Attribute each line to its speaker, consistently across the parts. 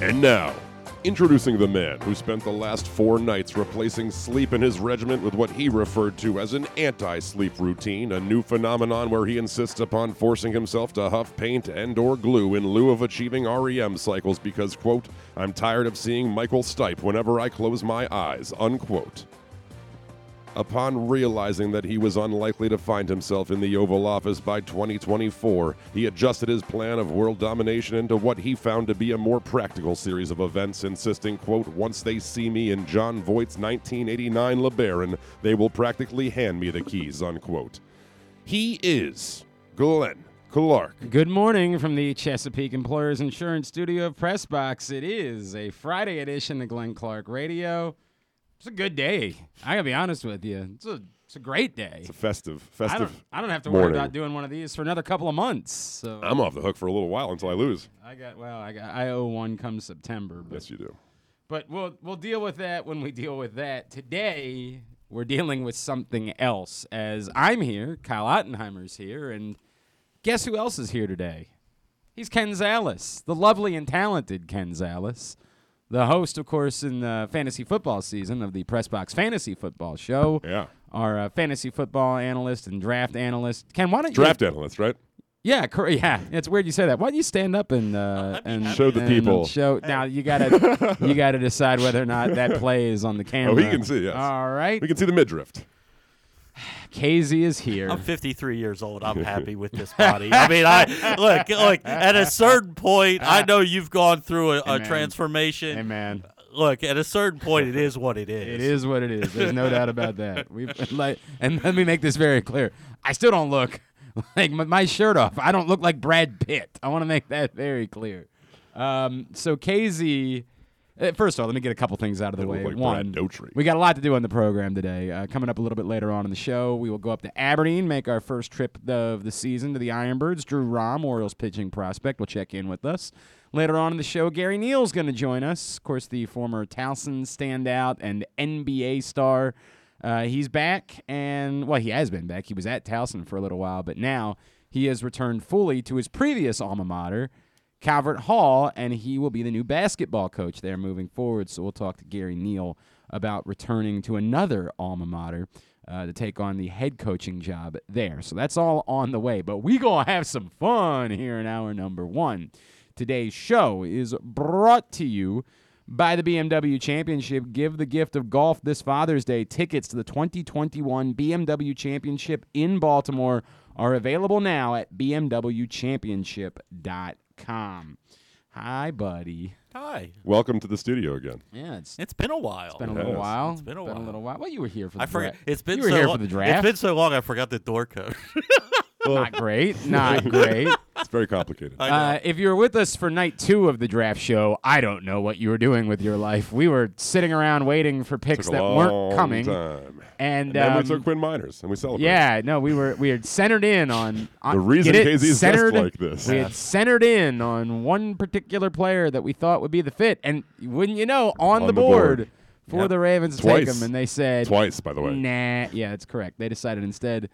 Speaker 1: And now, introducing the man who spent the last four nights replacing sleep in his regiment with what he referred to as an anti sleep routine, a new phenomenon where he insists upon forcing himself to huff paint and or glue in lieu of achieving REM cycles because, quote, I'm tired of seeing Michael Stipe whenever I close my eyes, unquote. Upon realizing that he was unlikely to find himself in the Oval Office by 2024, he adjusted his plan of world domination into what he found to be a more practical series of events, insisting, quote, once they see me in John Voight's 1989 LeBaron, they will practically hand me the keys, unquote. He is Glenn Clark.
Speaker 2: Good morning from the Chesapeake Employers Insurance Studio of Press Box. It is a Friday edition of Glenn Clark Radio. It's a good day. I gotta be honest with you. It's a it's a great day.
Speaker 1: It's a festive,
Speaker 2: I don't
Speaker 1: festive.
Speaker 2: I don't have to
Speaker 1: morning.
Speaker 2: worry about doing one of these for another couple of months. So
Speaker 1: I'm off the hook for a little while until I lose.
Speaker 2: I got well, I got I owe one come September, but
Speaker 1: Yes, you do.
Speaker 2: but we'll we'll deal with that when we deal with that. Today we're dealing with something else. As I'm here, Kyle Ottenheimer's here, and guess who else is here today? He's Ken Zales, the lovely and talented Ken Zales, the host, of course, in the fantasy football season of the Press Box Fantasy Football Show.
Speaker 1: Yeah.
Speaker 2: Our uh, fantasy football analyst and draft analyst. Ken, why don't you
Speaker 1: Draft analyst, right?
Speaker 2: yeah, cor- yeah. It's weird you say that. Why don't you stand up and uh, and
Speaker 1: Show the
Speaker 2: and
Speaker 1: people.
Speaker 2: Show now. You gotta you gotta decide whether or not that play is on the camera.
Speaker 1: Oh, he can see, yes.
Speaker 2: All right,
Speaker 1: We can see the midriff.
Speaker 2: Casey is here.
Speaker 3: I'm 53 years old. I'm happy with this body. I mean, I look, look. At a certain point, I know you've gone through a, a
Speaker 2: Amen.
Speaker 3: transformation.
Speaker 2: hey man,
Speaker 3: Look, at a certain point, it is what it is.
Speaker 2: it is what it is. There's no doubt about that. We like, and let me make this very clear. I still don't look like my, my shirt off. I don't look like Brad Pitt. I want to make that very clear. Um, so Casey. uh, First of all, let me get a couple things out of the
Speaker 1: They look
Speaker 2: way.
Speaker 1: like
Speaker 2: One,
Speaker 1: Brad Daughtry.
Speaker 2: we got a lot to do on the program today. Uh, coming up a little bit later on in the show, we will go up to Aberdeen, make our first trip of the season to the Ironbirds. Drew Rahm, Orioles pitching prospect, will check in with us. Later on in the show, Gary Neal's going to join us. Of course, the former Towson standout and NBA star. Uh, he's back, and well, he has been back. He was at Towson for a little while, but now he has returned fully to his previous alma mater. Calvert Hall, and he will be the new basketball coach there moving forward. So we'll talk to Gary Neal about returning to another alma mater uh, to take on the head coaching job there. So that's all on the way. But we gonna have some fun here in hour number one. Today's show is brought to you by the BMW Championship. Give the gift of golf this Father's Day. Tickets to the 2021 BMW Championship in Baltimore are available now at bmwchampionship.com. Hi, buddy.
Speaker 3: Hi,
Speaker 1: Welcome to the studio again.
Speaker 2: Yeah, it's
Speaker 3: it's been a while.
Speaker 2: been a little
Speaker 1: has.
Speaker 2: while.
Speaker 3: It's been a while.
Speaker 2: little while. Well, you were here for the
Speaker 3: I forgot.
Speaker 2: dra-
Speaker 3: It's been
Speaker 2: you were
Speaker 3: so
Speaker 2: here
Speaker 3: long.
Speaker 2: for the draft.
Speaker 3: It's been so long. I forgot the door code.
Speaker 2: not great. Not great.
Speaker 1: It's very complicated.
Speaker 3: I know.
Speaker 2: Uh, if you were with us for night two of the draft show, I don't know what you were doing with your life. We were sitting around waiting for picks
Speaker 1: Took a
Speaker 2: that
Speaker 1: long
Speaker 2: weren't coming,
Speaker 1: Time.
Speaker 2: and,
Speaker 1: And then we
Speaker 2: um,
Speaker 1: took Quinn Miners and we celebrated.
Speaker 2: Yeah, no, we were we had centered in on, on
Speaker 1: The reason
Speaker 2: get it?
Speaker 1: KZ is dressed
Speaker 2: centered,
Speaker 1: like this.
Speaker 2: We
Speaker 1: Yeah.
Speaker 2: had centered in on one particular player that we thought would be the fit, and wouldn't you know, on, the,
Speaker 1: the
Speaker 2: board,
Speaker 1: board.
Speaker 2: for
Speaker 3: Yep.
Speaker 2: the Ravens to take
Speaker 1: Twice.
Speaker 2: him, and they said
Speaker 1: Twice, by the way.
Speaker 2: Nah, yeah, that's correct. They decided instead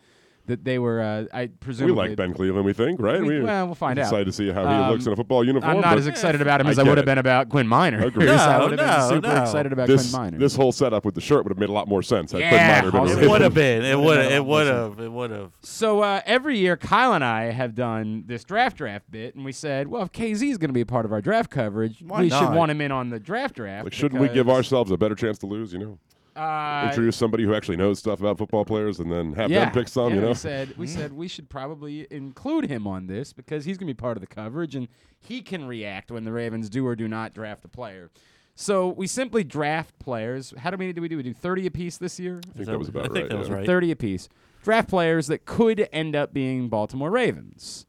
Speaker 2: that they were, uh, I
Speaker 1: We
Speaker 2: presumably
Speaker 1: like Ben Cleveland, we think, right?
Speaker 2: We- well, we'll find out.
Speaker 1: Decided to see how
Speaker 2: Um,
Speaker 1: he looks in a football uniform.
Speaker 2: I'm not
Speaker 1: but
Speaker 2: as excited about him
Speaker 1: I
Speaker 2: as I,
Speaker 1: get
Speaker 2: would have
Speaker 1: it.
Speaker 2: been about Quinn Minor.
Speaker 1: Agreed.
Speaker 2: I
Speaker 3: No,
Speaker 2: would have been
Speaker 3: no,
Speaker 2: super
Speaker 3: no.
Speaker 2: excited about
Speaker 1: this,
Speaker 2: Quinn Minor.
Speaker 1: this whole setup with the shirt would have made a lot more sense had
Speaker 2: Yeah,
Speaker 1: Quinn Miner been
Speaker 2: also-
Speaker 3: it
Speaker 1: available.
Speaker 3: would have been. It would.
Speaker 2: no,
Speaker 3: It would have. It would have.
Speaker 2: So uh, every year, Kyle and I have done this draft draft bit, and we said, well, if KZ is going to be a part of our draft coverage,
Speaker 3: Why
Speaker 2: we should
Speaker 3: not?
Speaker 2: want him in on the draft draft.
Speaker 1: Like, shouldn't we give
Speaker 2: because,
Speaker 1: ourselves a better chance to lose, you know?
Speaker 2: uh,
Speaker 1: Introduce somebody who actually knows stuff about football players and then have
Speaker 2: yeah,
Speaker 1: them pick some,
Speaker 2: yeah,
Speaker 1: you know?
Speaker 2: We said
Speaker 3: Mm.
Speaker 2: we said we should probably include him on this because he's going to be part of the coverage and he can react when the Ravens do or do not draft a player. So we simply draft players. How many do we do? We do thirty apiece this year.
Speaker 1: I think that was
Speaker 3: I
Speaker 1: about right.
Speaker 3: think that was
Speaker 1: yeah.
Speaker 3: right.
Speaker 2: 30 apiece. Draft players that could end up being Baltimore Ravens.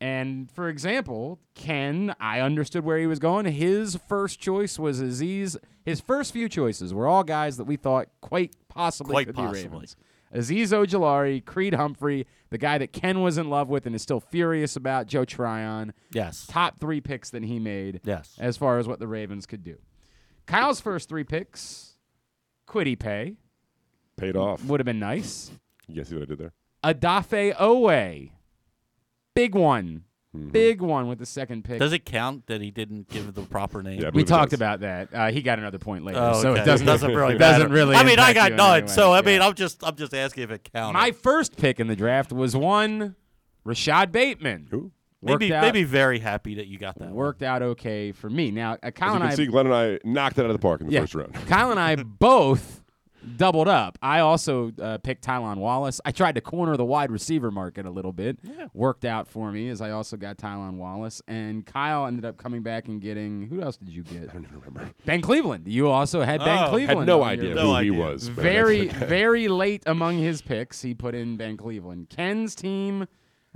Speaker 2: And for example, Ken, I understood where he was going. His first choice was Aziz. His first few choices were all guys that we thought quite possibly
Speaker 3: Quite
Speaker 2: could
Speaker 3: possibly.
Speaker 2: be Ravens. Aziz Ojolari, Creed Humphrey, the guy that Ken was in love with and is still furious about, Joe Tryon.
Speaker 3: Yes.
Speaker 2: Top three picks that he made
Speaker 3: Yes.
Speaker 2: as far as what the Ravens could do. Kyle's first three picks, Quiddy Pay,
Speaker 1: Paid off.
Speaker 2: would have been nice.
Speaker 1: You guys see what I did there?
Speaker 2: Adafe Owe. Big one.
Speaker 1: Mm-hmm.
Speaker 2: Big one with the second pick.
Speaker 3: Does it count that he didn't give the proper name?
Speaker 1: Yeah, I
Speaker 2: we
Speaker 1: believe it
Speaker 2: talked
Speaker 1: does.
Speaker 2: about that. Uh, he got another point later,
Speaker 3: Oh,
Speaker 2: so
Speaker 3: okay.
Speaker 2: it doesn't,
Speaker 3: really
Speaker 2: it doesn't
Speaker 3: matter.
Speaker 2: really
Speaker 3: I mean, I
Speaker 2: impact you
Speaker 3: got
Speaker 2: in
Speaker 3: none,
Speaker 2: any way.
Speaker 3: so I
Speaker 2: Yeah.
Speaker 3: mean, I'm just I'm just asking if it counted.
Speaker 2: My first pick in the draft was one Rashad Bateman.
Speaker 1: Who?
Speaker 2: Worked
Speaker 3: maybe
Speaker 2: out,
Speaker 3: maybe very happy that you got that. one.
Speaker 2: worked out okay for me. Now, uh,
Speaker 1: As
Speaker 2: Kyle
Speaker 1: you
Speaker 2: and
Speaker 1: can
Speaker 2: I,
Speaker 1: see, Glenn and I knocked it out of the park in the
Speaker 2: yeah,
Speaker 1: first round.
Speaker 2: Kyle and I both doubled up. I also uh, picked Tylon Wallace. I tried to corner the wide receiver market a little bit. Worked out for me as I also got Tylon Wallace. And Kyle ended up coming back and getting who else did you get?
Speaker 1: I don't even remember.
Speaker 2: Ben Cleveland. You also had Ben
Speaker 3: Oh.
Speaker 2: Cleveland.
Speaker 1: Had no
Speaker 2: on
Speaker 1: idea
Speaker 2: your list.
Speaker 1: who
Speaker 3: No
Speaker 1: he
Speaker 3: idea.
Speaker 1: was. but
Speaker 2: Very,
Speaker 1: that's-
Speaker 2: very late among his picks, he put in Ben Cleveland. Ken's team, uh,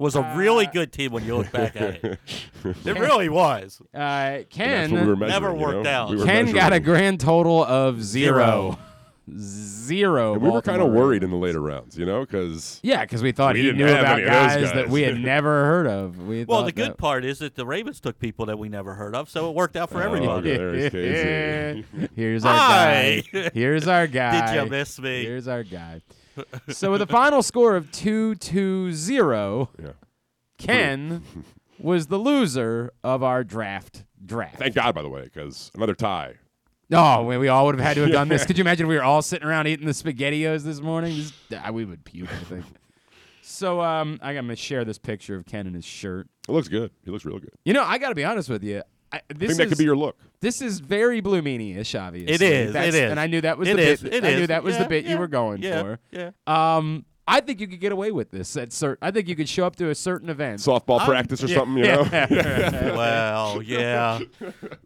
Speaker 3: was a really good team when you look back at it. it really was.
Speaker 1: that's
Speaker 2: uh,
Speaker 1: what we were
Speaker 2: Ken,
Speaker 1: measuring,
Speaker 3: Never
Speaker 1: you know?
Speaker 3: worked out.
Speaker 1: We were
Speaker 2: Ken got a
Speaker 1: measuring.
Speaker 2: grand total of zero,
Speaker 3: Zero.
Speaker 2: zero.
Speaker 1: And we were kind of
Speaker 2: Baltimore
Speaker 1: worried
Speaker 2: Ravens.
Speaker 1: in the later rounds, you know, because
Speaker 2: Yeah, because we thought
Speaker 1: We
Speaker 2: he
Speaker 1: didn't
Speaker 2: knew
Speaker 1: have
Speaker 2: about
Speaker 1: any of those
Speaker 2: guys, that we had
Speaker 1: guys.
Speaker 2: never heard of. We
Speaker 3: Well,
Speaker 2: thought
Speaker 3: the good
Speaker 2: that-
Speaker 3: part is that the Ravens took people that we never heard of, so it worked out for
Speaker 1: Oh,
Speaker 3: everybody.
Speaker 1: okay. There is Casey.
Speaker 2: Here's our
Speaker 3: Hi.
Speaker 2: guy. Here's our guy.
Speaker 3: Did you miss me?
Speaker 2: Here's our guy. so with a final score of two two zero,
Speaker 1: yeah.
Speaker 2: Ken was the loser of our draft draft.
Speaker 1: thank God, by the way, because another tie.
Speaker 2: Oh, we, we all would have had to have done this. Could you imagine if we were all sitting around eating the spaghettios this morning? This, ah, we would puke, I think. so um, I, I'm gonna share this picture of Ken in his shirt.
Speaker 1: It looks good. He looks real good.
Speaker 2: You know, I gotta be honest with you. I,
Speaker 1: I
Speaker 2: this
Speaker 1: think that
Speaker 2: is
Speaker 1: could be your look.
Speaker 2: this is very blue meanie-ish, obviously.
Speaker 3: It is,
Speaker 2: That's-
Speaker 3: it is.
Speaker 2: and I knew that was
Speaker 3: It
Speaker 2: the
Speaker 3: is,
Speaker 2: bit.
Speaker 3: it
Speaker 2: I knew
Speaker 3: is.
Speaker 2: that was the
Speaker 3: Yeah,
Speaker 2: bit you
Speaker 3: yeah,
Speaker 2: were going
Speaker 3: yeah,
Speaker 2: for.
Speaker 3: yeah.
Speaker 2: Um, I think you could get away with this at certain. I think you could show up to a certain event.
Speaker 1: Softball practice or something, you know?
Speaker 3: Um, well, yeah,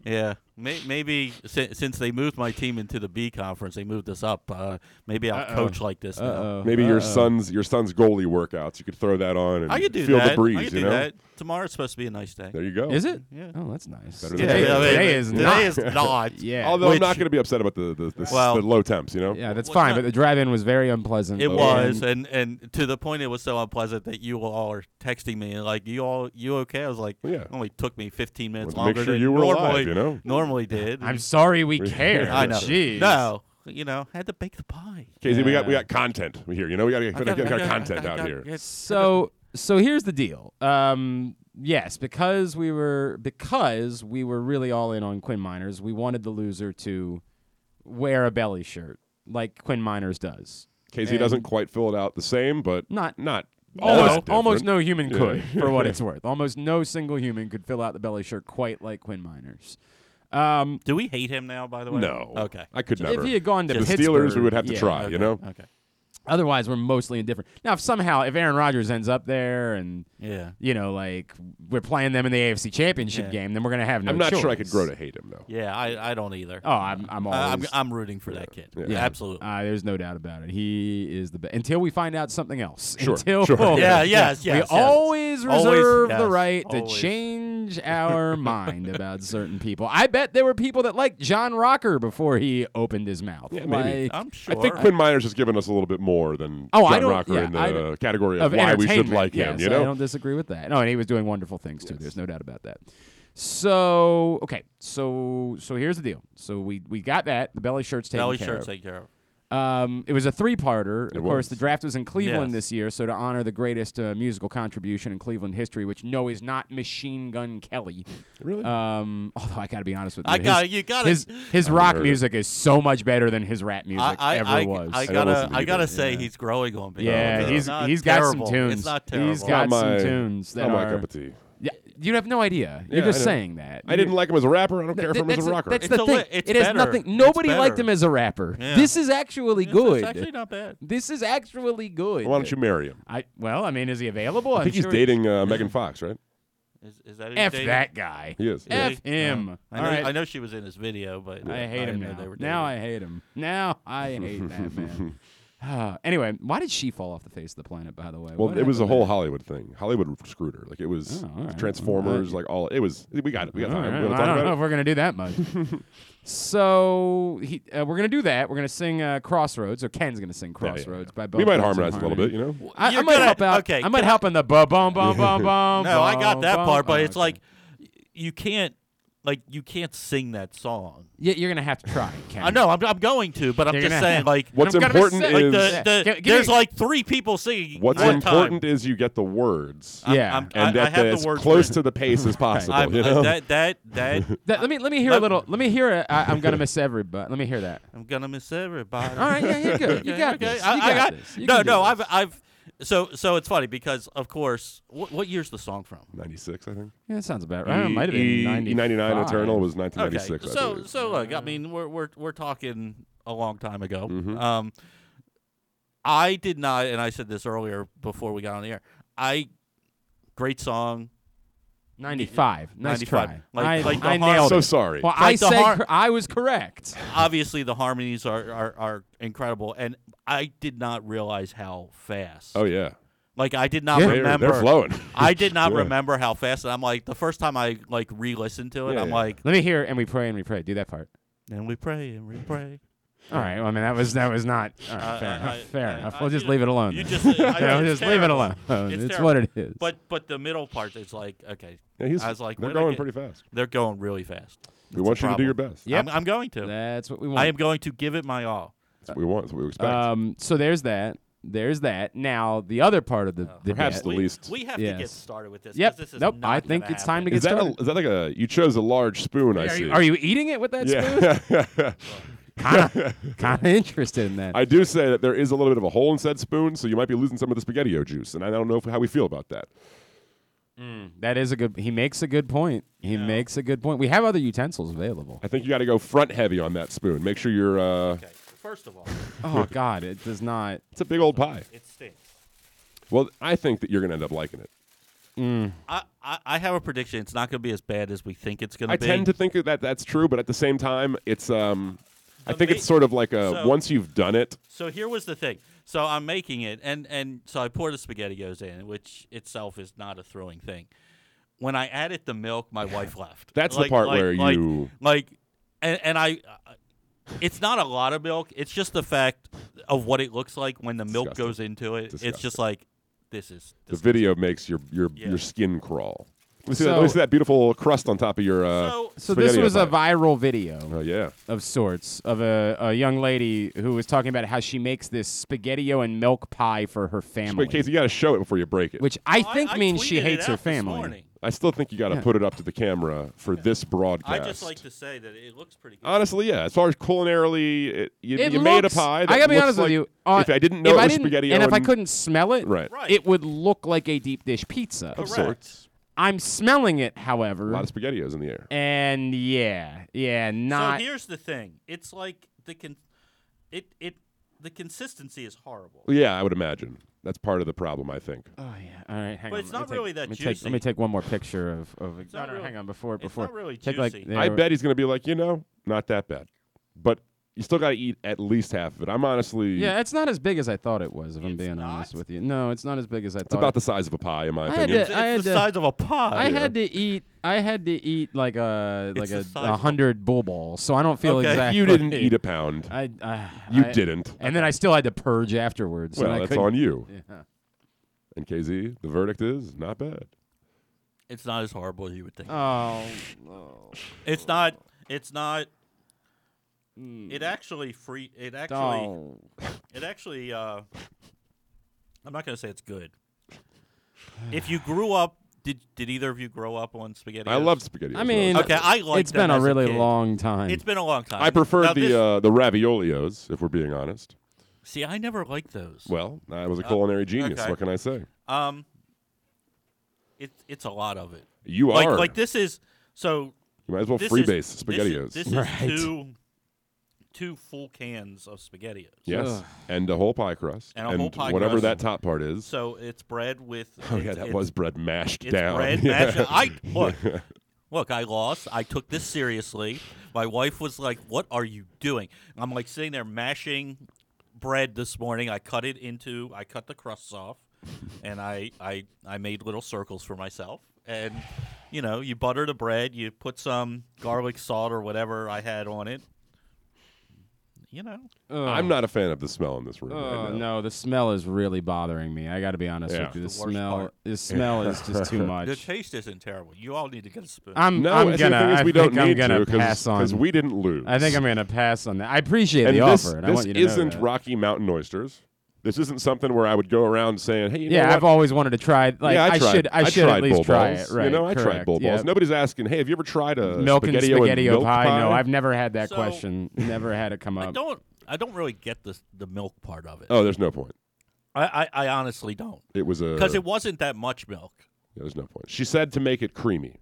Speaker 3: yeah. May- Maybe since, since they moved my team into the B conference, they moved us up. Uh, maybe I'll coach like this now.
Speaker 2: Uh-oh.
Speaker 1: Maybe your
Speaker 2: Uh-oh.
Speaker 1: son's your son's goalie workouts. You could throw that on and
Speaker 3: I could do
Speaker 1: feel
Speaker 3: that.
Speaker 1: the breeze.
Speaker 3: I could
Speaker 1: you
Speaker 3: do
Speaker 1: know,
Speaker 3: that. Tomorrow's supposed to be a nice day.
Speaker 1: there you go.
Speaker 2: Is it?
Speaker 3: Yeah.
Speaker 2: Oh, that's nice.
Speaker 1: Better than
Speaker 3: Yeah,
Speaker 1: Today-
Speaker 3: I mean,
Speaker 2: today is not.
Speaker 3: Today is not.
Speaker 2: Yeah.
Speaker 1: Although
Speaker 3: Which-
Speaker 1: I'm not going to be upset about the the, the,
Speaker 3: Well-
Speaker 1: the low temps. You know,
Speaker 2: Yeah, that's
Speaker 3: Well,
Speaker 2: fine.
Speaker 3: no-
Speaker 2: But the drive-in was very unpleasant.
Speaker 3: It
Speaker 1: Oh.
Speaker 2: And-
Speaker 3: was, and and to the point, it was so unpleasant that you all are texting me like, "You all, you okay?" I was like,
Speaker 1: Well, yeah.
Speaker 3: only took me 15 minutes
Speaker 1: Wanted to
Speaker 3: longer
Speaker 1: make sure
Speaker 3: than
Speaker 1: you were alive,
Speaker 3: normally,
Speaker 1: you know?
Speaker 3: normally did.
Speaker 2: I'm sorry we care.
Speaker 3: I know.
Speaker 2: Jeez.
Speaker 3: No, you know, had to bake the pie.
Speaker 1: Casey, we got we
Speaker 2: Yeah.
Speaker 1: got content here. You know, we got to
Speaker 3: I
Speaker 1: get got,
Speaker 3: I
Speaker 1: got
Speaker 3: I
Speaker 1: content
Speaker 3: I
Speaker 1: out
Speaker 3: got-
Speaker 1: here.
Speaker 3: it's-
Speaker 2: So so here's the deal. Um yes, because we were because we were really all in on Quinn Miners, we wanted the loser to wear a belly shirt like Quinn Miners does.
Speaker 1: Casey doesn't quite fill it out the same, but
Speaker 2: Not
Speaker 1: not all that
Speaker 2: Almost,
Speaker 1: different.
Speaker 2: almost no human
Speaker 1: Yeah.
Speaker 2: could, for what it's worth. Almost no single human could fill out the belly shirt quite like Quinn Miners. Um,
Speaker 3: Do we hate him now? By the way,
Speaker 1: No,
Speaker 3: Okay.
Speaker 1: I could
Speaker 2: if
Speaker 1: never.
Speaker 2: he had gone to
Speaker 1: the
Speaker 2: Pittsburgh,
Speaker 1: Steelers, we would have to
Speaker 2: yeah.
Speaker 1: try. You know,
Speaker 3: Okay.
Speaker 2: Otherwise, we're mostly indifferent. Now, if somehow if Aaron Rodgers ends up there and
Speaker 3: Yeah.
Speaker 2: you know, like we're playing them in the AFC Championship
Speaker 3: Yeah.
Speaker 2: game, then we're gonna have no.
Speaker 1: I'm not sure I
Speaker 2: choice.
Speaker 1: could grow to hate him though.
Speaker 3: Yeah. I, I don't either.
Speaker 2: Oh, I'm I'm
Speaker 3: I-
Speaker 2: always.
Speaker 3: I'm, I'm rooting for that kid.
Speaker 1: Yeah.
Speaker 3: Absolutely.
Speaker 2: uh, there's no doubt about it. He is the best. Until we find out something else.
Speaker 1: Sure,
Speaker 2: Until
Speaker 1: sure.
Speaker 3: Yeah, yes, yes,
Speaker 2: we
Speaker 3: yes. Always,
Speaker 2: always reserve the
Speaker 3: yes,
Speaker 2: right
Speaker 3: always.
Speaker 2: to change our mind about certain people. I bet there were people that liked John Rocker before he opened his mouth.
Speaker 1: Yeah, maybe.
Speaker 2: Like,
Speaker 3: I'm sure.
Speaker 1: I think Quinn Miners has given us a little bit more than
Speaker 2: Oh, I
Speaker 1: John
Speaker 2: don't-
Speaker 1: Rocker
Speaker 2: yeah,
Speaker 1: in the
Speaker 2: I
Speaker 1: uh, category
Speaker 2: of
Speaker 1: of, why we should
Speaker 2: entertainment.
Speaker 1: like him.
Speaker 2: Yes,
Speaker 1: You
Speaker 2: I
Speaker 1: know,
Speaker 2: don't disagree with that. No, and he was doing wonderful things too. There's no doubt about that. So okay, so so here's the deal. So we we got that the belly shirts taken
Speaker 3: Belly
Speaker 2: care
Speaker 3: shirts
Speaker 2: of.
Speaker 3: take care of.
Speaker 2: Um, it was a three-parter. of course,
Speaker 1: was.
Speaker 2: the draft was in Cleveland
Speaker 3: Yes.
Speaker 2: this year, so to honor the greatest uh, musical contribution in Cleveland history, which no is not Machine Gun Kelly.
Speaker 1: really.
Speaker 2: Um, although I got to be honest with you,
Speaker 3: I
Speaker 2: his-
Speaker 3: got you. Got
Speaker 2: his
Speaker 3: it.
Speaker 2: his
Speaker 1: haven't
Speaker 2: rock
Speaker 1: heard it.
Speaker 2: music is so much better than his rap music
Speaker 3: I, I,
Speaker 2: ever
Speaker 3: I,
Speaker 2: was.
Speaker 3: I
Speaker 1: don't
Speaker 3: gotta,
Speaker 1: listen to
Speaker 3: I
Speaker 1: either.
Speaker 3: gotta say, he's growing on me.
Speaker 2: yeah,
Speaker 1: Yeah.
Speaker 2: he's
Speaker 3: It's not
Speaker 2: he's
Speaker 3: terrible.
Speaker 2: got some tunes.
Speaker 3: It's not
Speaker 2: He's
Speaker 3: terrible.
Speaker 1: Not
Speaker 2: got
Speaker 1: my-
Speaker 2: some tunes that
Speaker 1: not my
Speaker 2: are.
Speaker 1: cup of tea.
Speaker 2: Yeah, you have no idea. You're
Speaker 1: Yeah,
Speaker 2: just
Speaker 1: I know.
Speaker 2: saying that.
Speaker 1: I didn't like him as a rapper. I don't care
Speaker 2: Th-
Speaker 1: for him as a
Speaker 2: that's the-
Speaker 1: rocker.
Speaker 2: That's
Speaker 3: It's
Speaker 2: the
Speaker 3: a li-
Speaker 2: thing.
Speaker 3: it's
Speaker 2: it has
Speaker 3: better.
Speaker 2: nothing.
Speaker 3: It's
Speaker 2: Nobody liked
Speaker 3: better.
Speaker 2: him as a rapper.
Speaker 3: Yeah.
Speaker 2: This is actually good.
Speaker 3: It's actually not bad.
Speaker 2: This is actually good.
Speaker 1: Why don't you marry him?
Speaker 2: I well, I mean, is he available?
Speaker 1: I think he's dating uh, Megan Fox, right?
Speaker 3: Is, is that who
Speaker 2: F
Speaker 3: dated?
Speaker 2: that guy.
Speaker 1: He is.
Speaker 2: F
Speaker 3: Yeah.
Speaker 2: him.
Speaker 3: I
Speaker 2: All
Speaker 3: know,
Speaker 2: right.
Speaker 3: I know she was in his video, but
Speaker 2: I hate
Speaker 3: didn't
Speaker 2: him
Speaker 3: know they
Speaker 2: now.
Speaker 3: were
Speaker 2: Now I
Speaker 3: dating.
Speaker 2: hate him. Now I hate that man. Ah, anyway, why did she fall off the face of the planet? By the way,
Speaker 1: Well,
Speaker 2: What
Speaker 1: it was a
Speaker 2: happened
Speaker 1: whole Hollywood thing. Hollywood screwed her. Like it was
Speaker 2: Oh, all right.
Speaker 1: Transformers. Like all it was. We got it. We got
Speaker 2: All
Speaker 1: time.
Speaker 2: right,
Speaker 1: We wanna
Speaker 2: well,
Speaker 1: talk
Speaker 2: I don't
Speaker 1: about
Speaker 2: know
Speaker 1: it?
Speaker 2: if we're gonna do that much. so he, uh, we're gonna do that. We're gonna sing uh, "Crossroads," or Ken's gonna sing
Speaker 1: yeah, yeah.
Speaker 2: "Crossroads" by both.
Speaker 1: We might
Speaker 2: Guns N'
Speaker 1: harmonize a little
Speaker 2: Harmony.
Speaker 1: bit. You know.
Speaker 2: I, I
Speaker 3: You're
Speaker 2: might
Speaker 3: gonna-
Speaker 2: help out.
Speaker 3: okay,
Speaker 2: I might
Speaker 3: can
Speaker 2: help in the bum bum bum bum bum.
Speaker 3: No, I
Speaker 2: bum,
Speaker 3: got that
Speaker 2: bum.
Speaker 3: part, but
Speaker 2: Oh,
Speaker 3: it's
Speaker 2: okay.
Speaker 3: like y- you can't like you can't sing that song.
Speaker 2: Yeah, you're gonna have to try. Ken.
Speaker 3: I know I'm, I'm going to, but I'm
Speaker 2: You're
Speaker 3: just
Speaker 2: gonna
Speaker 3: saying
Speaker 2: have-
Speaker 3: like
Speaker 1: What's
Speaker 2: I'm gonna
Speaker 1: important
Speaker 2: say-
Speaker 1: is
Speaker 2: Like
Speaker 3: the, the,
Speaker 2: Yeah, give
Speaker 3: there's
Speaker 2: me-
Speaker 3: like three people singing.
Speaker 1: what's
Speaker 3: at a
Speaker 1: important is you get the words
Speaker 3: Time.
Speaker 2: Yeah.
Speaker 3: I'm, I'm,
Speaker 1: and
Speaker 3: I, I
Speaker 1: that
Speaker 3: have
Speaker 1: that's
Speaker 3: the words
Speaker 1: close
Speaker 3: written.
Speaker 1: to the pace as possible.
Speaker 3: I'm,
Speaker 1: you
Speaker 3: I-
Speaker 1: know?
Speaker 3: that that that
Speaker 2: That- let me let me hear a
Speaker 3: Let-
Speaker 2: little. Let me hear a. I, I'm gonna miss everybody. Let me hear that.
Speaker 3: I'm gonna miss everybody.
Speaker 2: All right, yeah, you're good. You
Speaker 3: Okay,
Speaker 2: got
Speaker 3: okay.
Speaker 2: this. You
Speaker 3: I, I
Speaker 2: got this. You
Speaker 3: no,
Speaker 2: can do
Speaker 3: no.
Speaker 2: this.
Speaker 3: I've, I've. So, so it's funny because, of course, what, what year's the song from?
Speaker 1: 96, I think.
Speaker 2: Yeah, that sounds about right. It might have
Speaker 1: E-
Speaker 2: been
Speaker 1: 99
Speaker 2: 95.
Speaker 1: Eternal was
Speaker 3: Okay,
Speaker 1: 1996. I
Speaker 3: so,
Speaker 1: believe.
Speaker 3: so look, I mean, we're we're we're talking a long time ago.
Speaker 1: Mm-hmm.
Speaker 3: Um, I did not, and I said this earlier before we got on the air. I great song.
Speaker 2: 95. Nice
Speaker 3: 95.
Speaker 2: try.
Speaker 3: Like-
Speaker 2: I,
Speaker 3: like the
Speaker 2: I
Speaker 3: har-
Speaker 2: nailed
Speaker 1: So
Speaker 2: it.
Speaker 1: sorry.
Speaker 2: Well, I
Speaker 3: Like the
Speaker 2: said
Speaker 3: har-
Speaker 2: cor- I was correct.
Speaker 3: Obviously, the harmonies are, are are incredible, and I did not realize how fast.
Speaker 1: oh, yeah.
Speaker 3: Like I did not
Speaker 1: They're- they're,
Speaker 3: remember.
Speaker 1: flowing.
Speaker 3: I did not
Speaker 1: Yeah.
Speaker 3: remember how fast. And I'm like, the first time I like re-listened to it,
Speaker 1: Yeah,
Speaker 3: I'm
Speaker 1: yeah.
Speaker 3: like,
Speaker 2: Let me hear and we pray and we pray. Do that part.
Speaker 3: and we pray and we pray.
Speaker 2: All right. Well, I mean that was that was not all right,
Speaker 3: Uh,
Speaker 2: fair
Speaker 3: I-
Speaker 2: enough.
Speaker 3: I-
Speaker 2: fair
Speaker 3: I-
Speaker 2: enough.
Speaker 3: I-
Speaker 2: We'll just
Speaker 3: you-
Speaker 2: leave it alone.
Speaker 3: You
Speaker 2: then.
Speaker 3: just, I,
Speaker 2: Yeah, we'll
Speaker 3: it's
Speaker 2: just leave it
Speaker 3: terrible.
Speaker 2: alone. It's,
Speaker 3: It's
Speaker 2: what it is.
Speaker 3: But but the middle part is like, okay,
Speaker 1: Yeah, he's,
Speaker 3: I was like,
Speaker 1: they're
Speaker 3: where'd I
Speaker 1: going
Speaker 3: get-
Speaker 1: pretty fast.
Speaker 3: they're going really fast.
Speaker 1: We want you to do your best.
Speaker 2: Yep.
Speaker 3: I'm, I'm going to.
Speaker 2: That's what we want.
Speaker 3: I am going to give it my all.
Speaker 1: That's what we want. That's what we expect.
Speaker 2: um, so there's that. There's that. Now the other part of the debate-
Speaker 1: Oh. Perhaps the
Speaker 3: we,
Speaker 1: least.
Speaker 3: We have to get
Speaker 2: Yes.
Speaker 3: started with this. 'cause
Speaker 2: Yep.
Speaker 3: This is
Speaker 2: Nope.
Speaker 3: not
Speaker 2: I think
Speaker 3: gonna
Speaker 2: it's time
Speaker 3: happen.
Speaker 2: to get
Speaker 1: is, that a,
Speaker 2: started.
Speaker 1: is that like a. You chose a large spoon, I
Speaker 2: are,
Speaker 1: see.
Speaker 2: you, are you eating it with that spoon?
Speaker 1: yeah.
Speaker 2: Kind of, kind of interested in that.
Speaker 1: I do say that there is a little bit of a hole in said spoon, so you might be losing some of the spaghettio juice, and I don't know if, how we feel about that.
Speaker 3: Mm.
Speaker 2: that is a good. He makes a good point. He makes a good point. We have other utensils available.
Speaker 1: I think you got to go front heavy on that spoon. Make sure you're. Uh,
Speaker 3: Okay. First of all,
Speaker 2: oh God, it does not.
Speaker 1: It's a big old pie.
Speaker 3: it stinks.
Speaker 1: Well, I think that you're going to end up liking it.
Speaker 2: Mm.
Speaker 3: I, I, I have a prediction. It's not going to be as bad as we think it's going
Speaker 1: I
Speaker 3: to be.
Speaker 1: tend to think that that's true, but at the same time, it's um, I
Speaker 3: The
Speaker 1: think
Speaker 3: ma-
Speaker 1: it's sort of like a
Speaker 3: so-
Speaker 1: once you've done it.
Speaker 3: So here was the thing. So I'm making it, and and so I pour the spaghettios in, which itself is not a thrilling thing. When I added the milk, my wife left.
Speaker 1: That's the part where
Speaker 3: like,
Speaker 1: you-
Speaker 3: like, and and I. It's not a lot of milk. It's just the fact of what it looks like when the milk
Speaker 1: Disgusting.
Speaker 3: goes into it. It's just
Speaker 1: Disgusting.
Speaker 3: like, this is
Speaker 1: The video makes your your
Speaker 3: Yeah.
Speaker 1: your skin crawl. Let me, see that, let me
Speaker 2: So-
Speaker 1: see that beautiful crust on top of your. Uh,
Speaker 3: So-
Speaker 2: So this
Speaker 1: spaghetti
Speaker 2: was a
Speaker 1: pie.
Speaker 2: viral video.
Speaker 1: Oh yeah,
Speaker 2: of sorts of a, a young lady who was talking about how she makes this spaghettio and milk pie for her family,
Speaker 1: but Casey, you got to show it before you break it.
Speaker 2: which I think means she
Speaker 3: tweeted it
Speaker 2: hates
Speaker 3: out
Speaker 2: her
Speaker 3: this
Speaker 2: family.
Speaker 3: morning.
Speaker 1: I still think you got to put it up to the camera for this broadcast.
Speaker 3: I just like to say that it looks pretty good.
Speaker 1: Honestly, yeah. As far as culinarily, it, you,
Speaker 2: It
Speaker 1: you made a
Speaker 2: looks-
Speaker 1: pie. That
Speaker 2: I gotta be
Speaker 1: looks
Speaker 2: honest
Speaker 1: like-
Speaker 2: with you. uh,
Speaker 1: if I didn't know
Speaker 2: if
Speaker 1: it
Speaker 2: I
Speaker 1: was
Speaker 2: didn't-
Speaker 1: spaghetti,
Speaker 2: and if I
Speaker 1: and-
Speaker 2: couldn't smell it,
Speaker 1: Right.
Speaker 3: Right.
Speaker 2: it would look like a deep dish pizza.
Speaker 1: Of
Speaker 3: Correct.
Speaker 1: sorts.
Speaker 2: I'm smelling it,
Speaker 1: a
Speaker 2: however,
Speaker 1: lot of spaghettios in the air.
Speaker 2: and yeah, yeah,
Speaker 3: So
Speaker 2: not.
Speaker 3: here's the thing. It's like the con- it it the consistency is horrible.
Speaker 1: Yeah, I would imagine that's part of the problem. I think.
Speaker 2: oh yeah, all right, hang
Speaker 3: But
Speaker 2: on.
Speaker 3: it's
Speaker 2: let me
Speaker 3: not
Speaker 2: take-
Speaker 3: really that
Speaker 2: let me take-
Speaker 3: juicy.
Speaker 2: let me take one more picture of of.
Speaker 3: It's not
Speaker 2: no, no,
Speaker 3: real-
Speaker 2: hang on, before
Speaker 3: it's not
Speaker 2: before
Speaker 3: really
Speaker 2: take like
Speaker 3: juicy.
Speaker 2: there-
Speaker 1: I bet he's going to be like, you know, not that bad. But you still got to eat at least half of it. I'm honestly,
Speaker 2: Yeah, it's not as big as I thought it was. If I'm
Speaker 3: It's
Speaker 2: being
Speaker 3: not?
Speaker 2: honest with you, no, it's not as big as I
Speaker 1: it's
Speaker 2: thought.
Speaker 1: about the size of a pie, in my
Speaker 2: I had
Speaker 1: opinion.
Speaker 2: to- I had
Speaker 3: it's the
Speaker 2: to-
Speaker 3: size of a pie.
Speaker 2: I had to eat. I had to eat like a
Speaker 3: It's
Speaker 2: like
Speaker 3: the
Speaker 2: a,
Speaker 3: size of
Speaker 2: a
Speaker 3: a-
Speaker 2: hundred bull balls, so I don't feel
Speaker 3: Okay.
Speaker 2: exactly.
Speaker 1: you didn't eat a pound.
Speaker 2: I, I
Speaker 1: you
Speaker 2: I-
Speaker 1: didn't.
Speaker 2: And then I still had to purge afterwards. and
Speaker 1: well,
Speaker 2: I
Speaker 1: that's
Speaker 2: couldn't-
Speaker 1: on you.
Speaker 2: Yeah.
Speaker 1: And KZ, the verdict is not bad.
Speaker 3: It's not as horrible as you would think.
Speaker 2: Oh no!
Speaker 3: it's not. It's not.
Speaker 2: Mm.
Speaker 3: It actually free. It actually.
Speaker 2: Don't.
Speaker 3: It actually. Uh, I'm not gonna say it's good. If you grew up, did did either of you grow up on spaghetti?
Speaker 1: I love spaghetti.
Speaker 2: I mean,
Speaker 3: Okay, I like.
Speaker 2: it's been a really long time.
Speaker 3: It's been a long time.
Speaker 1: I prefer
Speaker 3: Now
Speaker 1: the
Speaker 3: this-
Speaker 1: uh, the raviolios, if we're being honest.
Speaker 3: see, I never liked those.
Speaker 1: Well, I was a culinary genius.
Speaker 3: okay.
Speaker 1: What can I say?
Speaker 3: Um, it's it's a lot of it.
Speaker 1: You
Speaker 3: like
Speaker 1: are.
Speaker 3: like this is so
Speaker 1: you might as well
Speaker 3: this
Speaker 1: freebase
Speaker 3: is,
Speaker 1: spaghettios.
Speaker 3: This is, this
Speaker 2: Right.
Speaker 3: is two two full cans of spaghettios.
Speaker 1: yes,
Speaker 2: Ugh.
Speaker 1: and a whole pie crust,
Speaker 3: And a whole pie
Speaker 1: whatever
Speaker 3: crust.
Speaker 1: that top part is.
Speaker 3: So it's bread with.
Speaker 1: oh
Speaker 3: it's,
Speaker 1: yeah, that
Speaker 3: it's-
Speaker 1: was bread mashed
Speaker 3: It's
Speaker 1: down.
Speaker 3: bread
Speaker 1: Yeah.
Speaker 3: mashed. I look, look. I lost. I took this seriously. My wife was like, "What are you doing?" I'm like sitting there mashing bread this morning. I cut it into. I cut the crusts off, and I I I made little circles for myself. And you know, you butter the bread. You put some garlic salt or whatever I had on it. you know.
Speaker 1: I'm not a fan of the smell in this room.
Speaker 2: Oh
Speaker 1: right now.
Speaker 2: no, the smell is really bothering me. I got to be honest
Speaker 1: Yeah.
Speaker 2: with you. The,
Speaker 1: It's
Speaker 3: the worst
Speaker 2: smell,
Speaker 3: part.
Speaker 2: the smell is just too
Speaker 3: The
Speaker 2: much.
Speaker 3: taste isn't terrible. You all need to get a spoon.
Speaker 2: I'm,
Speaker 1: No,
Speaker 2: I'm
Speaker 1: and
Speaker 2: gonna.
Speaker 1: the thing is,
Speaker 2: I
Speaker 1: we
Speaker 2: think
Speaker 1: don't
Speaker 2: I'm
Speaker 1: need
Speaker 2: gonna
Speaker 1: to
Speaker 2: pass on.
Speaker 1: because we didn't lose.
Speaker 2: I think I'm gonna pass on that. I appreciate
Speaker 1: and
Speaker 2: the
Speaker 1: this,
Speaker 2: offer, and I
Speaker 1: this
Speaker 2: want you to know
Speaker 1: isn't
Speaker 2: that.
Speaker 1: Rocky Mountain oysters. This isn't something where I would go around saying, "Hey, you know
Speaker 2: yeah,
Speaker 1: what?
Speaker 2: I've always wanted to try. Like
Speaker 1: yeah, I, tried,
Speaker 2: should, I, should
Speaker 1: tried
Speaker 2: at least
Speaker 1: bull
Speaker 2: try
Speaker 1: balls.
Speaker 2: it. Right?
Speaker 1: You know, I tried
Speaker 2: correct,
Speaker 1: bull
Speaker 2: yep.
Speaker 1: balls. Nobody's asking, "Hey, have you ever tried a
Speaker 2: milk and
Speaker 1: spaghetti and
Speaker 2: spaghetti
Speaker 1: milk
Speaker 2: pie.
Speaker 1: pie?"
Speaker 2: No, I've never had that
Speaker 3: So-
Speaker 2: question. Never had it come
Speaker 3: I
Speaker 2: up.
Speaker 3: don't. I don't really get the the milk part of it.
Speaker 1: Oh, there's no point.
Speaker 3: I, I, I honestly don't
Speaker 1: It was a
Speaker 3: because it wasn't that much milk.
Speaker 1: yeah, there's no point. She said to make it creamy.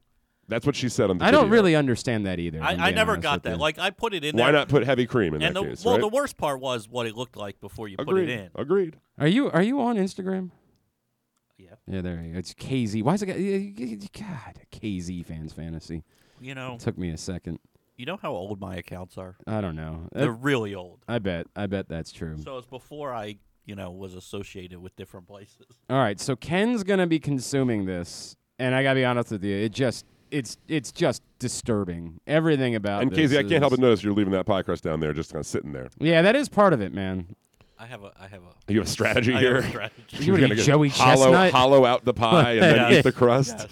Speaker 1: That's what she said on the.
Speaker 2: I don't
Speaker 1: video.
Speaker 2: really understand that either. if I'm
Speaker 3: I, I
Speaker 2: being
Speaker 3: never
Speaker 2: honest
Speaker 3: got
Speaker 2: with
Speaker 3: that.
Speaker 2: you.
Speaker 3: Like I put it in
Speaker 1: Why
Speaker 3: there.
Speaker 1: not put heavy cream in
Speaker 3: and
Speaker 1: that
Speaker 3: the
Speaker 1: case?
Speaker 3: well,
Speaker 1: right?
Speaker 3: the worst part was what it looked like before you put
Speaker 1: Agreed.
Speaker 3: it in.
Speaker 1: Agreed.
Speaker 2: are you are you on Instagram?
Speaker 3: Yeah.
Speaker 2: Yeah, there you go. It's KZ. Why is it? got- yeah, yeah, yeah, God, KZ fans fantasy.
Speaker 3: You know.
Speaker 2: Took me a second.
Speaker 3: You know how old my accounts are.
Speaker 2: I don't know.
Speaker 3: They're
Speaker 2: Uh,
Speaker 3: really old.
Speaker 2: I bet. I bet that's true.
Speaker 3: So it's before I, you know, was associated with different places.
Speaker 2: All right, so Ken's gonna be consuming this, and I gotta be honest with you, it just it's it's just disturbing. Everything about
Speaker 1: And
Speaker 2: this
Speaker 1: Casey, I can't
Speaker 2: is-
Speaker 1: help but notice you're leaving that pie crust down there, just kind of sitting there.
Speaker 2: Yeah, that is part of it, man.
Speaker 3: I have a. I have a.
Speaker 1: You have a strategy
Speaker 3: I have
Speaker 1: here.
Speaker 3: a strategy.
Speaker 2: You
Speaker 1: You're
Speaker 2: wanna
Speaker 1: gonna go
Speaker 2: eat Joey
Speaker 1: hollow,
Speaker 2: Chestnut?
Speaker 1: hollow out the pie and then
Speaker 3: Yeah.
Speaker 1: eat the crust.
Speaker 3: Yes.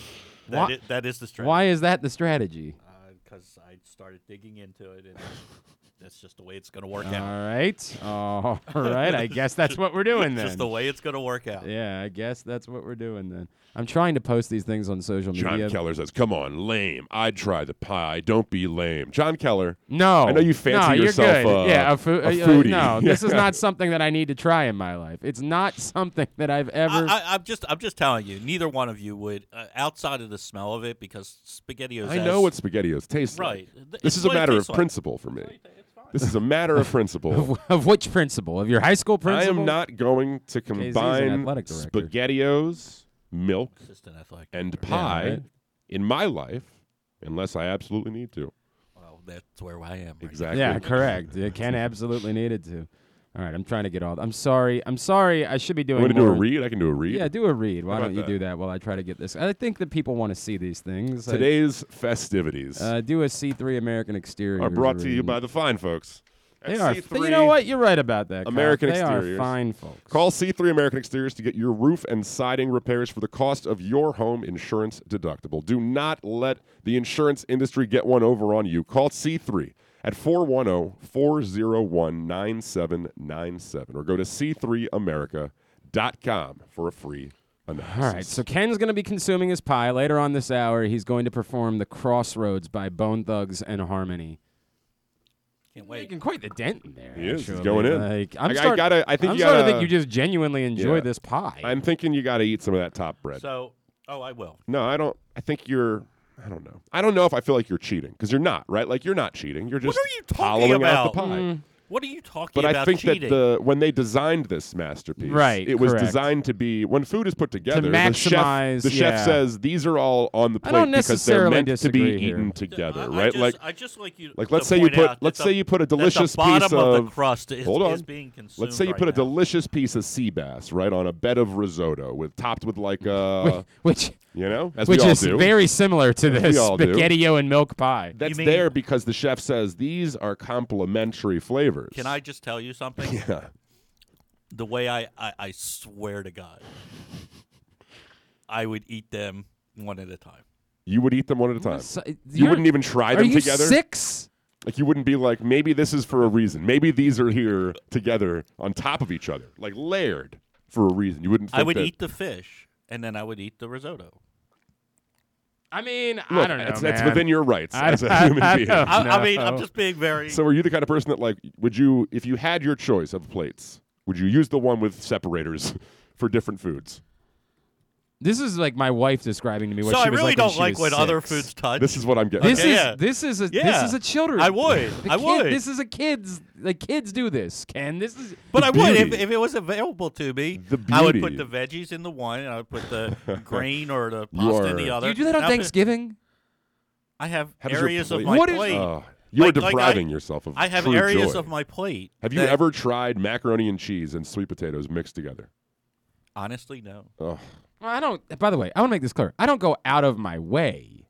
Speaker 2: Why-
Speaker 3: That is, that is the strategy.
Speaker 2: Why is that the strategy?
Speaker 3: Because I started digging into it, and that's just the way it's going to work
Speaker 2: All
Speaker 3: out.
Speaker 2: right, all right. I guess that's what we're doing then.
Speaker 3: Just the way it's going to work out.
Speaker 2: yeah, I guess that's what we're doing then. I'm trying to post these things on social
Speaker 1: John
Speaker 2: media.
Speaker 1: Keller says, "Come on, lame. I'd try the pie. Don't be lame." John Keller.
Speaker 2: No,
Speaker 1: I know you
Speaker 2: no,
Speaker 1: fancy
Speaker 2: you're
Speaker 1: yourself,
Speaker 2: good.
Speaker 1: uh,
Speaker 2: yeah, a, foo-
Speaker 1: a
Speaker 2: uh, uh,
Speaker 1: foodie.
Speaker 2: no, this is not something that I need to try in my life. It's not something that I've ever.
Speaker 3: I, I, I'm just, I'm just telling you. Neither one of you would, uh, outside of the smell of it, because spaghettios.
Speaker 1: I
Speaker 3: has-
Speaker 1: know what SpaghettiOs taste
Speaker 3: Right.
Speaker 1: like.
Speaker 3: Th- it's
Speaker 1: This is a
Speaker 3: what it
Speaker 1: matter of
Speaker 3: tastes like.
Speaker 1: principle for me. This is a matter of principle.
Speaker 2: of, of which principle? Of your high school
Speaker 1: I
Speaker 2: principal?
Speaker 1: am not going to
Speaker 2: an
Speaker 1: combine
Speaker 2: athletic director.
Speaker 1: SpaghettiOs, milk,
Speaker 3: Assistant athletic.
Speaker 1: and
Speaker 2: Yeah,
Speaker 1: pie
Speaker 2: right.
Speaker 1: in my life unless I absolutely need to.
Speaker 3: Well, that's where I am. Right
Speaker 1: Exactly.
Speaker 2: Yeah, correct. Yeah, Ken absolutely needed to. All right, I'm trying to get all. I'm sorry. I'm sorry. I should be
Speaker 1: You
Speaker 2: doing.
Speaker 1: want to do a
Speaker 2: more.
Speaker 1: read? I can do a read.
Speaker 2: Yeah, do a read. Why
Speaker 1: about
Speaker 2: don't you
Speaker 1: that?
Speaker 2: do that while I try to get this? I think that people want to see these things. I-
Speaker 1: Today's festivities
Speaker 2: uh, do a C3 American Exterior.
Speaker 1: are brought to you by the fine folks. at
Speaker 2: They are.
Speaker 1: C3.
Speaker 2: But you know what? You're right about that. Kyle.
Speaker 1: American
Speaker 2: they
Speaker 1: Exteriors.
Speaker 2: are fine folks.
Speaker 1: Call C3 American Exteriors to get your roof and siding repairs for the cost of your home insurance deductible. Do not let the insurance industry get one over on you. Call C3 at oh, 410-401-9797 or go to c3america.com for a free analysis.
Speaker 2: All right, so Ken's going to be consuming his pie. Later on this hour, he's going to perform The Crossroads by Bone Thugs and Harmony.
Speaker 3: Can't wait.
Speaker 2: Making quite the dent in there.
Speaker 1: He is. He's
Speaker 2: actually.
Speaker 1: going in.
Speaker 2: Like, I'm
Speaker 1: I- I
Speaker 2: start-
Speaker 1: gotta- I think
Speaker 2: I'm
Speaker 1: you
Speaker 2: starting to
Speaker 1: gotta-
Speaker 2: think you just genuinely enjoy
Speaker 1: Yeah.
Speaker 2: this pie.
Speaker 1: I'm thinking you got to eat some of that top bread.
Speaker 3: So, oh, I will.
Speaker 1: no, I don't I think you're I don't know. I don't know if I feel like you're cheating because you're not, right? Like you're not cheating. You're just
Speaker 3: are you talking
Speaker 1: hollowing out
Speaker 3: about?
Speaker 1: the pie.
Speaker 2: Mm.
Speaker 3: What are you talking
Speaker 1: But I
Speaker 3: about?
Speaker 1: think
Speaker 3: cheating?
Speaker 1: that the when they designed this masterpiece,
Speaker 2: Right,
Speaker 1: it was
Speaker 2: correct.
Speaker 1: designed to be when food is put together.
Speaker 2: maximize,
Speaker 1: the chef, the
Speaker 2: yeah.
Speaker 1: chef says these are all on the
Speaker 2: I
Speaker 1: plate
Speaker 2: don't
Speaker 1: because they're
Speaker 2: necessarily
Speaker 1: meant to be
Speaker 2: disagree here.
Speaker 1: eaten
Speaker 3: Yeah,
Speaker 1: together,
Speaker 3: I- I
Speaker 1: right?
Speaker 3: just-
Speaker 1: like,
Speaker 3: I just like you.
Speaker 1: like
Speaker 3: to
Speaker 1: let's say you
Speaker 3: point
Speaker 1: put
Speaker 3: out that
Speaker 1: let's
Speaker 3: the-
Speaker 1: say you put a
Speaker 3: that
Speaker 1: delicious
Speaker 3: the bottom
Speaker 1: piece
Speaker 3: of the crust is,
Speaker 1: hold on.
Speaker 3: is being consumed.
Speaker 1: let's say you
Speaker 3: right
Speaker 1: put a
Speaker 3: now.
Speaker 1: delicious piece of sea bass right on a bed of risotto with topped with like uh
Speaker 2: which
Speaker 1: you know as
Speaker 2: which
Speaker 1: we all
Speaker 2: is
Speaker 1: do.
Speaker 2: very similar to the
Speaker 1: we all do.
Speaker 2: spaghettio and milk pie.
Speaker 1: That's
Speaker 3: mean-
Speaker 1: there because the chef says these are complementary flavors.
Speaker 3: Can I just tell you something?
Speaker 1: Yeah.
Speaker 3: The way I, I, I swear to God, I would eat them one at a time.
Speaker 1: You would eat them one at a time.
Speaker 2: So-
Speaker 1: You
Speaker 2: you're-
Speaker 1: wouldn't even try
Speaker 2: Are
Speaker 1: them
Speaker 2: you
Speaker 1: together.
Speaker 2: six?
Speaker 1: Like you wouldn't be like, maybe this is for a reason. Maybe these are here together on top of each other, like layered for a reason. You wouldn't. Think
Speaker 3: I would
Speaker 1: that-
Speaker 3: eat the fish, and then I would eat the risotto.
Speaker 2: I mean, I
Speaker 1: Look,
Speaker 2: don't know.
Speaker 1: It's, it's
Speaker 2: man.
Speaker 1: within your rights
Speaker 2: I-
Speaker 1: as a
Speaker 2: I-
Speaker 1: human
Speaker 2: I
Speaker 1: being.
Speaker 2: don't-
Speaker 3: I, I
Speaker 2: No.
Speaker 3: mean, I'm just being very.
Speaker 1: So, are you the kind of person that, like, would you, if you had your choice of plates, would you use the one with separators for different foods?
Speaker 2: This is like my wife describing to me what
Speaker 3: So
Speaker 2: she
Speaker 3: I
Speaker 2: was
Speaker 3: really
Speaker 2: like when
Speaker 3: don't
Speaker 2: she
Speaker 3: like
Speaker 2: was
Speaker 3: when other
Speaker 2: six.
Speaker 3: foods touch.
Speaker 1: This is what I'm getting.
Speaker 2: This
Speaker 1: at.
Speaker 3: Okay.
Speaker 2: is
Speaker 3: Yeah.
Speaker 2: this is a this
Speaker 3: Yeah.
Speaker 2: is a children.
Speaker 3: I would.
Speaker 2: The
Speaker 3: I
Speaker 2: kid-
Speaker 3: would.
Speaker 2: This is a kids. The kids do this. Ken, this is.
Speaker 3: but I would if,
Speaker 1: beauty.
Speaker 3: if it was available to me.
Speaker 1: The
Speaker 3: I would put
Speaker 1: beauty.
Speaker 3: the veggies in the one, and I would put the grain or the
Speaker 1: You
Speaker 3: pasta in
Speaker 1: are-
Speaker 3: the other.
Speaker 2: Do you do that on
Speaker 3: Now,
Speaker 2: Thanksgiving? Oh,
Speaker 3: I have
Speaker 1: How does your
Speaker 3: areas of
Speaker 1: plate-
Speaker 3: my
Speaker 2: What is-
Speaker 3: plate.
Speaker 1: Ah, you are
Speaker 3: Like- like I-
Speaker 1: depriving yourself of.
Speaker 3: I have
Speaker 1: true
Speaker 3: areas
Speaker 1: joy.
Speaker 3: of my plate.
Speaker 1: Have you
Speaker 3: that-
Speaker 1: ever tried macaroni and cheese and sweet potatoes mixed together?
Speaker 3: Honestly, no.
Speaker 1: Ugh.
Speaker 2: Well, I don't. By the way, I want to make this clear. I don't go out of my way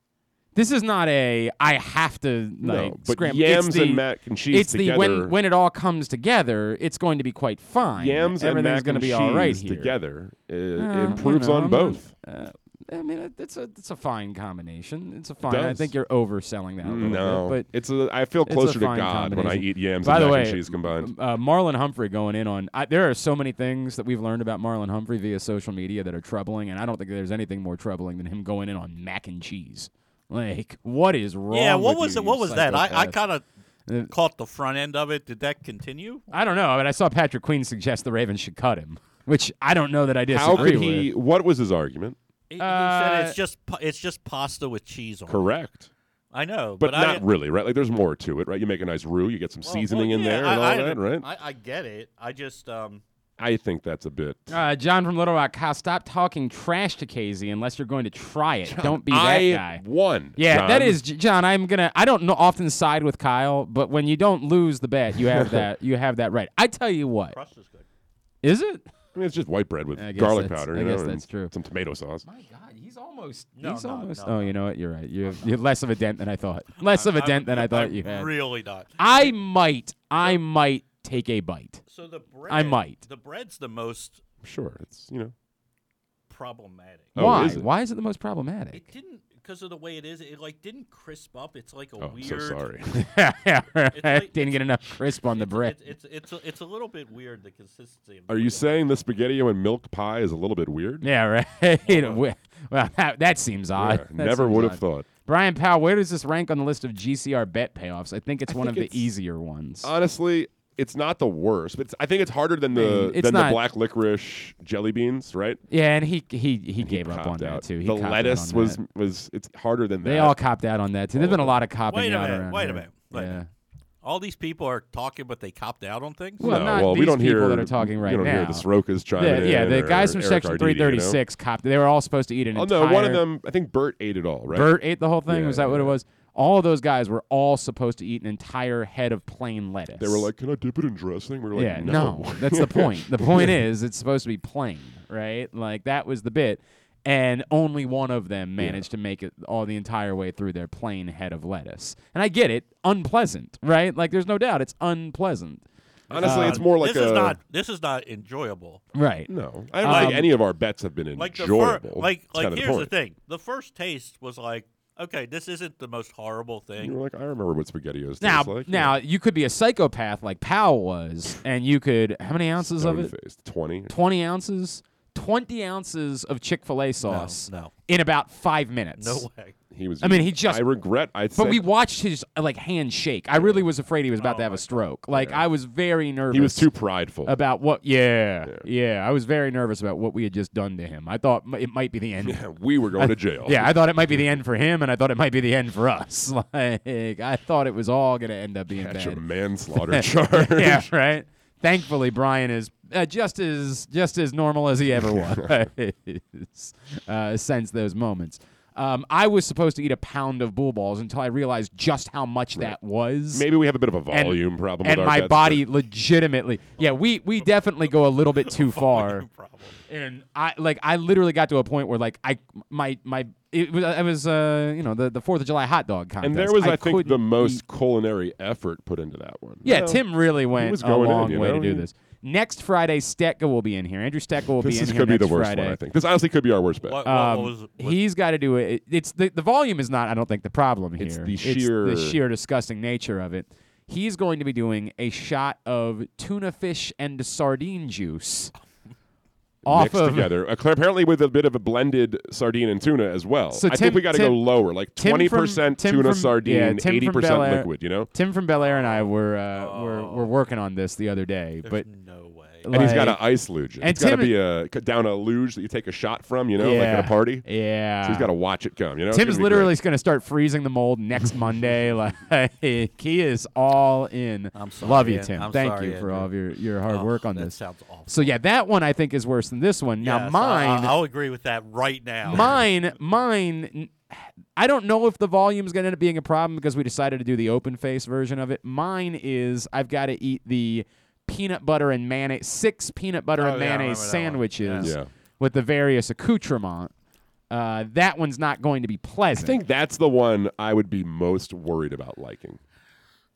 Speaker 2: This is not a I have to like
Speaker 1: No, but
Speaker 2: scramble.
Speaker 1: yams
Speaker 2: it's the,
Speaker 1: and mac and cheese
Speaker 2: It's the
Speaker 1: together-
Speaker 2: when when it all comes together, it's going to be quite fine.
Speaker 1: Yams and
Speaker 2: Everything's
Speaker 1: mac
Speaker 2: going
Speaker 1: and
Speaker 2: to be
Speaker 1: cheese
Speaker 2: all right here.
Speaker 1: together it
Speaker 2: Uh,
Speaker 1: improves
Speaker 2: you know,
Speaker 1: on
Speaker 2: I'm not-
Speaker 1: both.
Speaker 2: uh, I mean, it- it's a it's a fine combination. It's a fine. I
Speaker 1: does.
Speaker 2: think you're overselling that. A little
Speaker 1: No,
Speaker 2: bit, but
Speaker 1: it's a. I feel
Speaker 2: a
Speaker 1: closer to
Speaker 2: fine
Speaker 1: God when I
Speaker 2: combination.
Speaker 1: eat yams
Speaker 2: By
Speaker 1: and
Speaker 2: the
Speaker 1: mac
Speaker 2: way,
Speaker 1: and cheese combined.
Speaker 2: uh, Marlon Humphrey going in on. I, there are so many things that we've learned about Marlon Humphrey via social media that are troubling, and I don't think there's anything more troubling than him going in on mac and cheese. Like, what is wrong?
Speaker 3: Yeah, what
Speaker 2: with
Speaker 3: was
Speaker 2: you,
Speaker 3: it?
Speaker 2: you
Speaker 3: What was that? I, I
Speaker 2: psychopath?
Speaker 3: kind of
Speaker 2: Uh,
Speaker 3: caught the front end of it. Did that continue?
Speaker 2: I don't know, but I saw Patrick Queen suggest the Ravens should cut him, which I don't know that I disagree
Speaker 1: How could
Speaker 2: with.
Speaker 1: he? What was his argument?
Speaker 3: He, he said
Speaker 2: Uh,
Speaker 3: it's just pa- it's just pasta with cheese on. it.
Speaker 1: Correct,
Speaker 3: I know,
Speaker 1: but,
Speaker 3: but, I
Speaker 1: not
Speaker 3: didn't- Oh,
Speaker 1: really, right? Like there's more to it, right? You make a nice roux, you get some
Speaker 3: well,
Speaker 1: seasoning
Speaker 3: well,
Speaker 1: in
Speaker 3: yeah,
Speaker 1: there
Speaker 3: I,
Speaker 1: and all
Speaker 3: I
Speaker 1: that,
Speaker 3: under-
Speaker 1: right?
Speaker 3: I, I get it. I just um.
Speaker 1: I think that's a bit.
Speaker 2: Uh, John from Little Rock, Kyle, stop talking trash to Casey unless you're going to try it. Don't be that
Speaker 1: I
Speaker 2: guy.
Speaker 1: won.
Speaker 2: Yeah,
Speaker 1: John.
Speaker 2: that is J- John. I'm gonna. I don't know, often side with Kyle, but when you don't lose the bet, you have that. You have that right. I tell you what,
Speaker 3: Crust is good.
Speaker 2: is it?
Speaker 1: I mean, it's just white bread with
Speaker 2: I guess
Speaker 1: garlic
Speaker 2: that's-
Speaker 1: powder.
Speaker 2: I
Speaker 1: you know,
Speaker 2: guess
Speaker 1: and
Speaker 2: that's true.
Speaker 1: Some tomato sauce.
Speaker 2: My God, he's almost.
Speaker 3: No,
Speaker 2: he's
Speaker 3: no,
Speaker 2: almost.
Speaker 3: no,
Speaker 2: oh, you know what? You're right. You have, you have less of a dent than I thought. Less of a
Speaker 3: I'm-
Speaker 2: dent than I thought
Speaker 3: I'm
Speaker 2: you had.
Speaker 3: Really not.
Speaker 2: I might. I might take a bite.
Speaker 3: So the bread.
Speaker 2: I might.
Speaker 3: The bread's the most
Speaker 1: Sure, it's you know.
Speaker 3: problematic.
Speaker 1: Oh,
Speaker 2: Why?
Speaker 1: is it?
Speaker 2: Why is it the most problematic?
Speaker 3: It didn't because of the way it is. It like didn't crisp up. It's like a
Speaker 1: Oh, I'm
Speaker 3: weird.
Speaker 1: so sorry.
Speaker 2: yeah, right.
Speaker 3: like-
Speaker 2: Didn't get enough crisp on the bread.
Speaker 3: It's it's it's a, it's a little bit weird the consistency. Of the
Speaker 1: Are you
Speaker 3: bread.
Speaker 1: saying the spaghetti and milk pie is a little bit weird?
Speaker 2: Yeah, right. well, that, that seems
Speaker 1: Yeah,
Speaker 2: odd. That
Speaker 1: never
Speaker 2: seems
Speaker 1: would have
Speaker 2: odd.
Speaker 1: thought.
Speaker 2: Brian Powell, where does this rank on the list of GCR bet payoffs? I think it's one
Speaker 1: think
Speaker 2: of the
Speaker 1: it's-
Speaker 2: easier ones.
Speaker 1: Honestly, it's not the worst, but it's, I think it's harder than
Speaker 2: mean,
Speaker 1: the
Speaker 2: Mm, it's
Speaker 1: than
Speaker 2: not-
Speaker 1: the black licorice jelly beans, right?
Speaker 2: yeah, and he he he gave up on
Speaker 1: Copped
Speaker 2: that
Speaker 1: out.
Speaker 2: too. He
Speaker 1: the
Speaker 2: copped out
Speaker 1: lettuce
Speaker 2: on
Speaker 1: was
Speaker 2: that.
Speaker 1: was it's harder than
Speaker 2: They
Speaker 1: that.
Speaker 2: all copped out on that too. There's been a lot of copping
Speaker 3: Wait a
Speaker 2: out
Speaker 3: minute,
Speaker 2: around
Speaker 3: wait a
Speaker 2: here.
Speaker 3: minute, wait a
Speaker 2: yeah.
Speaker 3: minute. All these people are talking, but they copped out on things.
Speaker 2: Well,
Speaker 1: no,
Speaker 2: not
Speaker 1: well,
Speaker 2: these
Speaker 1: we don't
Speaker 2: people
Speaker 1: hear
Speaker 2: that are talking right
Speaker 1: you don't
Speaker 2: now.
Speaker 1: hear the Sorokas chiming
Speaker 2: Yeah, yeah,
Speaker 1: in
Speaker 2: the
Speaker 1: or
Speaker 2: guys from
Speaker 1: Eric
Speaker 2: Section
Speaker 1: Arditi, you know?
Speaker 2: 336 copped. They were all supposed to eat an
Speaker 1: Oh
Speaker 2: entire.
Speaker 1: no, one of them. I think Bert ate it all, right?
Speaker 2: Bert ate the whole thing.
Speaker 1: Yeah,
Speaker 2: was that what it
Speaker 1: yeah.
Speaker 2: was? All of those guys were all supposed to eat an entire head of plain lettuce.
Speaker 1: They were like, "Can I dip it in dressing?" We were like,
Speaker 2: yeah,
Speaker 1: "No."
Speaker 2: that's the point. The point is, it's supposed to be plain, right? Like that was the bit, and only one of them managed to make it all the entire way through their plain head of lettuce. And I get it, unpleasant, right? Like there's no doubt it's unpleasant, Um,
Speaker 1: Honestly,
Speaker 3: Uh,
Speaker 1: it's more like
Speaker 3: this is
Speaker 1: a-
Speaker 3: not this is not enjoyable.
Speaker 2: right?
Speaker 1: No, I don't think
Speaker 2: Um,
Speaker 1: any of our bets have been
Speaker 3: Like
Speaker 1: enjoyable.
Speaker 3: the fir- like
Speaker 1: That's
Speaker 3: like
Speaker 1: kinda
Speaker 3: here's
Speaker 1: the
Speaker 3: the
Speaker 1: point.
Speaker 3: thing. The first taste was like, okay, this isn't the most horrible
Speaker 1: You
Speaker 3: thing.
Speaker 1: were like, I remember what SpaghettiOs
Speaker 2: Now,
Speaker 1: taste like.
Speaker 2: now you could be a psychopath like Powell was, and you could how many ounces of it?
Speaker 1: Stone-faced, twenty.
Speaker 2: 20 ounces, 20 ounces of Chick fil A sauce
Speaker 3: no.
Speaker 2: in about five minutes.
Speaker 3: No way.
Speaker 1: He was.
Speaker 2: I mean, he just-
Speaker 1: I regret. I.
Speaker 2: But
Speaker 1: said
Speaker 2: we watched his uh, like hand shake. I really was afraid he was about
Speaker 3: Oh
Speaker 2: to have
Speaker 3: my
Speaker 2: a stroke. Like I was very nervous.
Speaker 1: He was too prideful.
Speaker 2: about what. Yeah, yeah, I was very nervous about what we had just done to him. I thought m- it might be the end.
Speaker 1: Yeah, we were going to jail.
Speaker 2: Yeah, I thought it might be the end for him, and I thought it might be the end for us. Like I thought it was all going to end up being
Speaker 1: Catch a
Speaker 2: bad.
Speaker 1: manslaughter charge.
Speaker 2: yeah, right. Thankfully, Brian is uh, just as just as normal as he ever was uh, since those moments. Um, I was supposed to eat a pound of bull balls until I realized just how much that was.
Speaker 1: Maybe we have a bit of a volume problem.
Speaker 2: and
Speaker 1: with our
Speaker 2: my
Speaker 1: bets,
Speaker 2: body legitimately, yeah, we we definitely go a little bit too far.
Speaker 3: No problem.
Speaker 2: And I like I literally got to a point where like I my my it was I was uh you know the the Fourth of July hot dog
Speaker 1: but-
Speaker 2: contest.
Speaker 1: And there was, I, think, the
Speaker 2: couldn't
Speaker 1: most
Speaker 2: eat
Speaker 1: culinary effort put into that one.
Speaker 2: yeah,
Speaker 1: No,
Speaker 2: Tim really went
Speaker 1: was
Speaker 2: a
Speaker 1: going in,
Speaker 2: long
Speaker 1: you
Speaker 2: way
Speaker 1: know?
Speaker 2: to do
Speaker 1: He-
Speaker 2: this. Next Friday, Stecka will be in here. Andrew Stecka will be
Speaker 1: This
Speaker 2: in
Speaker 1: is,
Speaker 2: here
Speaker 1: could be
Speaker 2: next
Speaker 1: the worst
Speaker 2: Friday.
Speaker 1: one. I think this honestly could be our worst bet.
Speaker 3: What, what,
Speaker 2: Um,
Speaker 3: what was what,
Speaker 2: he's got to do it. It's the the volume is not. I don't think the problem here.
Speaker 1: It's the sheer-
Speaker 2: the sheer disgusting nature of it. He's going to be doing a shot of tuna fish and sardine juice off
Speaker 1: Mixed
Speaker 2: of
Speaker 1: together, Uh, apparently with a bit of a blended sardine and tuna as well.
Speaker 2: So
Speaker 1: I
Speaker 2: Tim-
Speaker 1: think we got to go
Speaker 2: Tim-
Speaker 1: lower, like
Speaker 2: Tim from-
Speaker 1: twenty percent
Speaker 2: Tim
Speaker 1: tuna
Speaker 2: from- yeah,
Speaker 1: sardine,
Speaker 2: Tim from
Speaker 1: eighty percent
Speaker 2: Bel Air.
Speaker 1: liquid. You know,
Speaker 2: Tim from Bel Air and I were uh, were were working on this the other day,
Speaker 3: Oh. there's
Speaker 2: but
Speaker 3: no way.
Speaker 1: and he's got
Speaker 2: like-
Speaker 1: to ice luge. it.
Speaker 2: and
Speaker 1: It's got to
Speaker 2: Tim-
Speaker 1: be a c- down a luge that you take a shot from. You know, like
Speaker 2: yeah,
Speaker 1: at a party.
Speaker 2: Yeah,
Speaker 1: So he's got to watch it come. You know, It's
Speaker 2: Tim's
Speaker 1: gonna be
Speaker 2: literally going to start freezing the mold next Monday. Like he is all in.
Speaker 3: I'm sorry,
Speaker 2: Love you,
Speaker 3: Ed.
Speaker 2: Tim.
Speaker 3: I'm
Speaker 2: Thank
Speaker 3: sorry,
Speaker 2: you for
Speaker 3: Andrew.
Speaker 2: all of your, your hard
Speaker 3: Oh,
Speaker 2: work on
Speaker 3: that
Speaker 2: this.
Speaker 3: sounds awful.
Speaker 2: So yeah, that one I think is worse than this one. Now
Speaker 3: Yes, I-
Speaker 2: mine,
Speaker 3: I, I'll agree with that right now.
Speaker 2: mine, mine. I don't know if the volume is going to end up being a problem because we decided to do the open face version of it. Mine is I've got to eat the peanut butter and mayonnaise, six peanut butter
Speaker 3: Oh,
Speaker 2: and
Speaker 3: yeah, I remember
Speaker 2: mayonnaise
Speaker 3: that one.
Speaker 2: sandwiches
Speaker 1: Yeah.
Speaker 2: with the various accoutrement. uh, that one's not going to be pleasant.
Speaker 1: I think that's the one I would be most worried about liking.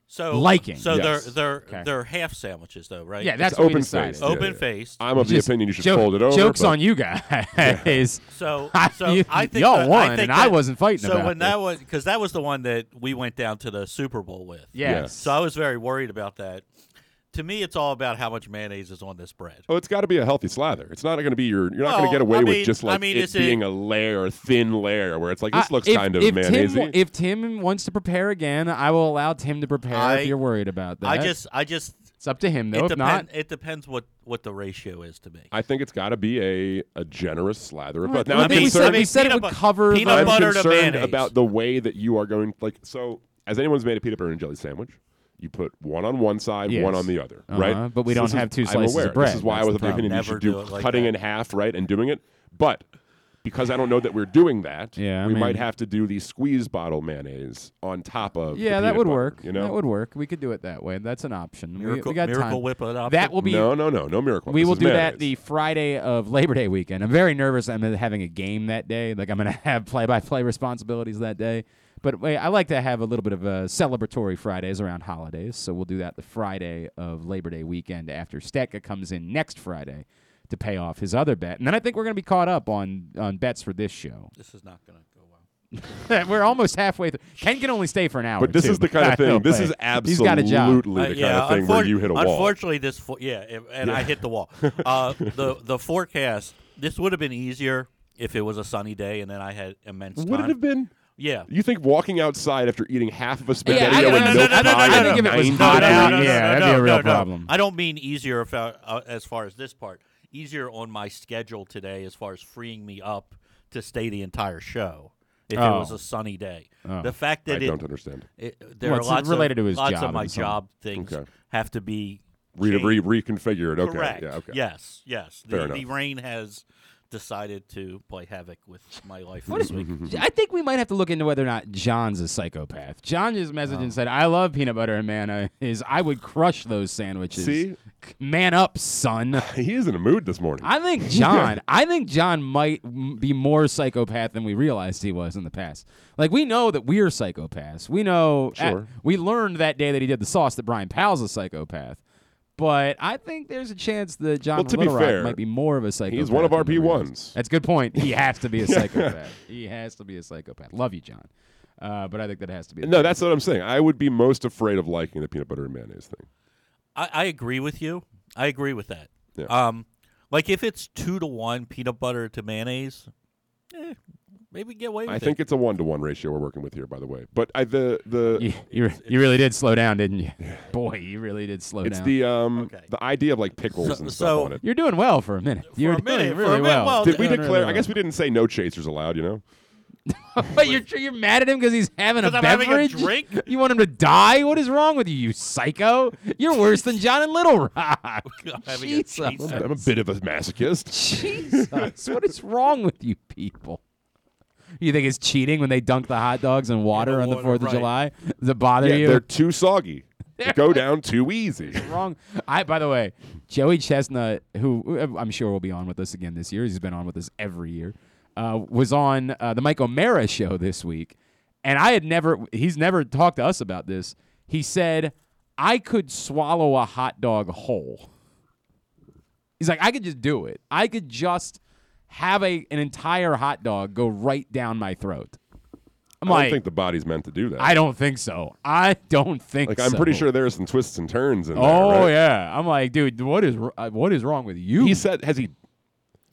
Speaker 3: So
Speaker 2: Liking.
Speaker 3: So
Speaker 1: Yes.
Speaker 3: they're they're
Speaker 2: Okay.
Speaker 3: they're half sandwiches though, right?
Speaker 2: yeah, that's
Speaker 1: It's
Speaker 2: what we
Speaker 1: open
Speaker 2: decided.
Speaker 1: faced. Yeah,
Speaker 3: open
Speaker 1: yeah.
Speaker 3: faced.
Speaker 1: I'm of the
Speaker 2: Just
Speaker 1: opinion you should
Speaker 2: joke-
Speaker 1: fold it over.
Speaker 2: Jokes
Speaker 1: but-
Speaker 2: on you guys.
Speaker 3: So,
Speaker 2: I-
Speaker 3: so
Speaker 2: you-
Speaker 3: I think
Speaker 2: y'all
Speaker 3: that-
Speaker 2: won,
Speaker 3: I think
Speaker 2: and I
Speaker 3: that-
Speaker 2: wasn't fighting
Speaker 3: So
Speaker 2: about
Speaker 3: when
Speaker 2: this.
Speaker 3: that was because that was the one that we went down to the Super Bowl with.
Speaker 2: Yes.
Speaker 3: So I was very worried about that. To me, it's all about how much mayonnaise is on this bread.
Speaker 1: Oh, it's got to be a healthy slather. It's not going to be your. You're not going
Speaker 3: Well,
Speaker 1: to get away
Speaker 3: I
Speaker 1: with
Speaker 3: mean-
Speaker 1: just
Speaker 3: I
Speaker 1: like
Speaker 3: mean,
Speaker 1: it
Speaker 3: is it-
Speaker 1: being a layer, a thin layer, where it's like this
Speaker 2: I-
Speaker 1: looks
Speaker 2: if-
Speaker 1: kind of
Speaker 2: if
Speaker 1: mayonnaise.
Speaker 2: Tim, wa- if Tim wants to prepare again, I will allow Tim to prepare
Speaker 3: I-
Speaker 2: if you're worried about that.
Speaker 3: I just, I just,
Speaker 2: it's up to him though.
Speaker 3: it
Speaker 2: If not,
Speaker 3: depends. It depends what what the ratio is to me.
Speaker 1: I think it's got to be a, a generous slather of
Speaker 2: All right,
Speaker 1: but Now
Speaker 2: well,
Speaker 1: I'm
Speaker 2: then we said-
Speaker 1: concerned.
Speaker 2: we said it
Speaker 3: peanut
Speaker 2: would
Speaker 3: bu-
Speaker 2: cover the-
Speaker 3: peanut
Speaker 1: I'm
Speaker 3: butter to
Speaker 1: concerned
Speaker 3: mayonnaise.
Speaker 1: about the way that you are going. Like so, has anyone's made a peanut butter and jelly sandwich? You put one on one side, one
Speaker 2: Yes.
Speaker 1: on the other,
Speaker 2: Uh-huh,
Speaker 1: right?
Speaker 2: but we don't
Speaker 1: this is-
Speaker 2: have two
Speaker 1: I'm
Speaker 2: slices of
Speaker 1: aware.
Speaker 2: bread.
Speaker 1: This is why
Speaker 2: That's
Speaker 1: I was
Speaker 2: the
Speaker 1: of the opinion you
Speaker 3: problem.
Speaker 1: should
Speaker 3: Never
Speaker 1: do,
Speaker 3: do it like
Speaker 1: cutting
Speaker 3: that.
Speaker 1: in half, right, and doing it. But because I don't know that we're doing that,
Speaker 2: Yeah, I
Speaker 1: we might
Speaker 2: mean-
Speaker 1: have to do the squeeze bottle mayonnaise on top of. the
Speaker 2: yeah, that
Speaker 1: peanut
Speaker 2: would
Speaker 1: butter,
Speaker 2: work.
Speaker 1: You know,
Speaker 2: that would work. We could do it that way. That's an option. We-
Speaker 3: Miracle,
Speaker 2: we, got
Speaker 3: miracle
Speaker 2: time.
Speaker 3: whip it up.
Speaker 2: That will be.
Speaker 1: no, no, no, no miracle.
Speaker 2: we
Speaker 1: This
Speaker 2: will
Speaker 1: is
Speaker 2: do
Speaker 1: mayonnaise.
Speaker 2: that the Friday of Labor Day weekend. I'm very nervous. I'm having a game that day. Like I'm going to have play-by-play responsibilities that day. But wait, I like to have a little bit of uh, celebratory Fridays around holidays. So we'll do that the Friday of Labor Day weekend after Stecca comes in next Friday to pay off his other bet. And then I think we're going to be caught up on on bets for this show.
Speaker 3: this is not going to go well.
Speaker 2: we're almost halfway through. Ken can only stay for an hour.
Speaker 1: But this
Speaker 2: too.
Speaker 1: is the kind
Speaker 2: I
Speaker 1: of thing.
Speaker 2: know,
Speaker 1: This
Speaker 2: but
Speaker 1: is
Speaker 2: He's got a
Speaker 1: absolutely the kind
Speaker 2: job.
Speaker 3: Uh, yeah,
Speaker 1: of thing where
Speaker 3: unfor-
Speaker 1: you hit a wall.
Speaker 3: Unfortunately, this fo- yeah, and- and I hit the wall. Uh, the the forecast. This would have been easier if it was a sunny day, and then I had immense
Speaker 1: Would
Speaker 3: time.
Speaker 1: it have been?
Speaker 3: Yeah.
Speaker 1: You think walking outside after eating half of a
Speaker 2: Yeah,
Speaker 1: spaghetti
Speaker 2: I-
Speaker 1: with
Speaker 2: no,
Speaker 1: no,
Speaker 2: no, no, no,
Speaker 1: pie
Speaker 2: no, no,
Speaker 1: and
Speaker 2: no, I think if it was
Speaker 1: 90
Speaker 2: hot out,
Speaker 1: degrees?
Speaker 2: yeah. that'd be a real problem.
Speaker 3: I don't mean easier if, uh, uh, as far as this part. Easier on my schedule today, as far as freeing me up to stay the entire show. If it
Speaker 2: Oh.
Speaker 3: was a sunny day,
Speaker 2: Oh.
Speaker 3: the fact
Speaker 1: I
Speaker 3: that
Speaker 1: don't
Speaker 3: it,
Speaker 1: understand.
Speaker 3: it there
Speaker 2: Well,
Speaker 3: are
Speaker 2: it's
Speaker 3: lots
Speaker 2: related
Speaker 3: of,
Speaker 2: to his
Speaker 3: lots
Speaker 2: job
Speaker 3: of my
Speaker 2: and so on.
Speaker 3: job things
Speaker 1: Okay.
Speaker 3: have to be
Speaker 1: Re-
Speaker 3: changed.
Speaker 1: re- reconfigured. Okay.
Speaker 3: Correct.
Speaker 1: Yeah, okay.
Speaker 3: Yes. Yes. The,
Speaker 1: Fair
Speaker 3: the
Speaker 1: enough.
Speaker 3: rain has decided to play havoc with my life
Speaker 2: What
Speaker 3: this
Speaker 2: is,
Speaker 3: week.
Speaker 1: Mm-hmm.
Speaker 2: I think we might have to look into whether or not John's a psychopath. John just messaged
Speaker 1: Oh.
Speaker 2: and said, "I love peanut butter and mayonnaise. Is I would crush those sandwiches.
Speaker 1: See?
Speaker 2: man up, son."
Speaker 1: He is in a mood this morning.
Speaker 2: I think John. I think John might m- be more psychopath than we realized he was in the past. Like we know that we're psychopaths. We know. uh,
Speaker 1: Sure.
Speaker 2: we learned that day that he did the sauce that Brian Powell's a psychopath. But I think there's a chance that John
Speaker 1: Well, to be
Speaker 2: Little Rock
Speaker 1: fair,
Speaker 2: might be more of a psychopath.
Speaker 1: He's one of our
Speaker 2: than we realized.
Speaker 1: P1s.
Speaker 2: That's a good point. He has to be a psychopath. he has to be a psychopath. Love you, John. Uh, but I think that has to be. the
Speaker 1: No, that's what I'm saying. I would be most afraid of liking the peanut butter and mayonnaise thing.
Speaker 3: I, I agree with you. I agree with that.
Speaker 1: Yeah.
Speaker 3: Um, like if it's two to one peanut butter to mayonnaise, eh, maybe get away with
Speaker 1: I
Speaker 3: it.
Speaker 1: think it's a one to one ratio we're working with here, by the way. But I, the the
Speaker 2: you, you, re- you really did slow down, didn't you? Boy, you really did slow
Speaker 1: it's
Speaker 2: down.
Speaker 1: the um
Speaker 3: Okay.
Speaker 1: the idea of like pickles
Speaker 3: So-
Speaker 1: and stuff
Speaker 3: so-
Speaker 1: on it.
Speaker 2: You're doing well for a minute.
Speaker 3: For
Speaker 2: You're
Speaker 3: a minute,
Speaker 2: doing
Speaker 3: for a
Speaker 2: really
Speaker 3: minute, well,
Speaker 1: Did we
Speaker 2: Doing really
Speaker 1: declare? I
Speaker 2: well.
Speaker 1: guess we didn't say no chasers allowed. You know,
Speaker 2: But you're you're mad at him because he's having a
Speaker 3: 'Cause I'm having a
Speaker 2: beverage.
Speaker 3: drink?
Speaker 2: You want him to die? What is wrong with you, you psycho? You're worse than John and Little Rock.
Speaker 3: I'm having a
Speaker 2: Jesus,
Speaker 3: cheese-
Speaker 1: I'm a bit of a masochist.
Speaker 2: Jesus, what is wrong with you people? You think it's cheating when they dunk the hot dogs in water on the
Speaker 3: water,
Speaker 2: Fourth of
Speaker 3: right.
Speaker 2: July? Does it bother
Speaker 1: Yeah,
Speaker 2: you?
Speaker 1: they're too soggy. They go down too easy.
Speaker 2: wrong. I, by the way, Joey Chestnut, who uh, I'm sure will be on with us again this year. He's been on with us every year. Uh, was on uh, the Mike O'Mara show this week, and I had never. He's never talked to us about this. He said, "I could swallow a hot dog whole." He's like, I could just do it. I could just have a an entire hot dog go right down my throat. I'm
Speaker 1: I
Speaker 2: like,
Speaker 1: don't think the body's meant to do that.
Speaker 2: I don't think so. I don't think.
Speaker 1: like I'm
Speaker 2: so."
Speaker 1: pretty sure there are some twists and turns in there.
Speaker 2: Oh
Speaker 1: right?
Speaker 2: yeah, I'm like, dude, what is wr- uh, what is wrong with you?
Speaker 1: He said, "Has he?"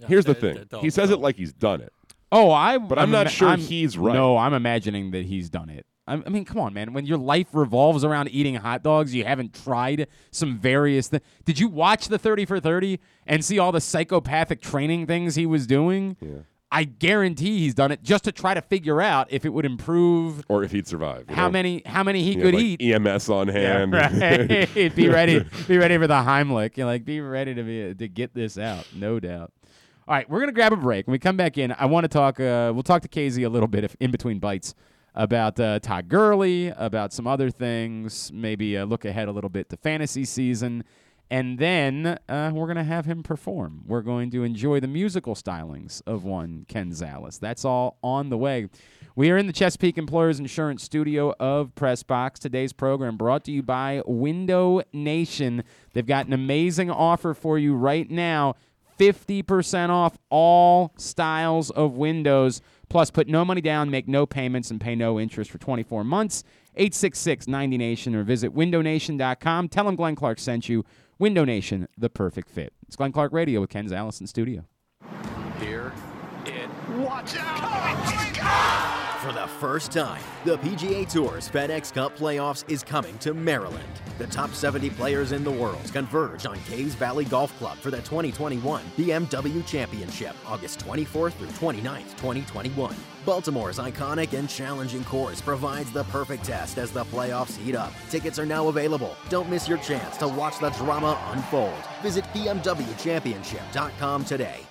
Speaker 1: Here's the
Speaker 3: d- d-
Speaker 1: thing.
Speaker 3: don't-
Speaker 1: He says it
Speaker 3: don't.
Speaker 1: like he's done it.
Speaker 2: oh, I. But
Speaker 1: I'm not sure he's right.
Speaker 2: No, I'm imagining that he's done it. I, I mean, come on, man. When your life revolves around eating hot dogs, you haven't tried some various. Th- Did you watch the 30 for 30 and see all the psychopathic training things he was doing? Yeah. I guarantee he's done it just to try to figure out if it would improve
Speaker 1: or if he'd survive. you
Speaker 2: how
Speaker 1: know?
Speaker 2: many how many he
Speaker 1: You
Speaker 2: could
Speaker 1: have,
Speaker 2: eat.
Speaker 1: like, EMS on hand.
Speaker 2: right. be ready. Be ready for the Heimlich. You're like, be ready to be to get this out, no doubt. All right, we're gonna grab a break. When we come back in, I want to talk. Uh, we'll talk to Casey a little bit if, in between bites about uh, Todd Gurley, about some other things. Maybe uh, look ahead a little bit to fantasy season. And then uh, we're going to have him perform. We're going to enjoy the musical stylings of one Ken Zales. That's all on the way. We are in the Chesapeake Employers Insurance studio of Pressbox. Today's program brought to you by Window Nation. They've got an amazing offer for you right now 50% off all styles of windows. Plus, put no money down, make no payments, and pay no interest for 24 months. 866 90 Nation or visit windownation.com. Tell them Glenn Clark sent you. Window Nation, the perfect fit. It's Glenn Clark Radio with Ken Zales in studio.
Speaker 4: Here it. Watch out! For the first time, the PGA Tour's FedEx Cup Playoffs is coming to Maryland. The top 70 players in the world converge on Caves Valley Golf Club for the 2021 BMW Championship, August 24th through 29th, 2021. Baltimore's iconic and challenging course provides the perfect test as the playoffs heat up. Tickets are now available. Don't miss your chance to watch the drama unfold. Visit BMWChampionship.com today.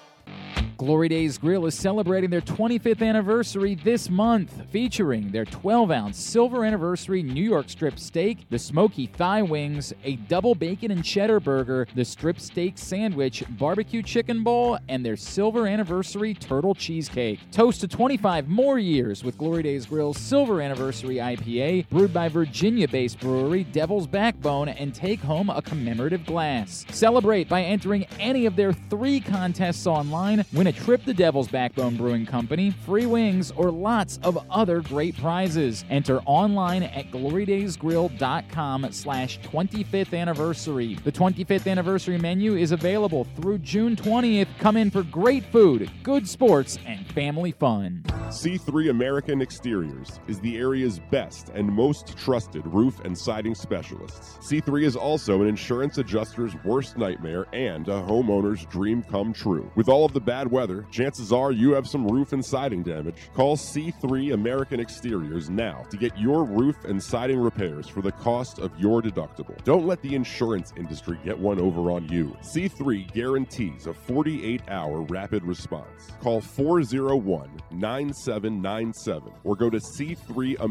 Speaker 5: Glory Days Grill is celebrating their 25th anniversary this month, featuring their 12 ounce silver anniversary New York strip steak, the smoky thigh wings, a double bacon and cheddar burger, the strip steak sandwich, barbecue chicken bowl, and their silver anniversary turtle cheesecake. Toast to 25 more years with Glory Days Grill's silver anniversary IPA, brewed by Virginia based brewery Devil's Backbone, and take home a commemorative glass. Celebrate by entering any of their three contests online. Win a trip to Devil's Backbone Brewing Company, free wings, or lots of other great prizes. Enter online at glorydaysgrill.com slash 25th anniversary. The 25th anniversary menu is available through June 20th. Come in for great food, good sports, and family fun.
Speaker 1: C3 American Exteriors is the area's best and most trusted roof and siding specialists. C3 is also an insurance adjuster's worst nightmare and a homeowner's dream come true. With all of the bad weather, chances are you have some roof and siding damage. Call C3 American Exteriors now to get your roof and siding repairs for the cost of your deductible. Don't let the insurance industry get one over on you. C3 guarantees a 48 hour rapid response. Call 401 9797 or go to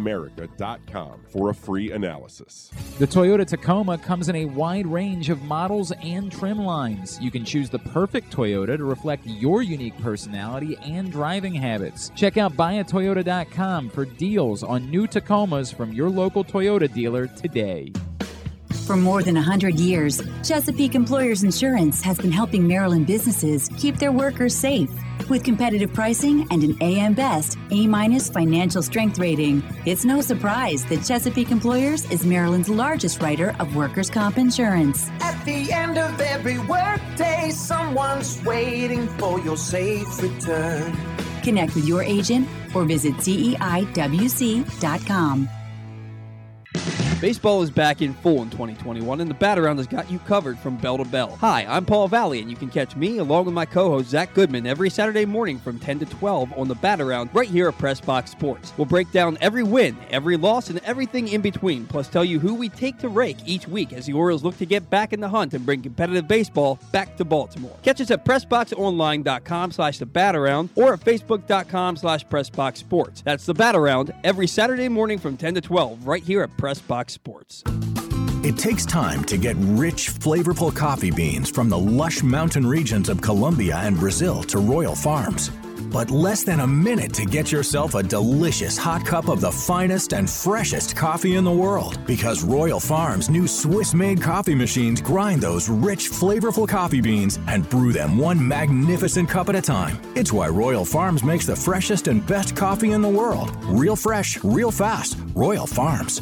Speaker 1: c3america.com for a free analysis.
Speaker 5: The Toyota Tacoma comes in a wide range of models and trim lines. You can choose the perfect Toyota to reflect your unique personality and driving habits. Check out buyatoyota.com for deals on new Tacomas from your local Toyota dealer today.
Speaker 6: For more than 100 years, Chesapeake Employers Insurance has been helping Maryland businesses keep their workers safe. With competitive pricing and an AM Best A minus financial strength rating, it's no surprise that Chesapeake Employers is Maryland's largest writer of workers' comp insurance.
Speaker 7: At the end of every workday, someone's waiting for your safe return.
Speaker 6: Connect with your agent or visit E CEIWC.com.
Speaker 8: Baseball is back in full in 2021, and the Bat Around has got you covered from bell to bell. Hi, I'm Paul Valley, and you can catch me along with my co-host Zach Goodman every Saturday morning from 10 to 12 on the Bat Around right here at Press Box Sports. We'll break down every win, every loss, and everything in between, plus tell you who we take to rake each week as the Orioles look to get back in the hunt and bring competitive baseball back to Baltimore. Catch us at PressBoxOnline.com slash the Bat Around or at Facebook.com slash PressBox Sports. That's the Bat Around every Saturday morning from 10 to 12 right here at Press Box Sports.
Speaker 9: It takes time to get rich, flavorful coffee beans from the lush mountain regions of Colombia and Brazil to Royal Farms. But less than a minute to get yourself a delicious hot cup of the finest and freshest coffee in the world. Because Royal Farms' new Swiss made coffee machines grind those rich, flavorful coffee beans and brew them one magnificent cup at a time. It's why Royal Farms makes the freshest and best coffee in the world. Real fresh, real fast. Royal Farms.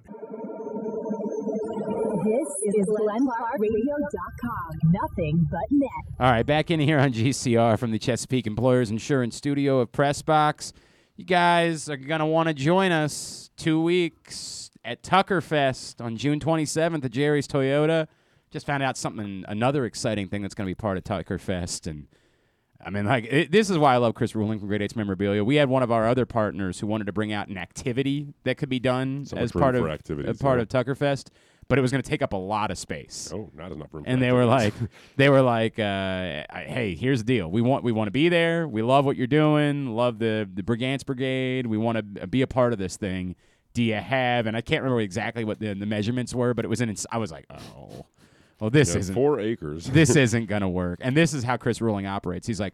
Speaker 10: This is GlennClarkRadio.com. Nothing but net.
Speaker 2: All right, back in here on GCR from the Chesapeake Employers Insurance Studio of Pressbox. You guys are going to want to join us two weeks at Tucker Fest on June 27th at Jerry's Toyota. Just found out something, another exciting thing that's going to be part of Tucker Fest. And I mean, like, it, this is why I love Chris Ruling from Great Eights Memorabilia. We had one of our other partners who wanted to bring out an activity that could be done
Speaker 1: So much
Speaker 2: as
Speaker 1: room
Speaker 2: part
Speaker 1: for
Speaker 2: of,
Speaker 1: activities,
Speaker 2: a part
Speaker 1: yeah.
Speaker 2: of Tucker Fest, but it was going to take up a lot of space
Speaker 1: Oh, not enough room. for
Speaker 2: and they were like,
Speaker 1: activities.
Speaker 2: they were like, uh, I- "Hey, here's the deal. We want we want to be there. We love what you're doing. Love the the Brigance Brigade. We want to be a part of this thing. Do you have?" And I can't remember exactly what the, the measurements were, but it was an. ins- I was like, "Oh, well, this
Speaker 1: Yeah,
Speaker 2: isn't
Speaker 1: four acres.
Speaker 2: this isn't gonna work." And this is how Chris Ruling operates. He's like,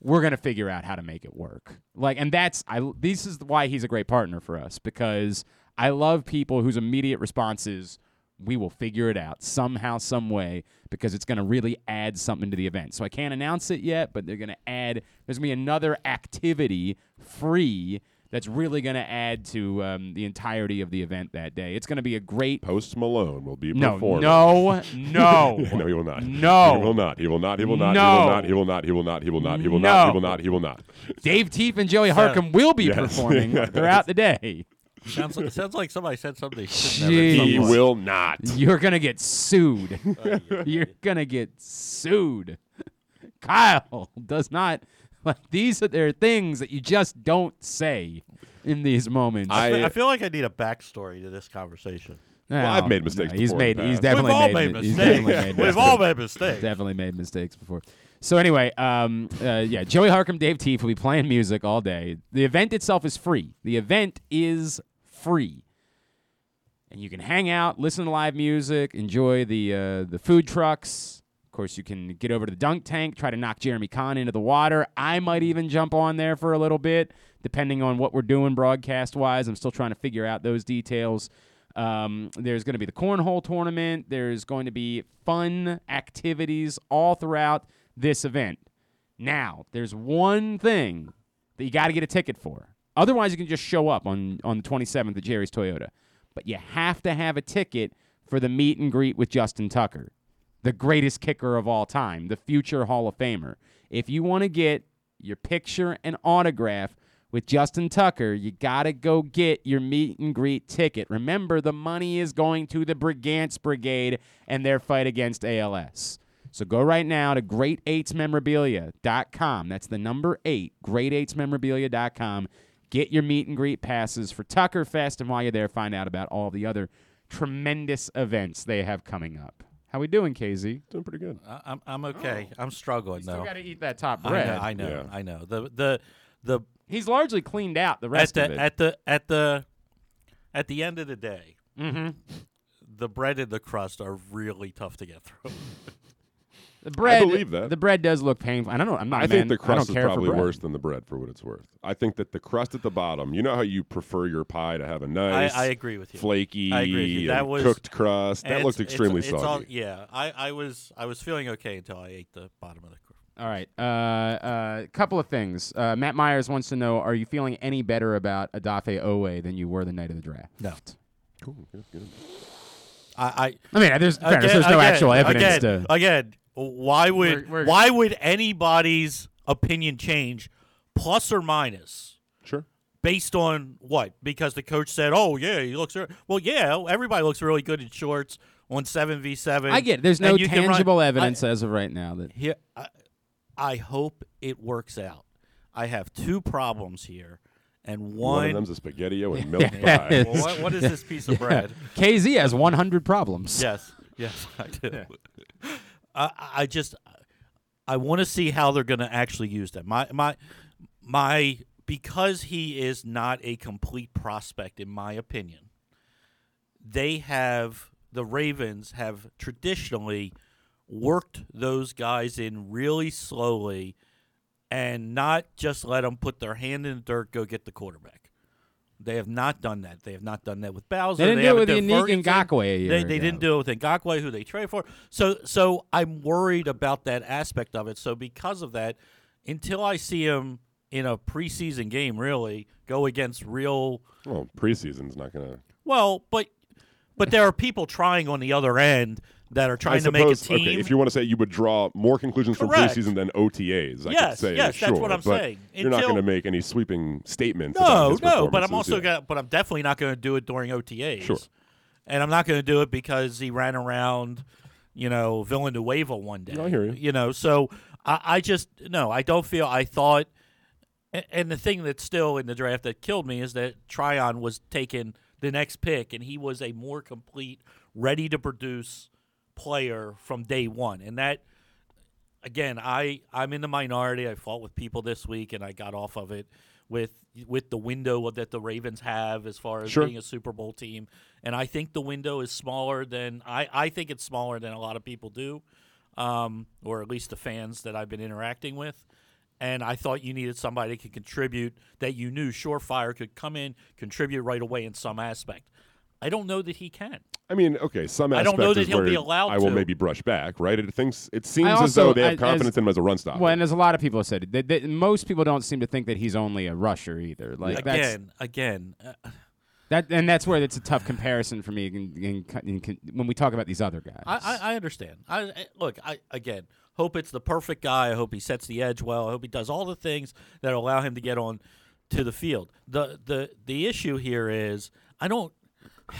Speaker 2: "We're gonna figure out how to make it work." Like, and that's I. This is why he's a great partner for us because I love people whose immediate response is we will figure it out somehow, some way, because it's going to really add something to the event. So I can't announce it yet, but they're going to add. There's going to be another activity free that's really going to add to um, the entirety of the event that day. It's going to be a great.
Speaker 1: Post Malone will be
Speaker 2: No,
Speaker 1: performing.
Speaker 2: no, no,
Speaker 1: no, he will not.
Speaker 2: No.
Speaker 1: he will not. He will not. He will not.
Speaker 2: No.
Speaker 1: He will not. He will not. He will not. He will not. He
Speaker 2: No.
Speaker 1: will not. He will not. He will not.
Speaker 2: Dave Teef and Joey Harkin will be
Speaker 1: Yes.
Speaker 2: performing throughout the day.
Speaker 3: sounds like, sounds like somebody said something. They shouldn't have at some
Speaker 1: He
Speaker 2: Jeez.
Speaker 3: point.
Speaker 1: will not.
Speaker 2: You're gonna get sued. You're gonna get sued. Kyle does not like these are there are things that you just don't say in these moments.
Speaker 3: I, fe-
Speaker 1: I-
Speaker 3: I feel like I need a backstory to this conversation.
Speaker 2: No,
Speaker 1: Well, I've made mistakes
Speaker 2: he's
Speaker 1: before in
Speaker 2: made.
Speaker 1: the
Speaker 2: He's
Speaker 1: past.
Speaker 2: definitely
Speaker 3: We've all
Speaker 2: made.
Speaker 3: made
Speaker 2: mi- He's definitely
Speaker 3: mistakes.
Speaker 2: made.
Speaker 3: We've all made mistakes.
Speaker 2: Definitely made mistakes before. So anyway, um, uh, yeah, Joey Harcum, Dave Teef will be playing music all day. The event itself is free. The event is free, and you can hang out, listen to live music, enjoy the uh, the food trucks. Of course, you can get over to the dunk tank, try to knock Jeremy Kahn into the water. I might even jump on there for a little bit, depending on what we're doing broadcast wise. I'm still trying to figure out those details. Um, there's going to be the cornhole tournament. There's going to be fun activities all throughout this event. Now, there's one thing that you got to get a ticket for. Otherwise, you can just show up on, on the 27th at Jerry's Toyota. But you have to have a ticket for the meet and greet with Justin Tucker, the greatest kicker of all time, the future Hall of Famer. If you want to get your picture and autograph with Justin Tucker, you got to go get your meet and greet ticket. Remember, the money is going to the Brigance Brigade and their fight against ALS. So go right now to great8smemorabilia.com. That's the number eight, great8smemorabilia.com. Get your meet and greet passes for Tucker Fest, and while you're there, find out about all the other tremendous events they have coming up. How we doing, KZ?
Speaker 1: Doing pretty good.
Speaker 3: I, I'm, I'm okay. I'm struggling
Speaker 2: Still
Speaker 3: though.
Speaker 2: got to eat that top
Speaker 3: I
Speaker 2: bread.
Speaker 3: know. I know.
Speaker 1: Oh. Yeah.
Speaker 3: I know. The the the
Speaker 2: He's largely cleaned out the
Speaker 3: at
Speaker 2: rest of
Speaker 3: the
Speaker 2: it.
Speaker 3: at the at the at the end of the day,
Speaker 2: Mm-hmm.
Speaker 3: the bread and the crust are really tough to get through.
Speaker 2: the bread,
Speaker 1: believe that.
Speaker 2: the bread does look painful. I don't know. I'm not.
Speaker 1: I
Speaker 2: a
Speaker 1: think
Speaker 2: man.
Speaker 1: the crust
Speaker 2: I
Speaker 1: is
Speaker 2: don't care
Speaker 1: probably
Speaker 2: for bread.
Speaker 1: worse than the bread for what it's worth. I think that the crust at the bottom, you know how you prefer your pie to have a nice,
Speaker 3: I agree with you.
Speaker 1: flaky,
Speaker 3: I agree with you. That
Speaker 1: and
Speaker 3: was-
Speaker 1: cooked crust. That
Speaker 3: And
Speaker 1: looked
Speaker 3: it's- it's-
Speaker 1: extremely
Speaker 3: it's all-
Speaker 1: soggy.
Speaker 3: yeah, I, I was I was feeling okay until I ate the bottom of the. Cr-
Speaker 2: All right. A uh, uh, couple of things. Uh, Matt Myers wants to know Are you feeling any better about Adafe Owe than you were the night of the draft?
Speaker 3: No.
Speaker 1: Cool, good, good.
Speaker 3: I, I
Speaker 2: I mean, there's, in fairness,
Speaker 3: Again-
Speaker 2: there's no
Speaker 3: again-
Speaker 2: actual evidence
Speaker 3: again,
Speaker 2: to.
Speaker 3: again, why would
Speaker 2: We're- we're-
Speaker 3: why would anybody's opinion change, plus or minus,
Speaker 1: Sure.
Speaker 3: based on what? Because the coach said, "Oh yeah, he looks re-" well. Yeah, everybody looks really good in shorts on seven v seven.
Speaker 2: I get it. There's no tangible evidence as of right now that.
Speaker 3: Here, I, I hope it works out. I have two problems here, and one.
Speaker 1: One of them's a spaghettio and milk
Speaker 2: Yeah.
Speaker 1: pie.
Speaker 3: well, what, what is this piece of bread?
Speaker 2: KZ has 100 problems.
Speaker 3: Yes, yes, I do. I, I just, I want to see how they're going to actually use them. My, my, my, because he is not a complete prospect, in my opinion. They have the Ravens have traditionally worked those guys in really slowly, and not just let them put their hand in the dirt, go get the quarterback. They have not done that. They have not done that with Bowser.
Speaker 2: They didn't do it
Speaker 3: haven't
Speaker 2: with
Speaker 3: done Ferguson.
Speaker 2: Yannick Ngakwe a year
Speaker 3: They, they didn't
Speaker 2: ago.
Speaker 3: do it with Ngakwe, who they trade for. So, so I'm worried about that aspect of it. So, because of that, until I see him in a preseason game, really go against real
Speaker 1: well, preseason's not gonna.
Speaker 3: well, but but there are people trying on the other end that are
Speaker 1: I
Speaker 3: trying to make a
Speaker 1: suppose.
Speaker 3: team.
Speaker 1: Okay, if you want to say you would draw more conclusions
Speaker 3: Correct.
Speaker 1: from preseason than OTAs, I could
Speaker 3: Yes,
Speaker 1: say
Speaker 3: yes,
Speaker 1: sure,
Speaker 3: that's what I'm
Speaker 1: but
Speaker 3: saying.
Speaker 1: You're not
Speaker 3: Until-
Speaker 1: going to make any sweeping statements. about
Speaker 3: no,
Speaker 1: his
Speaker 3: no, but I'm
Speaker 1: performances,
Speaker 3: also
Speaker 1: yeah.
Speaker 3: gonna, but I'm definitely not going to do it during OTAs.
Speaker 1: Sure.
Speaker 3: And I'm not going to do it because he ran around you know, Villanueva one day.
Speaker 1: I hear you.
Speaker 3: You know, so I, I just no, I don't feel. I thought, a- and the thing that's still in the draft that killed me is that Tryon was taken the next pick, and he was a more complete, ready to produce player from day one, and that again, I I'm in the minority. I fought with people this week, and I got off of it with with the window that the Ravens have as far as
Speaker 1: Sure.
Speaker 3: being a Super Bowl team. And I think the window is smaller than I I think it's smaller than a lot of people do, um, or at least the fans that I've been interacting with. And I thought you needed somebody that could contribute that you knew surefire could come in contribute right away in some aspect. I don't know that he can.
Speaker 1: I mean, okay, some
Speaker 3: I
Speaker 1: aspect
Speaker 3: don't know that
Speaker 1: is
Speaker 3: he'll
Speaker 1: where
Speaker 3: be allowed
Speaker 1: I will
Speaker 3: to.
Speaker 1: maybe brush back, right? It thinks it seems as
Speaker 2: also-
Speaker 1: though they
Speaker 2: I-
Speaker 1: have
Speaker 2: as-
Speaker 1: confidence in him as a run stopper.
Speaker 2: Well, and as a lot of people have said, that, that most people don't seem to think that he's only a rusher either. Like that's
Speaker 3: again, again, uh,
Speaker 2: that, and that's where it's a tough comparison for me. In, in, in, when we talk about these other guys,
Speaker 3: I, I, I understand. I, I look. I again hope it's the perfect guy. I hope he sets the edge well. I hope he does all the things that allow him to get on to the field. the the The issue here is I don't.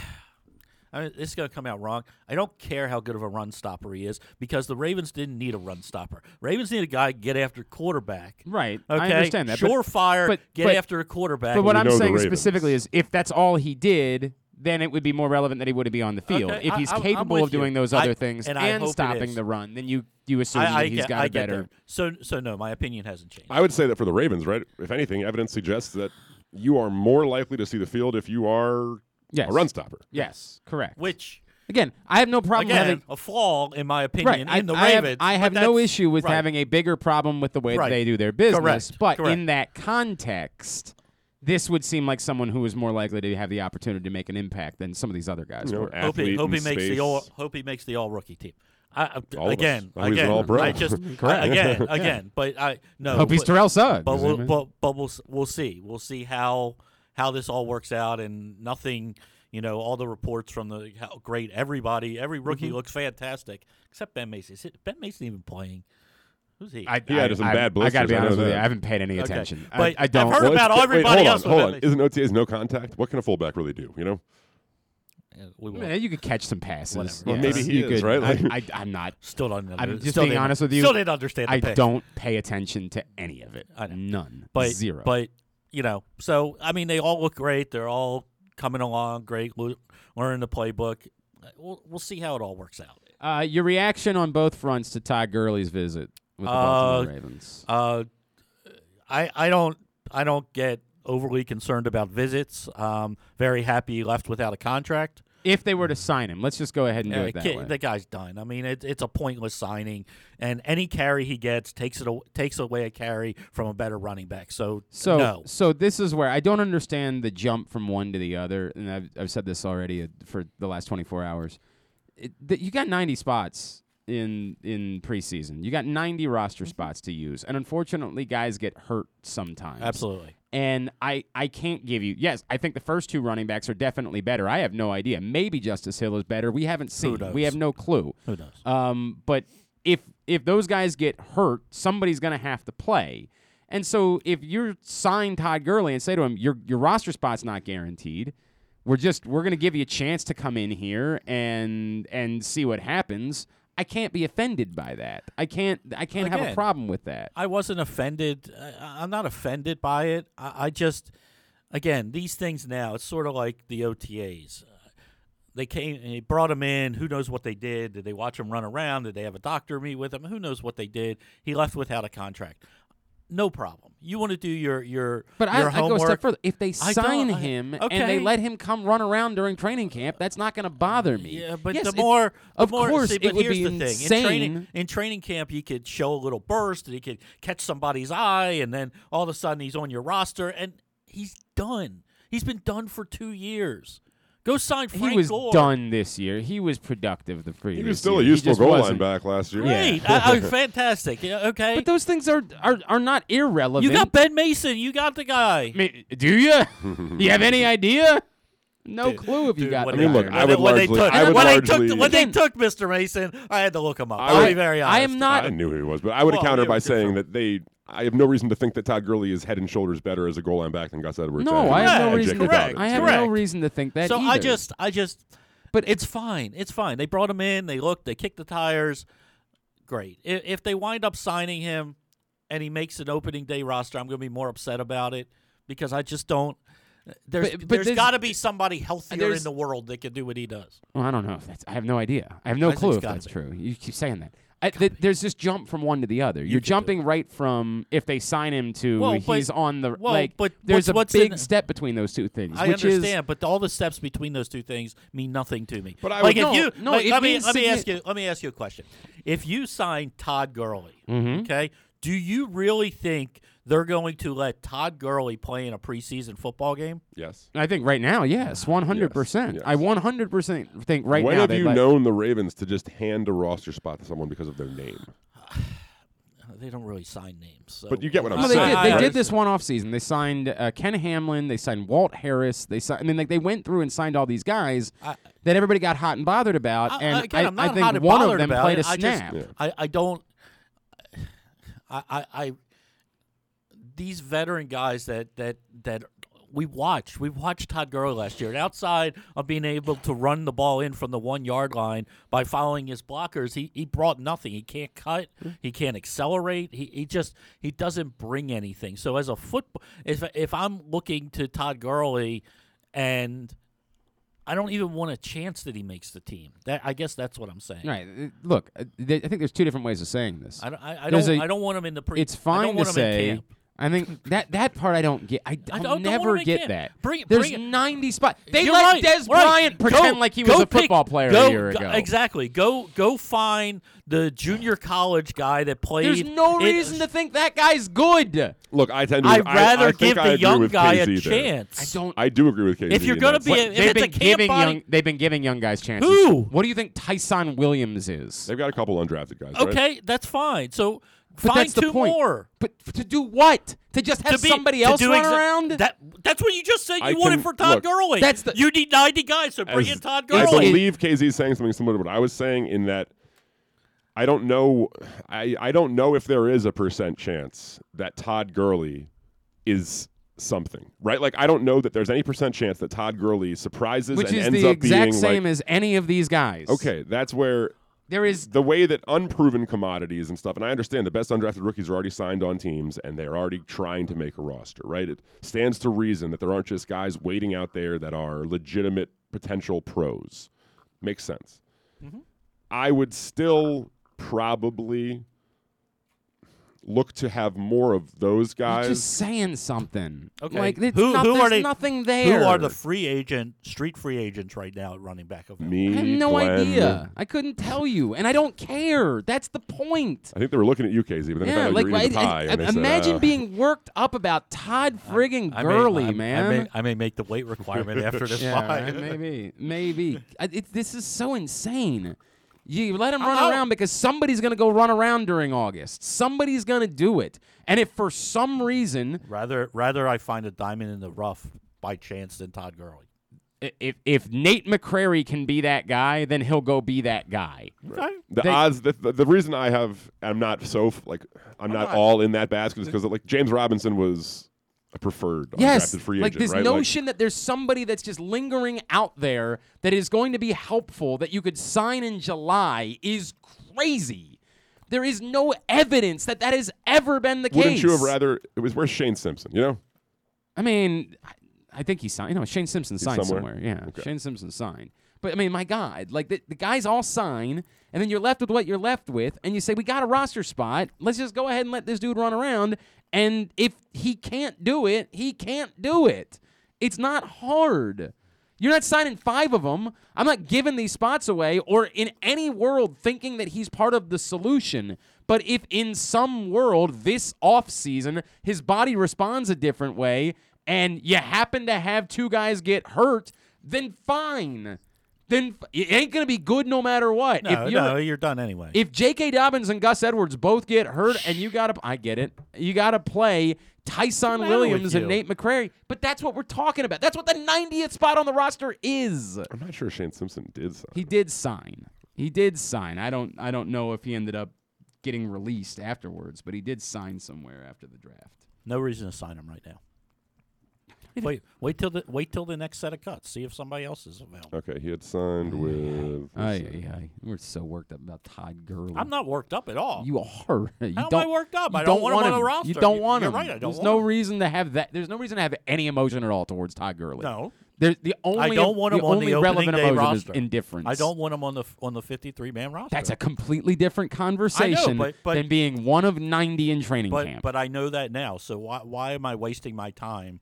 Speaker 3: I mean, this is going to come out wrong. I don't care how good of a run stopper he is because the Ravens didn't need a run stopper. Ravens need a guy to get after quarterback.
Speaker 2: Right.
Speaker 3: Okay.
Speaker 2: I understand that. but-
Speaker 3: Surefire.
Speaker 2: but-
Speaker 3: get
Speaker 2: but-
Speaker 3: after a quarterback.
Speaker 2: But what
Speaker 1: We
Speaker 2: I'm
Speaker 1: know the
Speaker 2: saying
Speaker 1: Ravens.
Speaker 2: specifically is if that's all he did, then it would be more relevant that he would be on the field.
Speaker 3: Okay,
Speaker 2: if
Speaker 3: I-
Speaker 2: he's
Speaker 3: I'm- I'm
Speaker 2: capable
Speaker 3: with
Speaker 2: of doing
Speaker 3: you.
Speaker 2: those
Speaker 3: I-
Speaker 2: other things
Speaker 3: and
Speaker 2: and,
Speaker 3: I hope it
Speaker 2: stopping
Speaker 3: is.
Speaker 2: the run, then you you assume
Speaker 3: I, I
Speaker 2: that he's
Speaker 3: get,
Speaker 2: got a
Speaker 3: I get
Speaker 2: better.
Speaker 3: that. So so no, my opinion hasn't changed.
Speaker 1: I would say that for the Ravens, right? If anything, evidence suggests that you are more likely to see the field if you are
Speaker 2: Yes.
Speaker 1: a run stopper.
Speaker 2: Yes, correct.
Speaker 3: Which
Speaker 2: Again, I have no problem
Speaker 3: again,
Speaker 2: having
Speaker 3: a flaw in my
Speaker 2: right.
Speaker 3: opinion
Speaker 2: I,
Speaker 3: in the
Speaker 2: I have-
Speaker 3: Ravens.
Speaker 2: I
Speaker 3: but
Speaker 2: have no
Speaker 3: that's-
Speaker 2: issue with
Speaker 3: right.
Speaker 2: having a bigger problem with the way that
Speaker 3: Right.
Speaker 2: they do their business.
Speaker 3: Correct,
Speaker 2: But
Speaker 3: correct.
Speaker 2: in that context, this would seem like someone who is more likely to have the opportunity to make an impact than some of these other guys.
Speaker 1: You know,
Speaker 2: were.
Speaker 3: Hope he,
Speaker 1: athlete
Speaker 3: hope
Speaker 1: in
Speaker 3: he makes
Speaker 1: space.
Speaker 3: the all. Hope he makes the all rookie team. I, I-
Speaker 1: All of us.
Speaker 3: again,
Speaker 1: I hope he's an
Speaker 3: again,
Speaker 1: All-Pro.
Speaker 3: I just
Speaker 1: Correct.
Speaker 3: I- again, again. But I no.
Speaker 2: Hope he's
Speaker 3: but-
Speaker 2: Terrell Suggs.
Speaker 3: But
Speaker 2: I
Speaker 3: we'll,
Speaker 2: mean-
Speaker 3: but, but we'll s- we'll see. We'll see how how this all works out and nothing. You know, all the reports from the how great everybody, every rookie
Speaker 2: Mm-hmm.
Speaker 3: looks fantastic except Ben Mason. Is it- Ben Mason even playing? Who's he?
Speaker 2: I,
Speaker 1: He had some bad
Speaker 2: I
Speaker 1: blisters,
Speaker 2: gotta be
Speaker 1: I know
Speaker 2: honest with you.
Speaker 1: that.
Speaker 2: I haven't paid any
Speaker 3: Okay.
Speaker 2: attention.
Speaker 3: But
Speaker 2: I, I
Speaker 3: I've
Speaker 2: don't.
Speaker 3: heard
Speaker 1: Well, it's-
Speaker 3: about all-
Speaker 1: wait,
Speaker 3: everybody
Speaker 1: hold
Speaker 3: else with
Speaker 1: On, hold
Speaker 3: that
Speaker 1: on.
Speaker 3: thing.
Speaker 1: Isn't OTAs no contact? What can a fullback really do? You know,
Speaker 3: Yeah, we won't.
Speaker 2: Man, you could catch some passes.
Speaker 3: Whatever.
Speaker 1: Well, maybe he
Speaker 2: you
Speaker 1: is,
Speaker 2: could.
Speaker 1: right?
Speaker 2: I,
Speaker 1: Like-
Speaker 2: I, I'm not.
Speaker 3: Still don't. Under,
Speaker 2: I'm just
Speaker 3: still
Speaker 2: being
Speaker 3: didn't-
Speaker 2: honest with you.
Speaker 3: Still didn't understand. The
Speaker 2: I
Speaker 3: pick.
Speaker 2: don't pay attention to any of it.
Speaker 3: I know.
Speaker 2: None.
Speaker 3: but
Speaker 2: zero.
Speaker 3: But you know, so I mean, they all look great. They're all coming along great, lo- learning the playbook. We'll, we'll see how it all works out.
Speaker 2: uh, your reaction on both fronts to Todd Gurley's visit with the Baltimore
Speaker 3: Uh,
Speaker 2: Ravens.
Speaker 3: Uh, I I don't I don't get overly concerned about visits. Um, very happy he left without a contract.
Speaker 2: If they were to sign him, let's just go ahead and do
Speaker 3: Yeah,
Speaker 2: it that
Speaker 3: kid-
Speaker 2: way.
Speaker 3: The guy's done. I mean, it, it's a pointless signing, and any carry he gets takes it aw- takes away a carry from a better running back. So,
Speaker 2: So,
Speaker 3: no.
Speaker 2: so this is where I don't understand the jump from one to the other, and I've, I've said this already uh, for the last 24 hours. It, that you got 90 spots in in preseason. You got 90 roster
Speaker 3: Mm-hmm.
Speaker 2: spots to use, and unfortunately, guys get hurt sometimes.
Speaker 3: Absolutely.
Speaker 2: And I, I can't give you. Yes, I think the first two running backs are definitely better. I have no idea. Maybe Justice Hill is better. We haven't seen.
Speaker 3: knows?
Speaker 2: We have no clue.
Speaker 3: Who knows?
Speaker 2: Um, but if if those guys get hurt, somebody's going to have to play. And so if you're signed Todd Gurley and say to him, your your roster spot's not guaranteed. We're just we're going to give you a chance to come in here and and see what happens. I can't be offended by that. I can't I can't have a
Speaker 3: Again.
Speaker 2: problem with that.
Speaker 3: I wasn't offended. I, I'm not offended by it. I, I just, again, these things now. It's sort of like the OTAs. Uh, They came, and they brought him in. Who knows what they did? Did they watch him run around? Did they have a doctor meet with him? Who knows what they did? He left without a contract. No problem. You want to do your your
Speaker 2: But I,
Speaker 3: your
Speaker 2: I go a step
Speaker 3: homework.
Speaker 2: further. If they
Speaker 3: I
Speaker 2: sign
Speaker 3: don't- I-
Speaker 2: him and
Speaker 3: okay.
Speaker 2: they let him come run around during training camp, that's not going to bother me.
Speaker 3: Yeah, but
Speaker 2: Yes,
Speaker 3: the
Speaker 2: it-
Speaker 3: more, the
Speaker 2: of
Speaker 3: more,
Speaker 2: course,
Speaker 3: see,
Speaker 2: it
Speaker 3: but
Speaker 2: would
Speaker 3: here's
Speaker 2: be
Speaker 3: the thing.
Speaker 2: insane.
Speaker 3: In training, in training camp, you could show a little burst, and he could catch somebody's eye, and then all of a sudden he's on your roster, and he's done. He's been done for two years. Go sign Frank
Speaker 2: he was
Speaker 3: Gore.
Speaker 2: done this year. He was productive the previous.
Speaker 1: he was still a
Speaker 2: year.
Speaker 1: useful
Speaker 2: just
Speaker 1: goal line
Speaker 2: wasn't.
Speaker 1: back last year.
Speaker 3: Great, I, I- fantastic. Yeah, Okay,
Speaker 2: But those things are are, are not irrelevant.
Speaker 3: you got Ben Mason. You got the guy.
Speaker 2: I mean, do you? you have any idea? No clue if you
Speaker 3: Dude,
Speaker 2: got.
Speaker 3: what
Speaker 2: the
Speaker 1: I mean,
Speaker 2: guy
Speaker 1: look,
Speaker 2: or
Speaker 1: I
Speaker 2: not.
Speaker 3: When they-
Speaker 1: would
Speaker 3: when they
Speaker 1: largely-
Speaker 3: took-
Speaker 1: I would
Speaker 3: when they
Speaker 1: largely-
Speaker 3: took when they took Mr. Mason, I had to look him up.
Speaker 1: I
Speaker 3: I'll
Speaker 1: would-
Speaker 3: be very honest.
Speaker 2: I am not.
Speaker 1: I knew who he was, but I would
Speaker 3: Well,
Speaker 1: counter
Speaker 3: they
Speaker 1: by
Speaker 3: were
Speaker 1: saying
Speaker 3: different.
Speaker 1: that they. I have no reason to think that Todd Gurley is head and shoulders better as a goal line back than Gus Edwards.
Speaker 2: no, I have no
Speaker 1: and
Speaker 2: reason.
Speaker 1: Jacob
Speaker 2: To,
Speaker 3: Correct,
Speaker 1: Dobbins.
Speaker 2: I have no
Speaker 3: correct.
Speaker 2: reason to think that.
Speaker 3: so I
Speaker 2: either.
Speaker 3: just, I just, But it's fine. It's fine. They brought him in. They looked. They kicked the tires. Great. If, if they wind up signing him and he makes an opening day roster, I'm going to be more upset about it because I just don't. There's,
Speaker 2: But- but
Speaker 3: there's
Speaker 2: there's-
Speaker 3: got to be somebody healthier in
Speaker 2: there's-
Speaker 3: the world that can do what he does.
Speaker 2: Well, I don't know if that's. I have no idea. I have no
Speaker 3: I think
Speaker 2: clue
Speaker 3: it's
Speaker 2: if
Speaker 3: gotta
Speaker 2: that's
Speaker 3: be.
Speaker 2: true. You keep saying that. I, th- there's this jump from one to the other. You're
Speaker 3: could do
Speaker 2: jumping right from if they sign him to
Speaker 3: Well, but-
Speaker 2: he's on the
Speaker 3: well,
Speaker 2: like.
Speaker 3: but
Speaker 2: there's
Speaker 3: what's- what's
Speaker 2: a big
Speaker 3: in-
Speaker 2: step between those two things.
Speaker 3: I
Speaker 2: which
Speaker 3: understand,
Speaker 2: Is,
Speaker 3: but all the steps between those two things mean nothing to me.
Speaker 1: But I
Speaker 3: like
Speaker 1: would-
Speaker 3: if
Speaker 2: No,
Speaker 3: you
Speaker 2: no,
Speaker 3: like,
Speaker 2: it
Speaker 3: let me
Speaker 2: means
Speaker 3: let me
Speaker 2: signi-
Speaker 3: ask you let me ask you a question. If you sign Todd Gurley,
Speaker 2: Mm-hmm.
Speaker 3: okay, do you really think they're going to let Todd Gurley play in a preseason football game?
Speaker 1: Yes.
Speaker 2: I think right now, yes, 100. percent
Speaker 1: yes.
Speaker 2: I 100 percent think right
Speaker 1: when
Speaker 2: now.
Speaker 1: have
Speaker 2: they'd
Speaker 1: you
Speaker 2: let-
Speaker 1: known the Ravens to just hand a roster spot to someone because of their name?
Speaker 3: Uh, They don't really sign names. So.
Speaker 1: But you get what I'm
Speaker 2: No, they
Speaker 1: saying.
Speaker 2: did.
Speaker 3: I-
Speaker 2: They
Speaker 1: right?
Speaker 2: did this one off season. They signed uh, Ken Hamlin. They signed Walt Harris. They signed. I mean, like they went through and signed all these guys that everybody got hot and bothered about.
Speaker 3: I,
Speaker 2: and
Speaker 3: again, I'm
Speaker 2: I,
Speaker 3: not
Speaker 2: think
Speaker 3: hot and
Speaker 2: one of
Speaker 3: bothered
Speaker 2: them
Speaker 3: about
Speaker 2: played
Speaker 3: it.
Speaker 2: a snap.
Speaker 3: I, just, I, I don't. I, I, I, these veteran guys that that that we watched, we watched Todd Gurley last year. And outside of being able to run the ball in from the one yard line by following his blockers, he, he brought nothing. He can't cut. He can't accelerate. He, he just he doesn't bring anything. So as a football, if if I'm looking to Todd Gurley and I don't even want a chance that he makes the team. That I guess that's what I'm saying.
Speaker 2: Right. uh, Look, uh, th- I think there's two different ways of saying this.
Speaker 3: I don't. I, I
Speaker 2: There's
Speaker 3: don't.
Speaker 2: a-
Speaker 3: I don't want him in the pre.
Speaker 2: it's
Speaker 3: I
Speaker 2: fine
Speaker 3: don't
Speaker 2: to
Speaker 3: want him in
Speaker 2: say.
Speaker 3: camp.
Speaker 2: I think that that part I don't get. I,
Speaker 3: I don't-
Speaker 2: I'll
Speaker 3: don't
Speaker 2: never
Speaker 3: wanna make
Speaker 2: get
Speaker 3: camp.
Speaker 2: that.
Speaker 3: Bring it-
Speaker 2: There's
Speaker 3: bring it.
Speaker 2: 90 spots. They
Speaker 3: You're
Speaker 2: let
Speaker 3: right,
Speaker 2: Des
Speaker 3: right.
Speaker 2: Bryant
Speaker 3: Go-
Speaker 2: pretend like he was
Speaker 3: go
Speaker 2: a
Speaker 3: pick-
Speaker 2: football player
Speaker 3: go-
Speaker 2: a year
Speaker 3: go-
Speaker 2: ago.
Speaker 3: Exactly. Go go find the junior college guy that played.
Speaker 2: There's no
Speaker 3: in-
Speaker 2: reason to think that guy's good. I
Speaker 1: Look, I tend to.
Speaker 3: I'd rather
Speaker 1: I, I think
Speaker 3: give
Speaker 1: I
Speaker 3: the
Speaker 1: agree
Speaker 3: young
Speaker 1: with
Speaker 3: guy a
Speaker 1: KZ there.
Speaker 3: chance.
Speaker 2: don't.
Speaker 1: I do agree with KZ.
Speaker 3: If you're
Speaker 1: in
Speaker 3: gonna
Speaker 1: that.
Speaker 3: be a- if
Speaker 1: But
Speaker 2: they've
Speaker 3: it's
Speaker 2: been
Speaker 3: a camp
Speaker 2: giving
Speaker 3: body-
Speaker 2: young. They've been giving young guys chances.
Speaker 3: Who?
Speaker 2: What do you think Tyson Williams is?
Speaker 1: they've got a couple undrafted guys. right?
Speaker 3: Okay, that's fine. So
Speaker 2: But
Speaker 3: find
Speaker 2: that's the
Speaker 3: two
Speaker 2: point.
Speaker 3: more.
Speaker 2: But f- to do what? To just have
Speaker 3: to be,
Speaker 2: somebody
Speaker 3: to
Speaker 2: else
Speaker 3: do
Speaker 2: run
Speaker 3: exa-
Speaker 2: around?
Speaker 3: That that's what you just said. You
Speaker 1: I
Speaker 3: wanted
Speaker 1: can-
Speaker 3: for Todd
Speaker 1: look,
Speaker 3: Gurley.
Speaker 2: that's the-
Speaker 3: you need 90 guys. So bring
Speaker 1: As-
Speaker 3: in Todd
Speaker 1: I
Speaker 3: Gurley.
Speaker 1: believe KZ is saying something similar to what I was saying in that I don't know I, I don't know if there is a percent chance that Todd Gurley is something. Right? Like I don't know that there's any percent chance that Todd Gurley surprises
Speaker 2: Which
Speaker 1: and
Speaker 2: is
Speaker 1: ends
Speaker 2: the
Speaker 1: up being
Speaker 2: exact same
Speaker 1: like
Speaker 2: as any of these guys.
Speaker 1: Okay, that's where
Speaker 2: There is
Speaker 1: the way that unproven commodities and stuff, and I understand the best undrafted rookies are already signed on teams and they're already trying to make a roster, right? It stands to reason that there aren't just guys waiting out there that are legitimate potential pros. Makes sense.
Speaker 2: Mm-hmm.
Speaker 1: I would still probably look to have more of those
Speaker 2: You're
Speaker 1: guys.
Speaker 2: just saying something.
Speaker 3: Okay.
Speaker 2: Like, it's
Speaker 3: who,
Speaker 2: not-
Speaker 3: who are
Speaker 2: there's
Speaker 3: they,
Speaker 2: nothing there.
Speaker 3: Who are the free agent, street free agents right now at running back of
Speaker 1: Me,
Speaker 2: I have no
Speaker 1: Glenn,
Speaker 2: idea. I couldn't tell you, and I don't care. That's the point.
Speaker 1: I think they were looking at you, KZ, but then
Speaker 2: Yeah,
Speaker 1: they found out
Speaker 2: like
Speaker 1: you were eating
Speaker 2: I-
Speaker 1: the pie.
Speaker 2: I-
Speaker 1: and they said,
Speaker 2: imagine
Speaker 1: "Ah."
Speaker 2: being worked up about Todd friggin'
Speaker 3: I may-
Speaker 2: Gurley,
Speaker 3: I- I may-
Speaker 2: man.
Speaker 3: I may, I may make the weight requirement after this
Speaker 2: yeah,
Speaker 3: fight.
Speaker 2: right, maybe, maybe. I, it, this is so insane. You let him run
Speaker 3: I'll-
Speaker 2: around because somebody's gonna go run around during August. Somebody's gonna do it, and if for some reason
Speaker 3: Rather, rather, I find a diamond in the rough by chance than Todd Gurley.
Speaker 2: i- if if Nate McCrary can be that guy, then he'll go be that guy.
Speaker 1: The
Speaker 2: They-
Speaker 1: odds. The, the, the reason I have, I'm not so f- like, I'm, not, all in that basket is because like James Robinson was a preferred
Speaker 2: Yes,
Speaker 1: undrafted free
Speaker 2: like
Speaker 1: agent,
Speaker 2: this
Speaker 1: right?
Speaker 2: notion that there's somebody that's just lingering out there that is going to be helpful that you could sign in July is crazy. There is no evidence that that has ever been the
Speaker 1: Like, wouldn't
Speaker 2: case.
Speaker 1: you have rather? It was where's Shane Simpson? You know,
Speaker 2: I mean, I, I think he signed. You know, Shane Simpson signed
Speaker 1: somewhere?
Speaker 2: somewhere. Yeah, Shane Simpson signed. But I mean, my God, like the, the guys all sign, and then you're left with what you're left with, and you say, "We got a roster spot. Let's just go ahead and let this dude run around." And if he can't do it, he can't do it. It's not hard. You're not signing five of them. I'm not giving these spots away or in any world thinking that he's part of the solution. But if in some world this offseason his body responds a different way and you happen to have two guys get hurt, then fine. Then f- it ain't going to be good no matter what.
Speaker 3: No,
Speaker 2: if you're,
Speaker 3: no, you're done anyway.
Speaker 2: if J.K. Dobbins and Gus Edwards both get hurt, and you gotta, I get it, you gotta play Tyson
Speaker 3: matter with
Speaker 2: Williams and
Speaker 3: you?
Speaker 2: Nate McCrary. But that's what we're talking about. That's what the 90th spot on the roster is.
Speaker 1: I'm not sure Shane Simpson did sign.
Speaker 2: He did sign. He did sign. I don't, I don't know if he ended up getting released afterwards, but he did sign somewhere after the draft.
Speaker 3: no reason to sign him right now. Wait, wait till the wait till the next set of cuts. See if somebody else is available.
Speaker 1: Okay, he had signed with.
Speaker 2: Aye, aye, aye. We're so worked up about Todd Gurley.
Speaker 3: I'm not worked up at all.
Speaker 2: You are. You
Speaker 3: How am
Speaker 2: don't,
Speaker 3: I worked up?
Speaker 2: you
Speaker 3: I don't want him on
Speaker 2: him.
Speaker 3: the roster.
Speaker 2: You don't
Speaker 3: You-
Speaker 2: want
Speaker 3: you're
Speaker 2: him.
Speaker 3: right, I don't
Speaker 2: There's
Speaker 3: want
Speaker 2: no
Speaker 3: him.
Speaker 2: reason to have that. There's no reason to have any emotion at all towards Todd Gurley.
Speaker 3: No.
Speaker 2: There's the only.
Speaker 3: I don't want
Speaker 2: the
Speaker 3: him on
Speaker 2: only
Speaker 3: the opening
Speaker 2: relevant
Speaker 3: day
Speaker 2: emotion
Speaker 3: roster.
Speaker 2: Is indifference.
Speaker 3: I don't want him on the on the 53 man roster.
Speaker 2: That's a completely different conversation
Speaker 3: but- but-
Speaker 2: than being one of 90 in training
Speaker 3: but
Speaker 2: camp.
Speaker 3: but I know that now. So why why am I wasting my time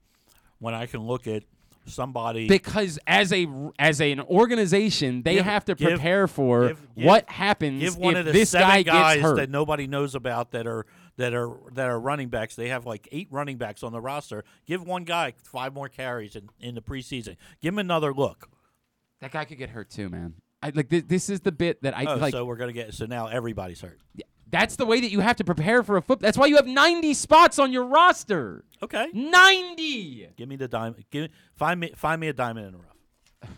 Speaker 3: when I can look at somebody?
Speaker 2: because as a as an organization, they
Speaker 3: Give-
Speaker 2: have to
Speaker 3: give-
Speaker 2: prepare for
Speaker 3: give- give-
Speaker 2: what happens
Speaker 3: give one
Speaker 2: if
Speaker 3: of the
Speaker 2: this
Speaker 3: seven
Speaker 2: guy
Speaker 3: guys
Speaker 2: gets hurt.
Speaker 3: that nobody knows about that are that are that are running backs. They have like eight running backs on the roster. Give one guy five more carries in, in the preseason. Give him another look.
Speaker 2: that guy could get hurt too, man. I, like thi- this is the bit that I
Speaker 3: oh,
Speaker 2: like.
Speaker 3: so we're gonna get so now everybody's hurt.
Speaker 2: That's the way that you have to prepare for a foot. That's why you have 90 spots on your roster.
Speaker 3: Okay,
Speaker 2: 90.
Speaker 3: give me the diamond. Give find me find me a diamond in the rough.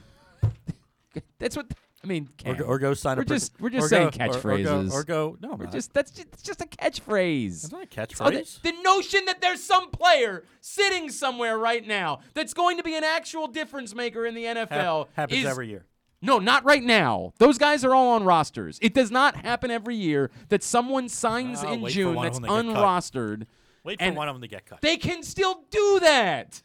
Speaker 2: That's what I mean.
Speaker 3: Or,
Speaker 2: Cam,
Speaker 3: go- or go sign
Speaker 2: we're
Speaker 3: a per-
Speaker 2: just we're just
Speaker 3: or
Speaker 2: saying
Speaker 3: go- or- or go-
Speaker 2: catchphrases.
Speaker 3: Or, go no, I'm
Speaker 2: We're
Speaker 3: not.
Speaker 2: just that's just, it's just a catchphrase.
Speaker 3: It's not a catchphrase.
Speaker 2: Oh, the- the, notion that there's some player sitting somewhere right now that's going to be an actual difference maker in the
Speaker 3: Hap-
Speaker 2: NFL
Speaker 3: happens
Speaker 2: is-
Speaker 3: every year.
Speaker 2: No, not right now. Those guys are all on rosters. It does not happen every year that someone signs
Speaker 3: Ah,
Speaker 2: in
Speaker 3: wait for
Speaker 2: June
Speaker 3: one of
Speaker 2: that's
Speaker 3: them to get cut.
Speaker 2: unrostered.
Speaker 3: Wait for
Speaker 2: and
Speaker 3: one of them to get cut.
Speaker 2: They can still do that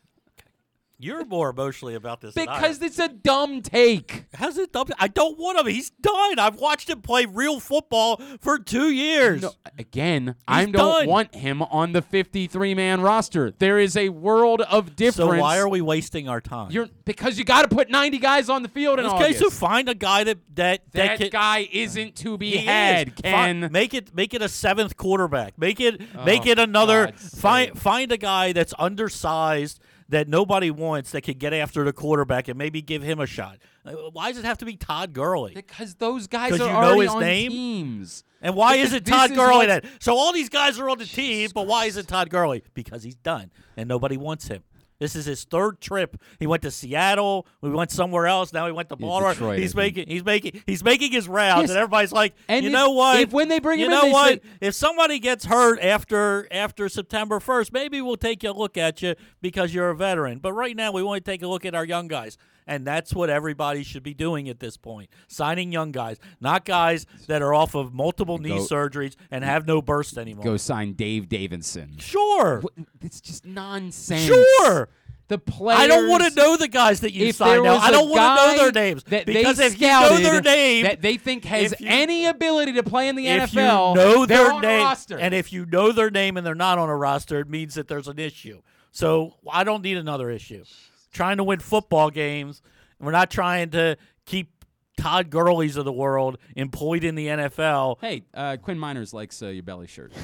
Speaker 3: You're more emotionally about this than I am.
Speaker 2: because it's a dumb take.
Speaker 3: How's it dumb? I don't want him. He's done. I've watched him play real football for two years.
Speaker 2: No, again, I don't
Speaker 3: done.
Speaker 2: want him on the 53 man roster. There is a world of
Speaker 3: so
Speaker 2: difference.
Speaker 3: why are we wasting our time?
Speaker 2: You're because you got to put 90 guys on the field in
Speaker 3: okay.
Speaker 2: August.
Speaker 3: So find a guy that that that,
Speaker 2: that
Speaker 3: can,
Speaker 2: guy isn't to be
Speaker 3: he
Speaker 2: had,
Speaker 3: is. Fi-
Speaker 2: Ken.
Speaker 3: make it make it a seventh quarterback. Make it make it another.
Speaker 2: Oh, God's
Speaker 3: Find find a guy that's undersized that nobody wants that can get after the quarterback and maybe give him a shot. Uh, Why does it have to be Todd Gurley?
Speaker 2: because those guys are
Speaker 3: 'Cause you know
Speaker 2: already
Speaker 3: his
Speaker 2: on
Speaker 3: name?
Speaker 2: teams.
Speaker 3: And why
Speaker 2: Because
Speaker 3: is it
Speaker 2: this
Speaker 3: Todd
Speaker 2: is
Speaker 3: Gurley
Speaker 2: what-
Speaker 3: then? So all these guys are on the team, but why is it Todd Gurley? Because he's done and nobody wants him. This is his third trip. He went to Seattle. We went somewhere else. Now he went to Baltimore.
Speaker 2: Detroit, I
Speaker 3: he's
Speaker 2: think.
Speaker 3: making he's making he's making his rounds,
Speaker 2: Yes.
Speaker 3: and everybody's like,
Speaker 2: And
Speaker 3: you
Speaker 2: if-
Speaker 3: know what?
Speaker 2: if when they bring
Speaker 3: you
Speaker 2: him in,
Speaker 3: know
Speaker 2: they
Speaker 3: what?
Speaker 2: say-
Speaker 3: if somebody gets hurt after after September first, maybe we'll take a look at you because you're a veteran. But right now, we want to take a look at our young guys, and that's what everybody should be doing at this point: signing young guys, not guys that are off of multiple knee
Speaker 2: Go-
Speaker 3: surgeries and have no burst anymore.
Speaker 2: Go sign Dave Davidson.
Speaker 3: sure,
Speaker 2: What- It's just nonsense.
Speaker 3: Sure.
Speaker 2: The players.
Speaker 3: I don't want to know the guys that you
Speaker 2: if there
Speaker 3: signed now.
Speaker 2: was
Speaker 3: I
Speaker 2: a
Speaker 3: don't want to know
Speaker 2: guy
Speaker 3: their names
Speaker 2: that they
Speaker 3: because if you know their
Speaker 2: scouted
Speaker 3: name,
Speaker 2: that they think has
Speaker 3: if you-
Speaker 2: any ability to play in the
Speaker 3: if
Speaker 2: NFL,
Speaker 3: you know
Speaker 2: they're
Speaker 3: their
Speaker 2: on a
Speaker 3: name,
Speaker 2: roster.
Speaker 3: and if you know their name and they're not on a roster, it means that there's an issue. So I don't need another issue. Trying to win football games, we're not trying to keep Todd Gurley's of the world employed in the NFL.
Speaker 2: hey, uh, Quinn Miners likes uh, your belly shirt.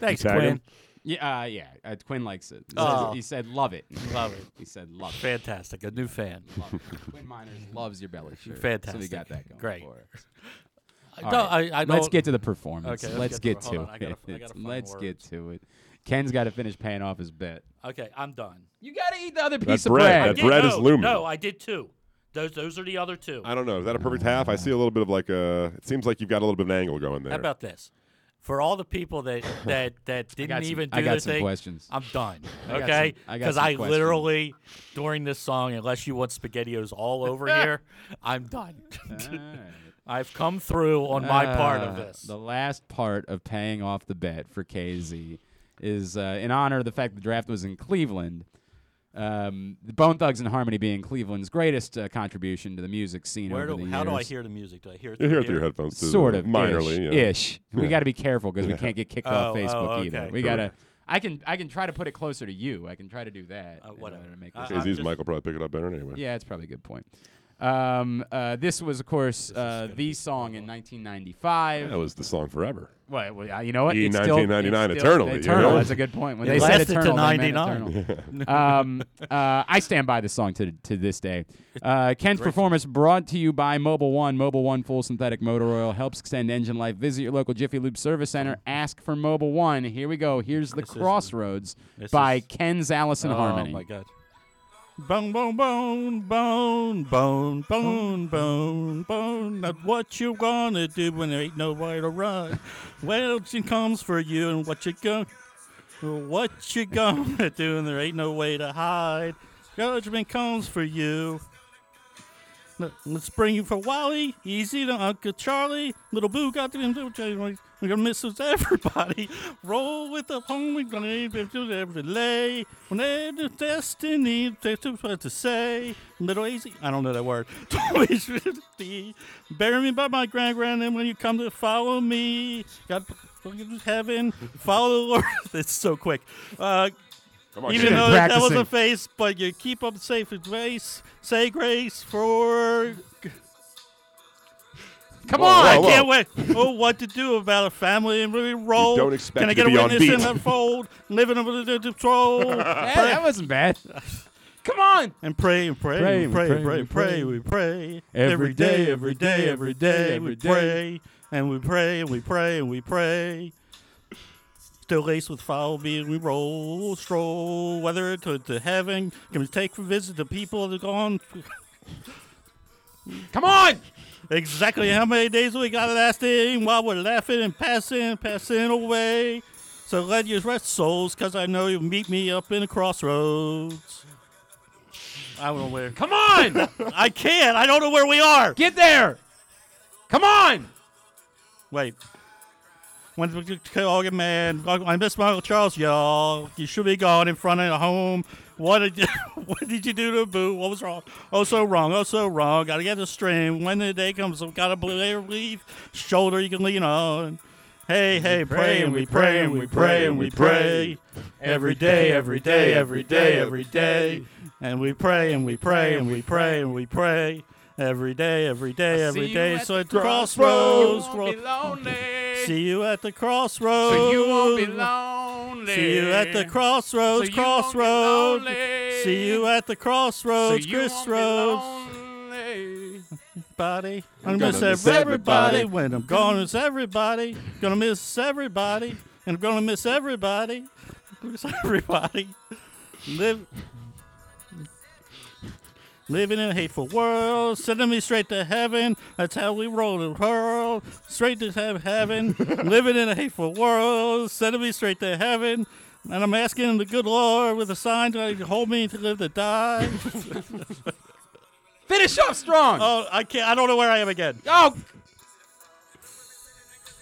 Speaker 3: Thanks,
Speaker 1: tag
Speaker 3: Quinn.
Speaker 1: him?
Speaker 2: yeah, uh, yeah. Uh, Quinn likes it. He,
Speaker 3: Oh.
Speaker 2: said, he said, "Love it."
Speaker 3: Love it.
Speaker 2: He said, "Love it."
Speaker 3: Fantastic. A new fan.
Speaker 2: Quinn Miners loves your belly shirt. So we
Speaker 3: Fantastic.
Speaker 2: got that going.
Speaker 3: Great.
Speaker 2: For us.
Speaker 3: I
Speaker 2: All
Speaker 3: don't-
Speaker 2: right.
Speaker 3: I- I
Speaker 2: let's
Speaker 3: don't-
Speaker 2: get to the performance.
Speaker 3: Okay,
Speaker 2: let's
Speaker 3: let's
Speaker 2: get
Speaker 3: get
Speaker 2: to
Speaker 3: to- hold on, I gotta- I
Speaker 2: it.
Speaker 3: gotta find
Speaker 2: Let's get
Speaker 3: words.
Speaker 2: to it. Ken's got to finish paying off his bet.
Speaker 3: Okay, I'm done.
Speaker 2: You got to eat the other piece
Speaker 1: piece
Speaker 2: of
Speaker 1: of bread,
Speaker 2: bread.
Speaker 1: bread. that
Speaker 3: Did-
Speaker 1: bread is
Speaker 3: no,
Speaker 1: looming.
Speaker 3: No, I did two. Those those are the other two. Mm-hmm.
Speaker 1: I don't know. Is that a perfect half? I see a little bit of like a. It seems like you've got a little bit of an angle going there.
Speaker 3: How about this? For all the people that that that didn't
Speaker 2: some-
Speaker 3: even do
Speaker 2: I got
Speaker 3: the
Speaker 2: some
Speaker 3: thing,
Speaker 2: questions.
Speaker 3: I'm done.
Speaker 2: I got
Speaker 3: Okay,
Speaker 2: some- I got
Speaker 3: because
Speaker 2: some
Speaker 3: I,
Speaker 2: questions.
Speaker 3: literally during this song, unless you want SpaghettiOs all over here, I'm done. I've come through on my part of
Speaker 2: Uh,
Speaker 3: this.
Speaker 2: The last part of paying off the bet for KZ is uh, in honor of the fact the draft was in Cleveland. Um, the Bone Thugs and Harmony being Cleveland's greatest uh, contribution to the music scene
Speaker 3: Where
Speaker 2: over
Speaker 3: do,
Speaker 2: the
Speaker 3: how do I
Speaker 2: years.
Speaker 3: hear the music? Do I hear it?
Speaker 1: You
Speaker 3: Through
Speaker 1: hear it through
Speaker 3: here?
Speaker 1: your headphones, too.
Speaker 2: Sort of,
Speaker 1: minorly,
Speaker 2: ish.
Speaker 1: yeah.
Speaker 2: ish. We got to be careful because we can't get kicked off
Speaker 3: Oh, oh,
Speaker 2: Facebook
Speaker 3: okay.
Speaker 2: either. We
Speaker 1: Correct.
Speaker 2: gotta. I can I can try to put it closer to you. I can try to do that.
Speaker 3: Uh,
Speaker 2: in
Speaker 3: whatever.
Speaker 2: order to make
Speaker 3: I-
Speaker 2: this
Speaker 3: I'm
Speaker 1: KZ's
Speaker 3: just-
Speaker 1: Michael probably pick it up better anyway.
Speaker 2: Yeah, it's probably a good point. Um, uh, this was, of course, uh, the song in 1995.
Speaker 1: That was the song forever.
Speaker 2: Well, well, uh, you know what?
Speaker 1: E
Speaker 2: It's still-
Speaker 1: 1999
Speaker 2: it's still
Speaker 1: eternally, you
Speaker 2: Eternal.
Speaker 1: know?
Speaker 2: That's a good point. When
Speaker 3: It
Speaker 2: they said
Speaker 3: lasted to
Speaker 2: eternal, they meant
Speaker 3: 99.
Speaker 2: eternal. um, uh, I stand by this song to to this day. Uh, Ken's performance brought to you by Mobile One. Mobile One full synthetic motor oil helps extend engine life. Visit your local Jiffy Lube service center. Ask for Mobile One. Here we go. Here's the Crossroads
Speaker 3: this
Speaker 2: by
Speaker 3: is-
Speaker 2: Ken's Allison
Speaker 3: oh
Speaker 2: Harmony.
Speaker 3: my god. Bone, bone, bone, bone, bone, bone, bone, bone. Not what you gonna do when there ain't nowhere to run. Well, she comes for you, and what you gonna, what you gonna do when there ain't no way to hide.
Speaker 11: Judgment comes for you. Let- Let's bring you for Wally, Easy to Uncle Charlie, Little Boo got to him. We're gonna miss us everybody. Roll with the homie grenade, into every lay. When they do destiny, they do what to say. Little Easy, I don't know that word. Always with thee. Bury me by my grand grand, and when you come to follow me, God, look at heaven, follow the Lord. it's so quick. Uh,
Speaker 1: Come on,
Speaker 11: even
Speaker 1: Shane.
Speaker 11: though that, that was
Speaker 2: Practicing.
Speaker 11: a face, but you keep up safe with grace. Say grace for.
Speaker 2: Come
Speaker 1: Whoa,
Speaker 2: on!
Speaker 1: whoa,
Speaker 11: I
Speaker 1: whoa.
Speaker 11: can't wait. Oh, what to do about a family and really roll?
Speaker 1: don't expect
Speaker 11: Can I
Speaker 1: it
Speaker 11: get
Speaker 1: to be
Speaker 11: a
Speaker 1: on
Speaker 11: witness in
Speaker 1: beat.
Speaker 11: the fold? Living under the control.
Speaker 2: Hey, that wasn't bad. Come on!
Speaker 11: And pray and pray,
Speaker 2: Pray,
Speaker 11: and
Speaker 2: we
Speaker 11: pray, and
Speaker 2: pray,
Speaker 11: pray,
Speaker 2: we
Speaker 11: and pray,
Speaker 2: pray.
Speaker 11: we pray.
Speaker 2: Every
Speaker 11: Every
Speaker 2: day,
Speaker 11: day, every day, every day, we
Speaker 2: every day.
Speaker 11: pray. And we pray, and we pray, and we pray. Still race with foul being we roll, stroll, whether to, to heaven, can we take for visit the people that are gone?
Speaker 2: Come on!
Speaker 11: exactly how many days we got lasting while we're laughing and passing, passing away. So let your rest souls, cause I know you'll meet me up in the crossroads. I don't know where.
Speaker 2: Come on!
Speaker 11: I can't. I don't know where we are.
Speaker 2: Get there! Come on!
Speaker 11: Wait. When we get to Oregon, man, I miss Michael Charles, y'all. You should be gone in front of the home. What did you, what did you do to Boo? What was wrong? Oh, so wrong. Oh, so wrong. Gotta get the string. When the day comes, gotta believe. Shoulder you can lean on. Hey, hey, pray and we pray and we pray and we pray. Every day, every day, every day, every day. And we pray and we pray and we pray and we pray. Every day, every day, every day. So at the crossroads, cross- See you at the crossroads.
Speaker 2: lonely.
Speaker 11: See you at the crossroads,
Speaker 2: So you won't be
Speaker 11: crossroads.
Speaker 2: lonely.
Speaker 11: See you at the crossroads, crossroads. Everybody, I'm gonna
Speaker 1: gonna
Speaker 11: miss
Speaker 1: miss
Speaker 11: everybody.
Speaker 1: everybody.
Speaker 11: when I'm gonna miss everybody. Gonna miss everybody, and I'm gonna miss everybody. Miss everybody. Live. Living in a hateful world, sending me straight to heaven. That's how we roll and hurl, straight to hev- heaven. Living in a hateful world, sending me straight to heaven. And I'm asking the good Lord with a sign to hold me to live to die.
Speaker 2: Finish up strong!
Speaker 11: oh, I can't. I don't know where I am again.
Speaker 2: oh!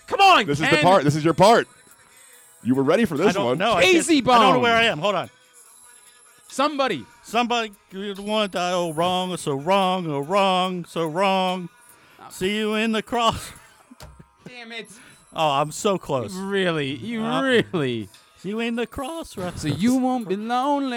Speaker 2: Come on!
Speaker 1: This is the
Speaker 2: Ken.
Speaker 1: part. This is your part. You were ready for this
Speaker 11: I don't
Speaker 1: one.
Speaker 11: know. I can't-
Speaker 2: Easy
Speaker 11: I don't know
Speaker 2: bone.
Speaker 11: where I am. Hold on.
Speaker 2: Somebody.
Speaker 11: Somebody you the one die. Oh, wrong. So wrong. Oh, wrong. So wrong. See you in the cross.
Speaker 2: Damn it.
Speaker 11: Oh, I'm so close.
Speaker 2: Really? You
Speaker 11: Uh,
Speaker 2: really?
Speaker 11: See you in the crossroads.
Speaker 2: So you won't be lonely.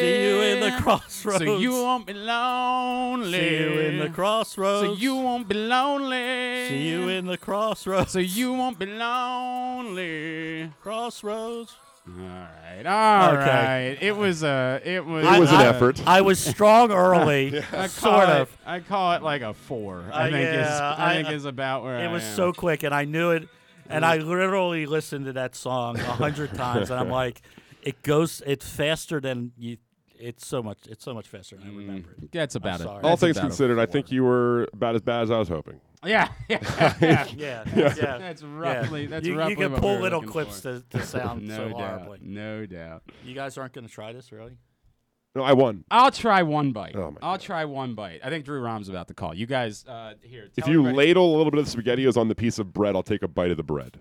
Speaker 11: See you in the crossroads.
Speaker 2: So you won't be lonely.
Speaker 11: See you in the
Speaker 2: So
Speaker 11: crossroads.
Speaker 2: you won't be lonely.
Speaker 11: See you in the crossroads.
Speaker 2: So you won't be lonely.
Speaker 11: crossroads.
Speaker 2: All right. all right.
Speaker 11: Okay.
Speaker 2: It was a. It was.
Speaker 1: It was an
Speaker 2: a-
Speaker 1: effort.
Speaker 11: I was strong early,
Speaker 2: I call
Speaker 11: sort
Speaker 2: it-
Speaker 11: of.
Speaker 2: I call it like a four. I
Speaker 11: Uh,
Speaker 2: think is.
Speaker 11: yeah,
Speaker 2: I,
Speaker 11: I-
Speaker 2: think is about where
Speaker 11: It
Speaker 2: I
Speaker 11: was
Speaker 2: am.
Speaker 11: so quick, and I knew it. And I literally listened to that song a hundred times, and I'm like, it goes, it's faster than you. It's so much. It's so much faster than I remember it.
Speaker 2: That's Mm. about it.
Speaker 11: sorry.
Speaker 1: All
Speaker 2: That's
Speaker 1: things
Speaker 2: about it.
Speaker 1: considered, I think you were about as bad as I was hoping.
Speaker 2: Yeah. yeah, yeah.
Speaker 11: Yeah, yeah.
Speaker 2: That's roughly. That's
Speaker 11: you, you
Speaker 2: roughly.
Speaker 11: can
Speaker 2: what we
Speaker 11: pull
Speaker 2: were
Speaker 11: little
Speaker 2: looking
Speaker 11: clips
Speaker 2: for.
Speaker 11: to, to sound
Speaker 2: no
Speaker 11: so
Speaker 2: doubt.
Speaker 11: horribly.
Speaker 2: No doubt.
Speaker 11: You guys aren't going to try this, really?
Speaker 1: No, I won.
Speaker 2: I'll try one bite.
Speaker 1: Oh my
Speaker 2: I'll try one bite. I think Drew Rom's about to call. You guys, uh, here.
Speaker 1: If
Speaker 2: tell
Speaker 1: you
Speaker 2: everybody-
Speaker 1: ladle a little bit of spaghettios on the piece of bread, I'll take a bite of the bread.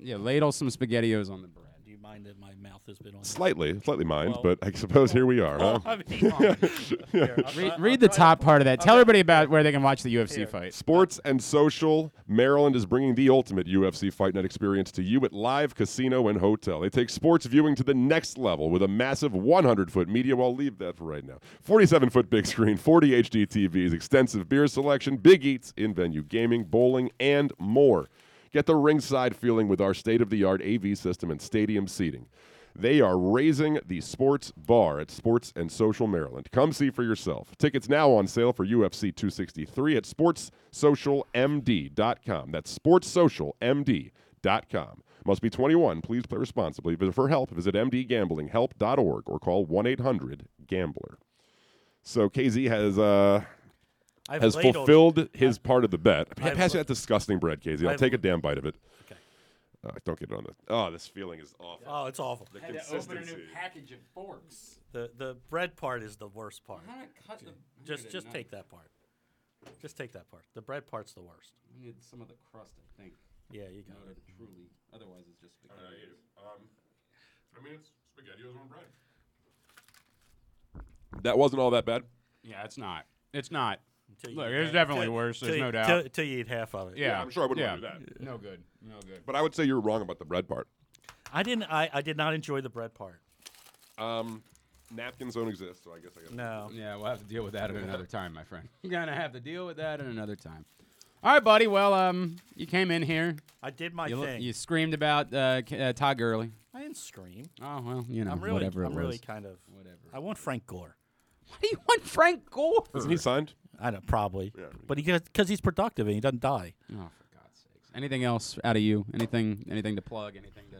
Speaker 2: yeah, ladle some spaghettios on the bread.
Speaker 11: Do you mind that my mouth has been on?
Speaker 1: Slightly, slightly mind, but I suppose here we are, huh?
Speaker 11: I mean, here, I'll
Speaker 2: Read,
Speaker 11: try-
Speaker 2: read
Speaker 11: I'll
Speaker 2: the
Speaker 11: try
Speaker 2: top part of that. Tell everybody about where they can watch the UFC fight.
Speaker 1: Sports and social. Maryland is bringing the ultimate UFC Fight Night experience to you at Live Casino and Hotel. They take sports viewing to the next level with a massive 100 foot media. Well, I'll leave that for right now. 47 foot big screen, 40 HD TVs, extensive beer selection, big eats, in venue gaming, bowling, and more. Get the ringside feeling with our state of the art AV system and stadium seating. They are raising the sports bar at Sports and Social Maryland. Come see for yourself. Tickets now on sale for UFC 263 at sportssocialmd.com. That's sportssocialmd.com. Must be 21. Please play responsibly. But For help, visit mdgamblinghelp.org or call 1 800 Gambler. So KZ has uh,
Speaker 11: I've
Speaker 1: has
Speaker 11: ladled-
Speaker 1: fulfilled his part of the bet.
Speaker 11: I've
Speaker 1: Pass me
Speaker 11: la-
Speaker 1: that disgusting bread, KZ. I'll
Speaker 11: I've-
Speaker 1: take a damn bite of it.
Speaker 11: Okay.
Speaker 1: Uh, I don't get it on the. Oh, this feeling is awful.
Speaker 3: Oh, it's awful.
Speaker 1: The
Speaker 11: Had to open a new
Speaker 1: consistency.
Speaker 11: package of forks.
Speaker 3: The the bread part is the worst part.
Speaker 11: How did I cut the- I'm
Speaker 3: Just
Speaker 11: gonna
Speaker 3: just
Speaker 11: not-
Speaker 3: take that part. Just take that part. The bread part's the worst.
Speaker 11: I need some of the crust, I think.
Speaker 3: Yeah, you got
Speaker 11: in order
Speaker 3: it.
Speaker 11: to Truly. Otherwise, it's just spaghetti.
Speaker 1: Um, I mean, it's spaghettios on bread. That wasn't all that bad.
Speaker 2: Yeah, it's not. It's not.
Speaker 3: Till you
Speaker 2: Look,
Speaker 3: eat
Speaker 2: it's
Speaker 3: half-
Speaker 2: definitely
Speaker 3: till-
Speaker 2: worse. There's
Speaker 3: till
Speaker 2: no
Speaker 3: you-
Speaker 2: doubt.
Speaker 3: Till, till you eat half of it.
Speaker 2: yeah,
Speaker 1: I'm sure I wouldn't
Speaker 2: yeah.
Speaker 1: wanna do that.
Speaker 11: No good. No good.
Speaker 1: But I would say you're wrong about the bread part.
Speaker 3: I didn't. I, I did not enjoy the bread part.
Speaker 1: Um, Napkins don't exist, so I guess I got
Speaker 3: No.
Speaker 2: Yeah, we'll have to deal with that at another time, my friend. You're gonna have to deal with that at another time. All right, buddy. Well, um, you came in here.
Speaker 3: I did my
Speaker 2: You,
Speaker 3: thing.
Speaker 2: you screamed about uh, K- uh, Todd Gurley.
Speaker 3: I didn't scream.
Speaker 2: Oh well, you know,
Speaker 3: I'm really.
Speaker 2: whatever it
Speaker 3: I'm
Speaker 2: was.
Speaker 3: really kind of. Whatever. I want Frank Gore.
Speaker 2: Why do you want Frank Gore?
Speaker 1: Isn't he signed?
Speaker 3: I don't probably. But he because he's productive and he doesn't die.
Speaker 2: Oh, for God's sakes! Anything else out of you? Anything? Anything to plug? Anything to?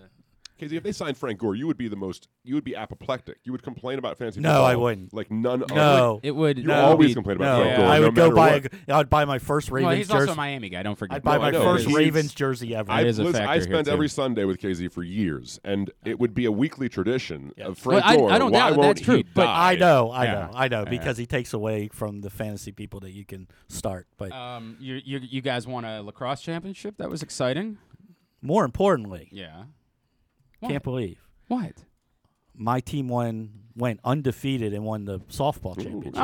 Speaker 1: Casey, if they signed Frank Gore, you would be the most. You would be apoplectic. You would complain about fantasy.
Speaker 3: No,
Speaker 1: football
Speaker 3: I wouldn't.
Speaker 1: Like none. of-
Speaker 3: No.
Speaker 1: like,
Speaker 2: It would.
Speaker 1: you
Speaker 2: no,
Speaker 1: always
Speaker 2: be-
Speaker 1: complain about
Speaker 3: No,
Speaker 1: Frank
Speaker 2: yeah.
Speaker 1: Gore.
Speaker 3: I
Speaker 1: no
Speaker 3: would go
Speaker 1: matter
Speaker 3: buy.
Speaker 1: what.
Speaker 3: A, g- I would buy my first Ravens
Speaker 2: Well, he's
Speaker 3: jersey.
Speaker 2: also a Miami guy. Don't forget.
Speaker 3: I'd buy
Speaker 1: No, I
Speaker 3: my
Speaker 1: know,
Speaker 3: first
Speaker 1: but he's-
Speaker 3: Ravens jersey ever.
Speaker 1: I,
Speaker 2: is a
Speaker 1: listen, I
Speaker 2: factor here,
Speaker 1: spent
Speaker 2: too.
Speaker 1: every Sunday with Casey for years, and it would be a weekly tradition of
Speaker 2: Well,
Speaker 1: Frank
Speaker 2: I,
Speaker 1: Gore.
Speaker 2: I don't
Speaker 1: why
Speaker 2: doubt that
Speaker 1: won't
Speaker 2: that's true.
Speaker 1: he
Speaker 2: But
Speaker 1: die?
Speaker 3: I know, I
Speaker 2: Yeah.
Speaker 3: know, I know,
Speaker 2: Yeah.
Speaker 3: because he takes away from the fantasy people that you can start. But
Speaker 2: um, you, you you guys won a lacrosse championship. That was exciting.
Speaker 3: more importantly,
Speaker 2: Yeah.
Speaker 3: can't believe
Speaker 2: What?
Speaker 3: my team won went undefeated and won the softball championship.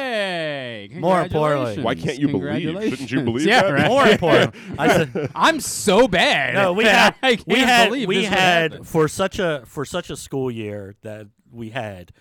Speaker 2: Hey!
Speaker 3: More importantly-
Speaker 2: congratulations,
Speaker 1: Why can't you believe? Shouldn't you
Speaker 2: congratulations.
Speaker 1: believe
Speaker 2: yeah,
Speaker 1: that?
Speaker 2: right.
Speaker 3: More important, I said,
Speaker 2: I'm so bad.
Speaker 3: no, we had,
Speaker 2: I can't
Speaker 3: we had,
Speaker 2: believe
Speaker 3: we
Speaker 2: this would
Speaker 3: had
Speaker 2: happen.
Speaker 3: for such a for such a school year that we had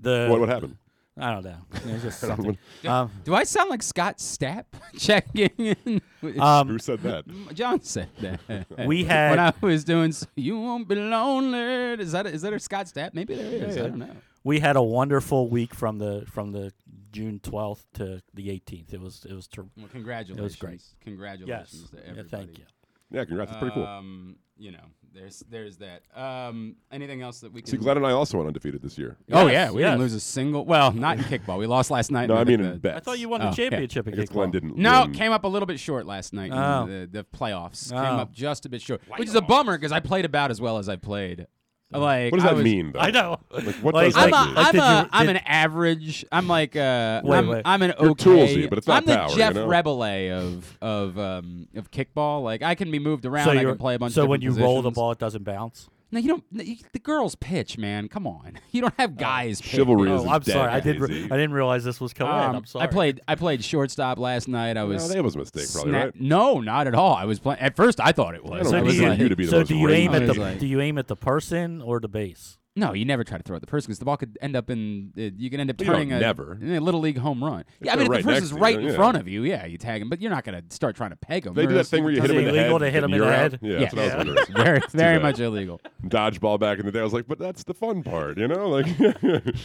Speaker 3: the
Speaker 1: What would happen?
Speaker 3: I don't know, it was just something. um,
Speaker 2: Do I sound like Scott Stapp checking in? with-
Speaker 1: Who
Speaker 3: um,
Speaker 1: said that?
Speaker 2: John said that.
Speaker 3: we
Speaker 2: when I
Speaker 3: had
Speaker 2: was doing s- You Won't Be Lonely. Is that, is that a Scott Stapp? Maybe there is. I don't know.
Speaker 3: we had a wonderful week from the from the June twelfth to the eighteenth. It was it was ter-
Speaker 2: Well, congratulations.
Speaker 3: yes,
Speaker 2: Congratulations to
Speaker 3: yeah,
Speaker 2: everybody.
Speaker 3: thank you.
Speaker 1: Yeah, congrats. It's pretty cool.
Speaker 2: Um, you know, there's there's that. Um, anything else that we can
Speaker 1: See, Glenn and I also went undefeated this year.
Speaker 2: Oh
Speaker 3: Yes,
Speaker 2: yeah, we
Speaker 3: yes.
Speaker 2: didn't lose a single. Well, not in kickball. We lost last night.
Speaker 1: No,
Speaker 2: in
Speaker 1: I
Speaker 2: the-
Speaker 1: mean in
Speaker 2: the,
Speaker 1: bets.
Speaker 3: I thought you won the
Speaker 2: Oh, yeah.
Speaker 3: championship.
Speaker 1: I
Speaker 3: in
Speaker 1: guess Glenn
Speaker 3: kickball.
Speaker 1: didn't.
Speaker 2: no,
Speaker 1: win.
Speaker 2: it came up a little bit short last night. in
Speaker 3: Oh.
Speaker 2: the, the playoffs came
Speaker 3: Oh.
Speaker 2: up just a bit short, which is a bummer because I played about as well as I played. Like
Speaker 1: What does
Speaker 2: I
Speaker 1: that
Speaker 2: was-
Speaker 1: mean? Though?
Speaker 3: I know.
Speaker 1: Like, what
Speaker 3: Like,
Speaker 1: does
Speaker 2: I'm
Speaker 1: that
Speaker 2: a,
Speaker 1: mean?
Speaker 2: I'm,
Speaker 3: Did you-
Speaker 2: a, I'm
Speaker 3: did-
Speaker 2: an average. I'm like uh,
Speaker 3: Wait,
Speaker 2: I'm,
Speaker 3: wait.
Speaker 2: I'm an
Speaker 1: You're
Speaker 2: okay.
Speaker 1: toolsy, but it's not
Speaker 2: I'm the
Speaker 1: power, you
Speaker 2: Jeff
Speaker 1: know?
Speaker 2: Rabelais of of um, of kickball. Like I can be moved around. I
Speaker 3: you're-
Speaker 2: can play a bunch.
Speaker 3: so
Speaker 2: of
Speaker 3: when you
Speaker 2: different
Speaker 3: roll the
Speaker 2: positions.
Speaker 3: ball, it doesn't bounce.
Speaker 2: no, you don't. no, you- the girls pitch, man. Come on, you don't have guys. pitch.
Speaker 1: Chivalry is
Speaker 3: Oh, I'm
Speaker 1: dead,
Speaker 3: sorry. I did.
Speaker 1: Casey.
Speaker 3: Re- I didn't realize this was coming. in.
Speaker 2: Um,
Speaker 3: I'm sorry.
Speaker 2: I played. I played shortstop last night. I was.
Speaker 1: No, that was a mistake, probably,
Speaker 2: snap-
Speaker 1: right?
Speaker 2: No, not at all. I was playing. At first, I thought it
Speaker 1: I
Speaker 2: was.
Speaker 1: don't
Speaker 2: I
Speaker 3: So
Speaker 1: know.
Speaker 2: was
Speaker 3: do you,
Speaker 1: like- You to be the
Speaker 3: so
Speaker 1: most
Speaker 3: do you aim
Speaker 2: raging.
Speaker 3: at the
Speaker 2: I was like-
Speaker 3: do you aim at the person or the base?
Speaker 2: no, you never try to throw at the person because the ball could end up in. Uh, you can end up
Speaker 1: You don't
Speaker 2: turning a,
Speaker 1: never.
Speaker 2: a little league home run. yeah, I
Speaker 1: they're
Speaker 2: mean, if
Speaker 1: right
Speaker 2: the
Speaker 1: next
Speaker 2: person's
Speaker 1: to you,
Speaker 2: right in
Speaker 1: yeah.
Speaker 2: front of you, yeah, you tag him, but you're not gonna start trying to peg him.
Speaker 1: They do that thing where you hit him in
Speaker 3: Is it
Speaker 1: the
Speaker 3: illegal
Speaker 1: head.
Speaker 3: to hit him
Speaker 1: and
Speaker 3: in
Speaker 1: you're
Speaker 3: the
Speaker 1: out?
Speaker 3: head?
Speaker 1: Yeah,
Speaker 2: Yeah.
Speaker 1: that's what I was
Speaker 2: Yeah.
Speaker 1: wondering.
Speaker 2: very, very
Speaker 1: bad.
Speaker 2: much illegal.
Speaker 1: Dodgeball back in the day. I was like, but that's the fun part, you know? Like,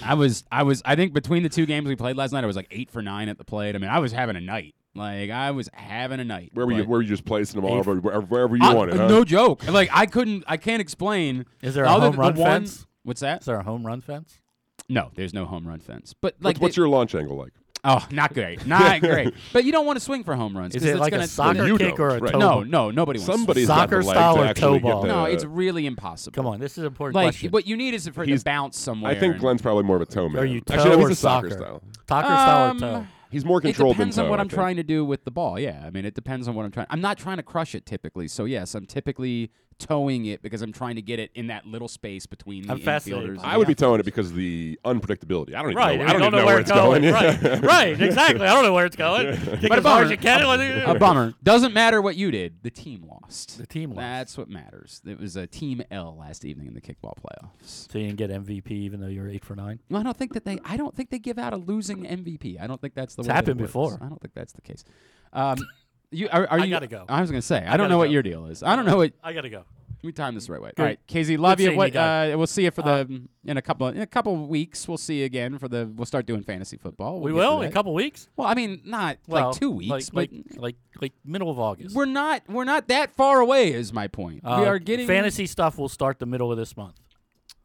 Speaker 2: I was, I was, I think between the two games we played last night, I was like eight for nine at the plate. I mean, I was having a night. Like I was having a night.
Speaker 1: where were you?
Speaker 2: But-
Speaker 1: Where were you just placing them all over? Wherever, wherever you
Speaker 2: I-
Speaker 1: wanted? huh?
Speaker 2: Ah, uh, No joke. Like I couldn't. I can't explain.
Speaker 3: Is there a
Speaker 2: other
Speaker 3: home
Speaker 2: than
Speaker 3: run
Speaker 2: the one-
Speaker 3: fence?
Speaker 2: What's that?
Speaker 3: Is there a home run fence?
Speaker 2: No, there's no home run fence. But like,
Speaker 1: What's, what's
Speaker 2: it-
Speaker 1: your launch angle like?
Speaker 2: Oh, not great. Not great. But you don't want to swing for home runs.
Speaker 3: Is
Speaker 2: 'cause
Speaker 3: it
Speaker 2: it's
Speaker 3: like
Speaker 2: gonna,
Speaker 3: a soccer
Speaker 1: you
Speaker 3: kick
Speaker 1: don't,
Speaker 3: or a
Speaker 1: right.
Speaker 3: toe?
Speaker 2: No,
Speaker 3: ball?
Speaker 2: no, nobody wants.
Speaker 1: Somebody's
Speaker 3: Soccer
Speaker 1: got the leg
Speaker 3: style
Speaker 1: to
Speaker 3: or
Speaker 1: actually
Speaker 3: toe
Speaker 1: get
Speaker 3: ball?
Speaker 1: the-
Speaker 2: To no, it's really impossible.
Speaker 3: Come on, this is an important
Speaker 2: Like
Speaker 3: question.
Speaker 2: what you need is for it to
Speaker 1: He's-
Speaker 2: bounce somewhere.
Speaker 1: I think
Speaker 2: and-
Speaker 1: Glenn's probably more of a toe man.
Speaker 3: Are you toe
Speaker 1: Actually, no,
Speaker 3: or
Speaker 1: he's a soccer,
Speaker 3: soccer?
Speaker 1: style.
Speaker 3: Soccer style
Speaker 2: Um,
Speaker 3: or toe?
Speaker 1: He's more
Speaker 2: It
Speaker 1: controlled
Speaker 2: depends
Speaker 1: than toe.
Speaker 2: on what
Speaker 1: I
Speaker 2: I'm
Speaker 1: think.
Speaker 2: trying to do with the ball. Yeah, I mean, it depends on what I'm trying. I'm not trying to crush it typically. So yes, I'm typically towing it because I'm trying to get it in that little space between the
Speaker 3: I'm fascinated
Speaker 2: infielders.
Speaker 3: by
Speaker 2: and-
Speaker 1: I would be towing it because of the unpredictability. I don't even
Speaker 3: Right,
Speaker 1: know.
Speaker 3: I
Speaker 1: I don't, even know where it's going.
Speaker 3: Right, right, exactly. I don't know where it's going. Kick
Speaker 2: But
Speaker 3: as hard as
Speaker 2: bummer.
Speaker 3: you can. what do you-
Speaker 2: a bummer. Doesn't matter what you did. The team lost.
Speaker 3: The team lost.
Speaker 2: That's what matters. It was a team L last evening in the kickball playoffs.
Speaker 3: So you didn't get MVP even though you were eight for nine.
Speaker 2: Well, I don't think that they. I don't think they give out a losing MVP. I don't think that's the.
Speaker 3: It's
Speaker 2: way that it
Speaker 3: happened
Speaker 2: works.
Speaker 3: before.
Speaker 2: I don't think that's the case. Um, you are, are
Speaker 3: I
Speaker 2: you-
Speaker 3: gotta go.
Speaker 2: I was gonna say. I, don't know
Speaker 3: gotta
Speaker 2: what
Speaker 3: go.
Speaker 2: your deal is. I don't know what.
Speaker 3: I gotta go.
Speaker 2: We time this the right way.
Speaker 3: Good.
Speaker 2: All right, KZ, love
Speaker 3: Good seeing
Speaker 2: you.
Speaker 3: you
Speaker 2: What?
Speaker 3: guys.
Speaker 2: uh, we'll see you for the in a couple in a couple of weeks. We'll see you again for the. We'll start doing fantasy football.
Speaker 3: We
Speaker 2: get to
Speaker 3: will in a
Speaker 2: that.
Speaker 3: couple weeks.
Speaker 2: Well, I mean, not
Speaker 3: Well,
Speaker 2: like two weeks,
Speaker 3: like
Speaker 2: but
Speaker 3: like like, like middle of August.
Speaker 2: We're not we're not that far away is my point. we
Speaker 3: Uh,
Speaker 2: are getting
Speaker 3: fantasy stuff will start the middle of this month.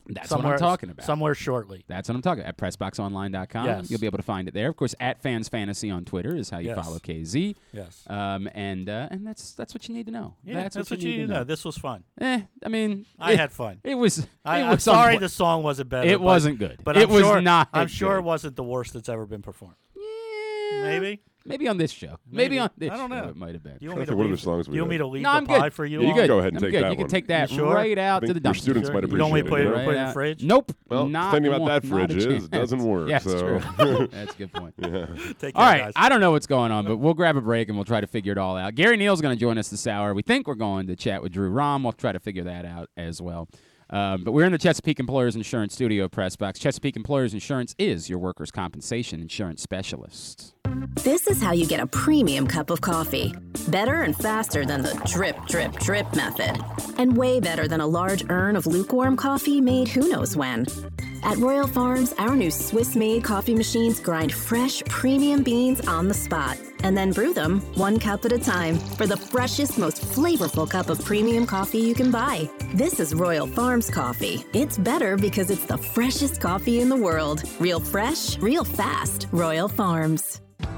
Speaker 2: That's
Speaker 3: Somewhere-
Speaker 2: what I'm talking about.
Speaker 3: Somewhere shortly.
Speaker 2: That's what I'm talking about. At pressboxonline.com.
Speaker 3: Yes.
Speaker 2: You'll be able to find it there. Of course, at fans fantasy on Twitter is how you
Speaker 3: Yes.
Speaker 2: follow KZ.
Speaker 3: Yes.
Speaker 2: Um, and uh, and that's that's what you need to know.
Speaker 3: Yeah, that's, what, you need to know. This was fun.
Speaker 2: Eh, I mean,
Speaker 3: I
Speaker 2: it-
Speaker 3: had fun.
Speaker 2: It was.
Speaker 3: I,
Speaker 2: it
Speaker 3: am
Speaker 2: was
Speaker 3: sorry
Speaker 2: somewhat-
Speaker 3: the song wasn't better.
Speaker 2: It
Speaker 3: but-
Speaker 2: wasn't good.
Speaker 3: But
Speaker 2: it
Speaker 3: I'm
Speaker 2: was
Speaker 3: sure,
Speaker 2: not.
Speaker 3: I'm sure it
Speaker 2: good.
Speaker 3: wasn't the worst that's ever been performed. Maybe.
Speaker 2: Maybe on this show. Maybe,
Speaker 3: Maybe.
Speaker 2: on this.
Speaker 3: I don't
Speaker 2: show
Speaker 3: know.
Speaker 2: It might have been.
Speaker 3: You
Speaker 1: Trying
Speaker 3: want me to
Speaker 1: to think what other
Speaker 3: leave?
Speaker 1: songs we
Speaker 3: you want me
Speaker 1: did.
Speaker 3: to leave
Speaker 2: No,
Speaker 3: the
Speaker 2: I'm
Speaker 3: pie
Speaker 2: good.
Speaker 3: for you?
Speaker 1: Yeah, you
Speaker 3: all?
Speaker 1: can go ahead and
Speaker 2: I'm
Speaker 1: take
Speaker 2: good.
Speaker 1: that one.
Speaker 2: You can take that
Speaker 3: You sure?
Speaker 2: right out
Speaker 1: I
Speaker 2: to
Speaker 1: think
Speaker 2: the
Speaker 1: your
Speaker 2: dumpster.
Speaker 1: students might
Speaker 3: You don't want
Speaker 1: appreciate
Speaker 3: to
Speaker 1: it.
Speaker 3: put it,
Speaker 2: Right
Speaker 3: put it in the
Speaker 2: out.
Speaker 3: fridge?
Speaker 2: Nope.
Speaker 1: Well,
Speaker 2: Not
Speaker 1: thinking about
Speaker 2: one-
Speaker 1: that
Speaker 2: not
Speaker 1: fridge
Speaker 2: a
Speaker 1: is,
Speaker 2: chance.
Speaker 1: doesn't work,
Speaker 2: Yeah, that's
Speaker 1: so.
Speaker 2: true. that's a good point.
Speaker 3: Take
Speaker 2: All
Speaker 3: care,
Speaker 2: right,
Speaker 3: guys.
Speaker 2: I don't know what's going on, but we'll grab a break and we'll try to figure it all out. Gary Neal's going to join us this hour. We think we're going to chat with Drew Rom. We'll try to figure that out as well. Um, but we're in the Chesapeake Employers Insurance Studio press box. Chesapeake Employers Insurance is your workers' compensation insurance specialist.
Speaker 10: This is how you get a premium cup of coffee. Better and faster than the drip, drip, drip method. And way better than a large urn of lukewarm coffee made who knows when. At Royal Farms, our new Swiss made coffee machines grind fresh, premium beans on the spot and then brew them one cup at a time for the freshest, most flavorful cup of premium coffee you can buy. This is Royal Farms coffee. It's better because it's the freshest coffee in the world. Real fresh, real fast. Royal Farms.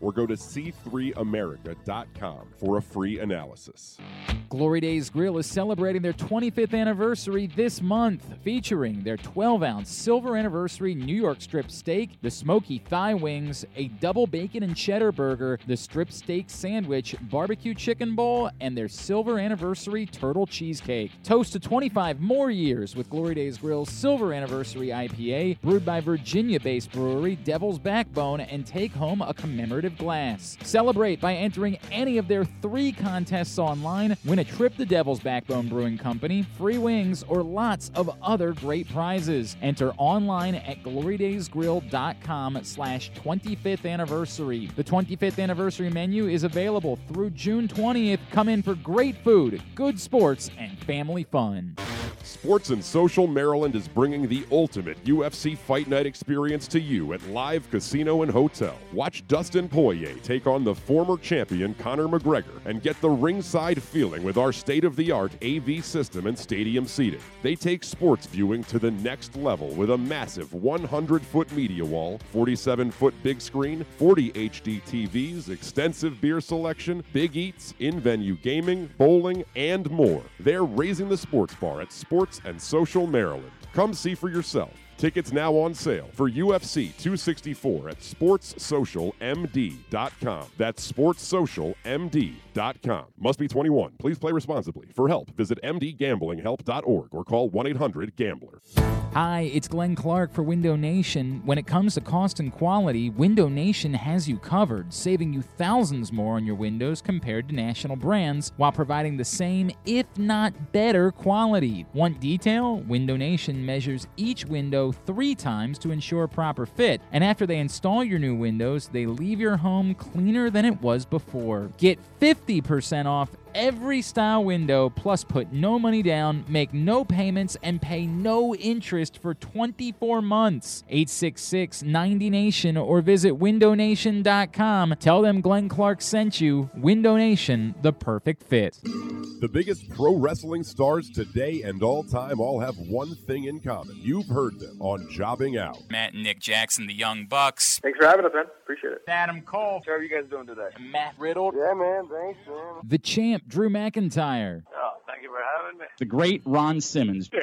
Speaker 1: or go to c3america.com for a free analysis.
Speaker 5: Glory Days Grill is celebrating their 25th anniversary this month, featuring their 12 ounce silver anniversary New York strip steak, the smoky thigh wings, a double bacon and cheddar burger, the strip steak sandwich, barbecue chicken bowl, and their silver anniversary turtle cheesecake. Toast to 25 more years with Glory Days Grill's silver anniversary IPA, brewed by Virginia based brewery Devil's Backbone, and take home a commemorative glass. Celebrate by entering any of their three contests online, win a trip to Devil's Backbone Brewing Company, free wings, or lots of other great prizes. Enter online at glorydaysgrill.com slash 25th anniversary. The 25th anniversary menu is available through June 20th. Come in for great food, good sports, and family fun.
Speaker 1: Sports and Social Maryland is bringing the ultimate UFC fight night experience to you at Live Casino and Hotel. Watch Dustin Poirier take on the former champion Conor McGregor and get the ringside feeling with our state-of-the-art AV system and stadium seating. They take sports viewing to the next level with a massive 100-foot media wall, 47-foot big screen, 40 HD TVs, extensive beer selection, big eats, in-venue gaming, bowling, and more. They're raising the sports bar at Sports and Social Maryland. Come see for yourself. Tickets now on sale for UFC 264 at sportssocialmd.com. That's sportssocialmd.com. Must be 21. Please play responsibly. For help, visit mdgamblinghelp.org or call 1-800-GAMBLER.
Speaker 5: Hi, it's Glenn Clark for Window Nation. When it comes to cost and quality, Window Nation has you covered, saving you thousands more on your windows compared to national brands while providing the same, if not better, quality. Want detail? Window Nation measures each window three times to ensure proper fit, and after they install your new windows, they leave your home cleaner than it was before. Get 50% off every style window, plus put no money down, make no payments, and pay no interest for 24 months. 866 90 Nation or visit windownation.com. Tell them Glenn Clark sent you. Window Nation, the perfect fit.
Speaker 1: The biggest pro wrestling stars today and all time all have one thing in common. You've heard them on Jobbing Out.
Speaker 5: Matt and Nick Jackson, the Young Bucks.
Speaker 12: Thanks for having us, man. Appreciate it.
Speaker 5: Adam Cole.
Speaker 12: How are you guys doing today?
Speaker 5: Matt Riddle.
Speaker 12: Yeah, man. Thanks, man.
Speaker 5: The champ, Drew McIntyre.
Speaker 12: Oh, thank you for having me.
Speaker 2: The great Ron Simmons.
Speaker 12: Damn.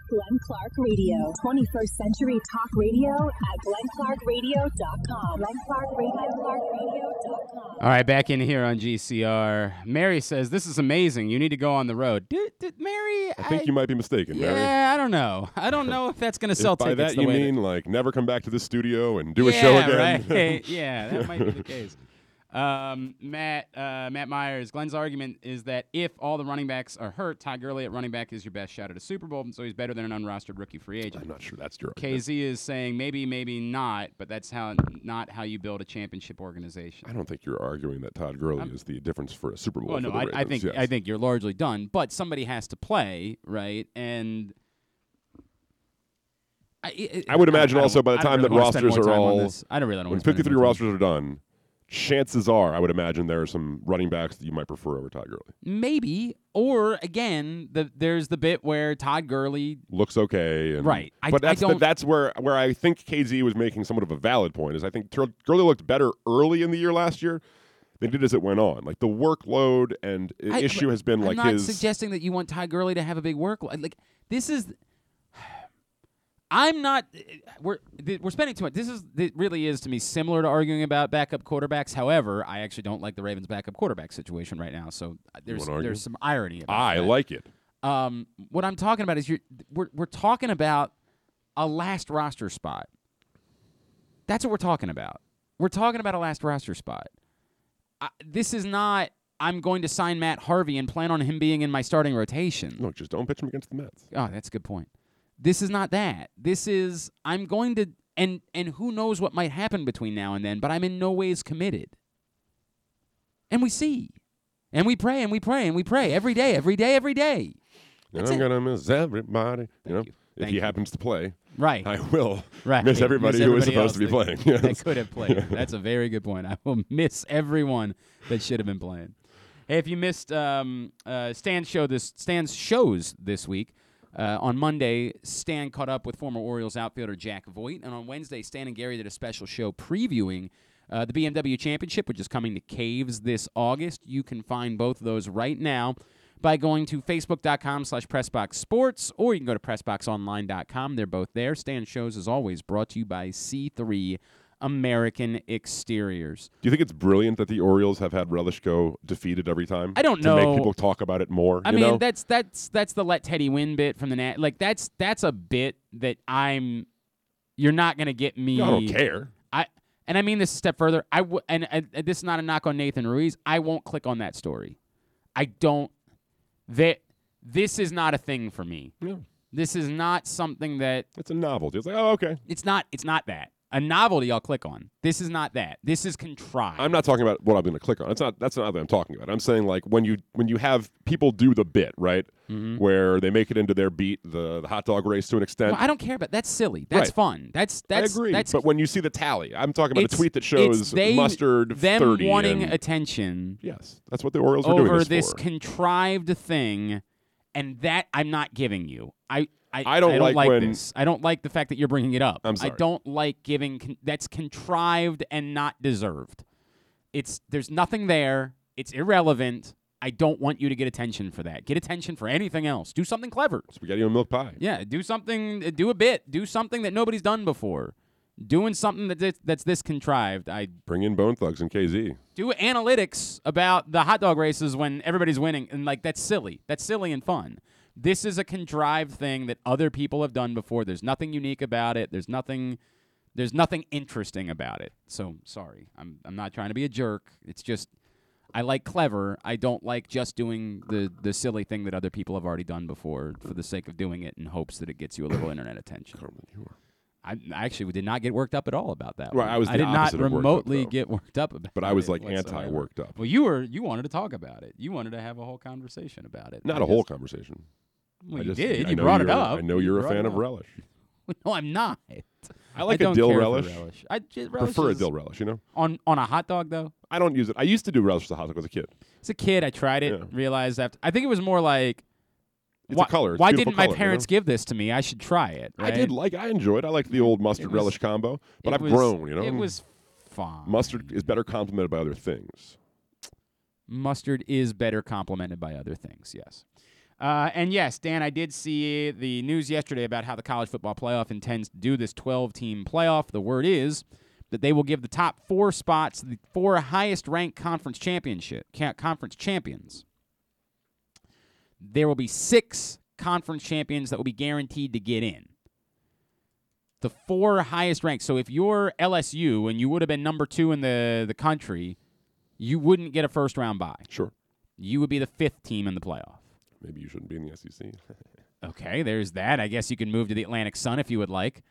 Speaker 13: Glenn Clark Radio. 21st Century Talk Radio at glennclarkradio.com. glennclarkradio.com.
Speaker 2: All right, back in here on GCR. Mary says, This is amazing. You need to go on the road. Did, did Mary?
Speaker 1: I think you might be mistaken,
Speaker 2: yeah,
Speaker 1: Mary.
Speaker 2: I don't know. I don't know if that's going to
Speaker 1: If
Speaker 2: sell
Speaker 1: by
Speaker 2: tickets.
Speaker 1: that
Speaker 2: the
Speaker 1: you
Speaker 2: way
Speaker 1: mean like never come back to the studio and do
Speaker 2: yeah,
Speaker 1: a show again?
Speaker 2: Right. yeah, that might be the case. Um, Matt uh, Matt Myers, Glenn's argument is that if all the running backs are hurt, Todd Gurley at running back is your best shot at a Super Bowl, and so he's better than an unrostered rookie free agent. I'm
Speaker 1: not sure that's true.
Speaker 2: KZ is saying maybe, maybe not, but that's how not how you build a championship organization.
Speaker 1: I don't think you're arguing that Todd Gurley
Speaker 2: I'm-
Speaker 1: is the difference for a Super Bowl.
Speaker 2: Well, Oh, no,
Speaker 1: for the
Speaker 2: I, I
Speaker 1: Ravens,
Speaker 2: think
Speaker 1: yes.
Speaker 2: I think you're largely done, but somebody has to play, right? And I, it-
Speaker 1: I would
Speaker 2: don't-
Speaker 1: imagine
Speaker 2: don't-
Speaker 1: also by the
Speaker 2: I don't
Speaker 1: time
Speaker 2: really
Speaker 1: that
Speaker 2: wanna spend
Speaker 1: rosters
Speaker 2: more
Speaker 1: are
Speaker 2: time on
Speaker 1: all,
Speaker 2: this. I don't really don't.
Speaker 1: When 53 rosters are done, chances are I would imagine there are some running backs that you might prefer over Todd Gurley.
Speaker 2: Maybe. Or again, the, there's the bit where Todd Gurley.
Speaker 1: Looks okay, and,
Speaker 2: Right. I-
Speaker 1: but
Speaker 2: I
Speaker 1: that's the-
Speaker 2: don't-
Speaker 1: that's where where I think KZ was making somewhat of a valid point is I think Tur- Gurley looked better early in the year last year than he did as it went on. Like the workload and i-
Speaker 2: I-
Speaker 1: issue has been
Speaker 2: I'm
Speaker 1: like
Speaker 2: not
Speaker 1: his.
Speaker 2: suggesting that you want Todd Gurley to have a big workload. Like this is. I'm not. We're th- we're spending too much. This is it really is to me similar to arguing about backup quarterbacks. However, I actually don't like the Ravens' backup quarterback situation right now. So uh, there's
Speaker 1: wanna argue?
Speaker 2: there's some irony. About
Speaker 1: I
Speaker 2: that.
Speaker 1: like it.
Speaker 2: Um, what I'm talking about is you're we're we're talking about a last roster spot. That's what we're talking about. We're talking about a last roster spot. I, this is not. I'm going to sign Matt Harvey and plan on him being in my starting rotation.
Speaker 1: Look, just don't pitch him against the Mets.
Speaker 2: Oh, that's a good point. This is not that. This is I'm going to and and who knows what might happen between now and then, but I'm in no ways committed. And we see. And we pray and we pray and we pray every day, every day, every day.
Speaker 1: And I'm gonna miss everybody. you know, if he happens to play,
Speaker 2: Right.
Speaker 1: I will
Speaker 2: Right.
Speaker 1: miss everybody who was supposed
Speaker 2: else
Speaker 1: to be
Speaker 2: that-
Speaker 1: playing.
Speaker 2: That
Speaker 1: Yes.
Speaker 2: could have played.
Speaker 1: Yeah.
Speaker 2: That's a very good point. I will miss everyone that should have been playing. Hey, if you missed um, uh, Stan's show this Stan's shows this week. Uh, on Monday, Stan caught up with former Orioles outfielder Jack Voigt, and on Wednesday, Stan and Gary did a special show previewing uh, the BMW Championship, which is coming to Caves this August. You can find both of those right now by going to facebook.com slash pressboxsports or you can go to pressboxonline.com they're both there stan shows is always brought to you by c3 american exteriors
Speaker 1: Do you think it's brilliant that the Orioles have had Relishko defeated every time?
Speaker 2: I don't
Speaker 1: to
Speaker 2: know.
Speaker 1: make people talk about it more.
Speaker 2: i
Speaker 1: you
Speaker 2: mean
Speaker 1: know?
Speaker 2: that's that's that's the let teddy win bit from the nat like that's that's a bit that i'm you're not gonna get me
Speaker 1: I don't care.
Speaker 2: i and i mean this a step further i w- and, and, and this is not a knock on nathan ruiz i won't click on that story i don't that this is not a thing for me This is not something that
Speaker 1: it's a novelty. It's like, oh, okay.
Speaker 2: It's not. It's not that a novelty. I'll click on. This is not that. This is contrived.
Speaker 1: I'm not talking about what I'm going to click on. That's not that's not what I'm talking about. I'm saying like when you when you have people do the bit right,
Speaker 2: Mm-hmm.
Speaker 1: where they make it into their beat, the, the hot dog race to an extent.
Speaker 2: Well, I don't care about that's silly. That's
Speaker 1: Right.
Speaker 2: fun. That's that's
Speaker 1: I agree.
Speaker 2: that's
Speaker 1: but when you see the tally, I'm talking about a
Speaker 2: it's-
Speaker 1: tweet that
Speaker 2: it's
Speaker 1: shows
Speaker 2: they-
Speaker 1: mustard
Speaker 2: them
Speaker 1: 30
Speaker 2: wanting
Speaker 1: and-
Speaker 2: attention.
Speaker 1: Yes, that's what the Orioles are
Speaker 2: over
Speaker 1: doing this,
Speaker 2: this
Speaker 1: for.
Speaker 2: contrived thing, and that I'm not giving you. I I,
Speaker 1: I don't like when-
Speaker 2: this. I don't like the fact that you're bringing it up.
Speaker 1: I'm
Speaker 2: I
Speaker 1: sorry.
Speaker 2: don't like giving. Con- that's contrived and not deserved. It's there's nothing there. It's irrelevant. I don't want you to get attention for that. Get attention for anything else. Do something clever.
Speaker 1: Spaghetti and milk pie.
Speaker 2: Yeah, do something. Do a bit. Do something that nobody's done before. Doing something that that's- that's this contrived. I
Speaker 1: Bring in Bone Thugs and KZ.
Speaker 2: do analytics about the hot dog races when everybody's winning and like that's silly that's silly and fun this is a contrived thing that other people have done before there's nothing unique about it there's nothing there's nothing interesting about it so sorry i'm, I'm not trying to be a jerk it's just i like clever i don't like just doing the, the silly thing that other people have already done before for the sake of doing it in hopes that it gets you a little internet attention I I actually did not get worked up at all about that.
Speaker 1: Right,
Speaker 2: one.
Speaker 1: I was
Speaker 2: I
Speaker 1: the
Speaker 2: did not
Speaker 1: opposite of worked up,
Speaker 2: remotely
Speaker 1: though.
Speaker 2: get worked up about
Speaker 1: But I
Speaker 2: it
Speaker 1: was, like,
Speaker 2: whatsoever.
Speaker 1: anti-worked up.
Speaker 2: Well, you were you wanted to talk about it. You wanted to have a whole conversation about it.
Speaker 1: Not
Speaker 2: a
Speaker 1: a whole conversation. I
Speaker 2: Well, you
Speaker 1: just-
Speaker 2: did.
Speaker 1: I
Speaker 2: You
Speaker 1: know
Speaker 2: brought it
Speaker 1: you're-
Speaker 2: up.
Speaker 1: I know you're
Speaker 2: You
Speaker 1: a
Speaker 2: brought
Speaker 1: fan
Speaker 2: it
Speaker 1: of
Speaker 2: up.
Speaker 1: relish.
Speaker 2: no, I'm not.
Speaker 1: I like
Speaker 2: a
Speaker 1: a dill relish.
Speaker 2: relish. relish. I j- relish
Speaker 1: prefer a
Speaker 2: is-
Speaker 1: dill relish. You know,
Speaker 2: on on a hot dog though.
Speaker 1: I don't use it. I used to do relish with a hot dog as a kid.
Speaker 2: As a kid, I tried it. Realized after I think it was more like.
Speaker 1: It's a
Speaker 2: why,
Speaker 1: color. It's
Speaker 2: why
Speaker 1: beautiful
Speaker 2: didn't
Speaker 1: color,
Speaker 2: my
Speaker 1: you
Speaker 2: parents
Speaker 1: know?
Speaker 2: give this to me? I should try it.
Speaker 1: I did like. I enjoyed. I liked the old mustard
Speaker 2: was-
Speaker 1: relish combo, but
Speaker 2: it
Speaker 1: I've
Speaker 2: was-
Speaker 1: grown. You know,
Speaker 2: it was fine.
Speaker 1: Mustard is better complemented by other things.
Speaker 2: mustard is better complemented by other things. Yes. Uh, and yes, Dan, I did see the news yesterday about how the college football playoff intends to do this 12 team playoff. The word is that they will give the top four spots the four highest ranked conference championship ca- conference champions. There will be six conference champions that will be guaranteed to get in. The four highest ranked. So if you're LSU and you would have been number two in the, the country, you wouldn't get a first round bye.
Speaker 1: Sure.
Speaker 2: You would be the fifth team in the playoff.
Speaker 1: Maybe you shouldn't be in the E SEC.
Speaker 2: Okay, there's that. I guess you can move to the Atlantic Sun if you would like.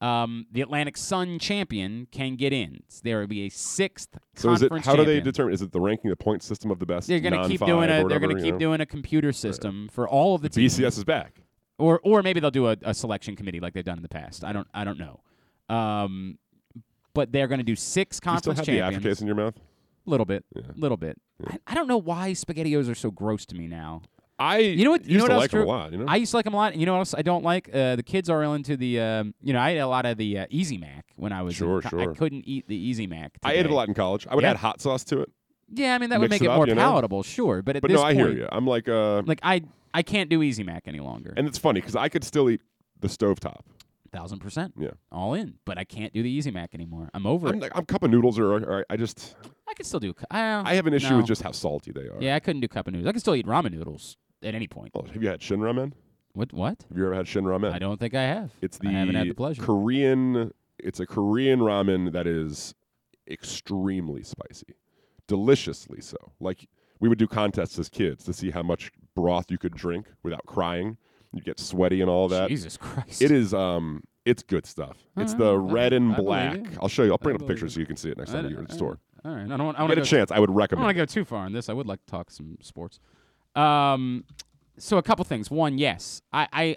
Speaker 2: Um, the Atlantic Sun champion can get in. There will be a sixth
Speaker 1: So is
Speaker 2: conference
Speaker 1: it how do they
Speaker 2: champion.
Speaker 1: determine? Is it the ranking, the point system of the best?
Speaker 2: They're
Speaker 1: going to
Speaker 2: keep doing a. They're going to keep doing a computer system for all of the.
Speaker 1: The BCS is back.
Speaker 2: Or or maybe they'll do a, a selection committee like they've done in the past. I don't I don't know. Um, but they're going to do six
Speaker 1: You still
Speaker 2: conference
Speaker 1: have
Speaker 2: champions.
Speaker 1: the aftertaste in your mouth.
Speaker 2: A little bit, a little bit. I, I don't know why SpaghettiOs are so gross to me now.
Speaker 1: I
Speaker 2: you know what you
Speaker 1: used
Speaker 2: know what
Speaker 1: to
Speaker 2: else
Speaker 1: like 'em a
Speaker 2: Drew?
Speaker 1: lot, you know?
Speaker 2: I used to like them a lot. And you know what else I don't like? Uh, the kids are into the um, you know I ate a lot of the uh, Easy Mac when I was in
Speaker 1: Sure,
Speaker 2: co- I
Speaker 1: sure.
Speaker 2: couldn't eat the Easy Mac.
Speaker 1: I ate it
Speaker 2: today.
Speaker 1: a lot in college. I would
Speaker 2: Yeah.
Speaker 1: add hot sauce to it.
Speaker 2: Yeah, I mean that would
Speaker 1: mix
Speaker 2: make it,
Speaker 1: up,
Speaker 2: more
Speaker 1: you know?
Speaker 2: palatable, sure. But at
Speaker 1: But
Speaker 2: this
Speaker 1: no, I hear
Speaker 2: point-
Speaker 1: you. I'm like uh,
Speaker 2: like I I can't do Easy Mac any longer.
Speaker 1: and it's funny because I could still eat the stovetop.
Speaker 2: Thousand percent.
Speaker 1: Yeah.
Speaker 2: All in, but I can't do the Easy Mac anymore. I'm over
Speaker 1: I'm,
Speaker 2: it.
Speaker 1: like, I'm cup of noodles or, or I just
Speaker 2: I can still do. cu- Uh,
Speaker 1: I have an issue
Speaker 2: no.
Speaker 1: with just how salty they are.
Speaker 2: Yeah, I couldn't do cup of noodles. I can still eat ramen noodles at any point.
Speaker 1: Oh, have you had shin ramen?
Speaker 2: What? What?
Speaker 1: Have you ever had shin ramen? I
Speaker 2: don't think I have.
Speaker 1: It's the
Speaker 2: I haven't had the pleasure.
Speaker 1: Korean. It's a Korean ramen that is extremely spicy, deliciously so. Like we would do contests as kids to see how much broth you could drink without crying. You get sweaty and all that.
Speaker 2: Jesus Christ!
Speaker 1: It is. Um, it's good stuff. it's
Speaker 2: All
Speaker 1: the
Speaker 2: right. I-
Speaker 1: red and
Speaker 2: I believe
Speaker 1: black.
Speaker 2: you.
Speaker 1: I'll show you. I'll
Speaker 2: I
Speaker 1: print up a
Speaker 2: believe
Speaker 1: picture
Speaker 2: you.
Speaker 1: so you can see it next
Speaker 2: I
Speaker 1: time
Speaker 2: don't-
Speaker 1: you're at the
Speaker 2: I-
Speaker 1: store.
Speaker 2: All right. I don't want. I want
Speaker 1: Get a chance, I would recommend
Speaker 2: I don't
Speaker 1: it.
Speaker 2: want to go too far on this. I would like to talk some sports. Um, so a couple things. One, yes, I, I.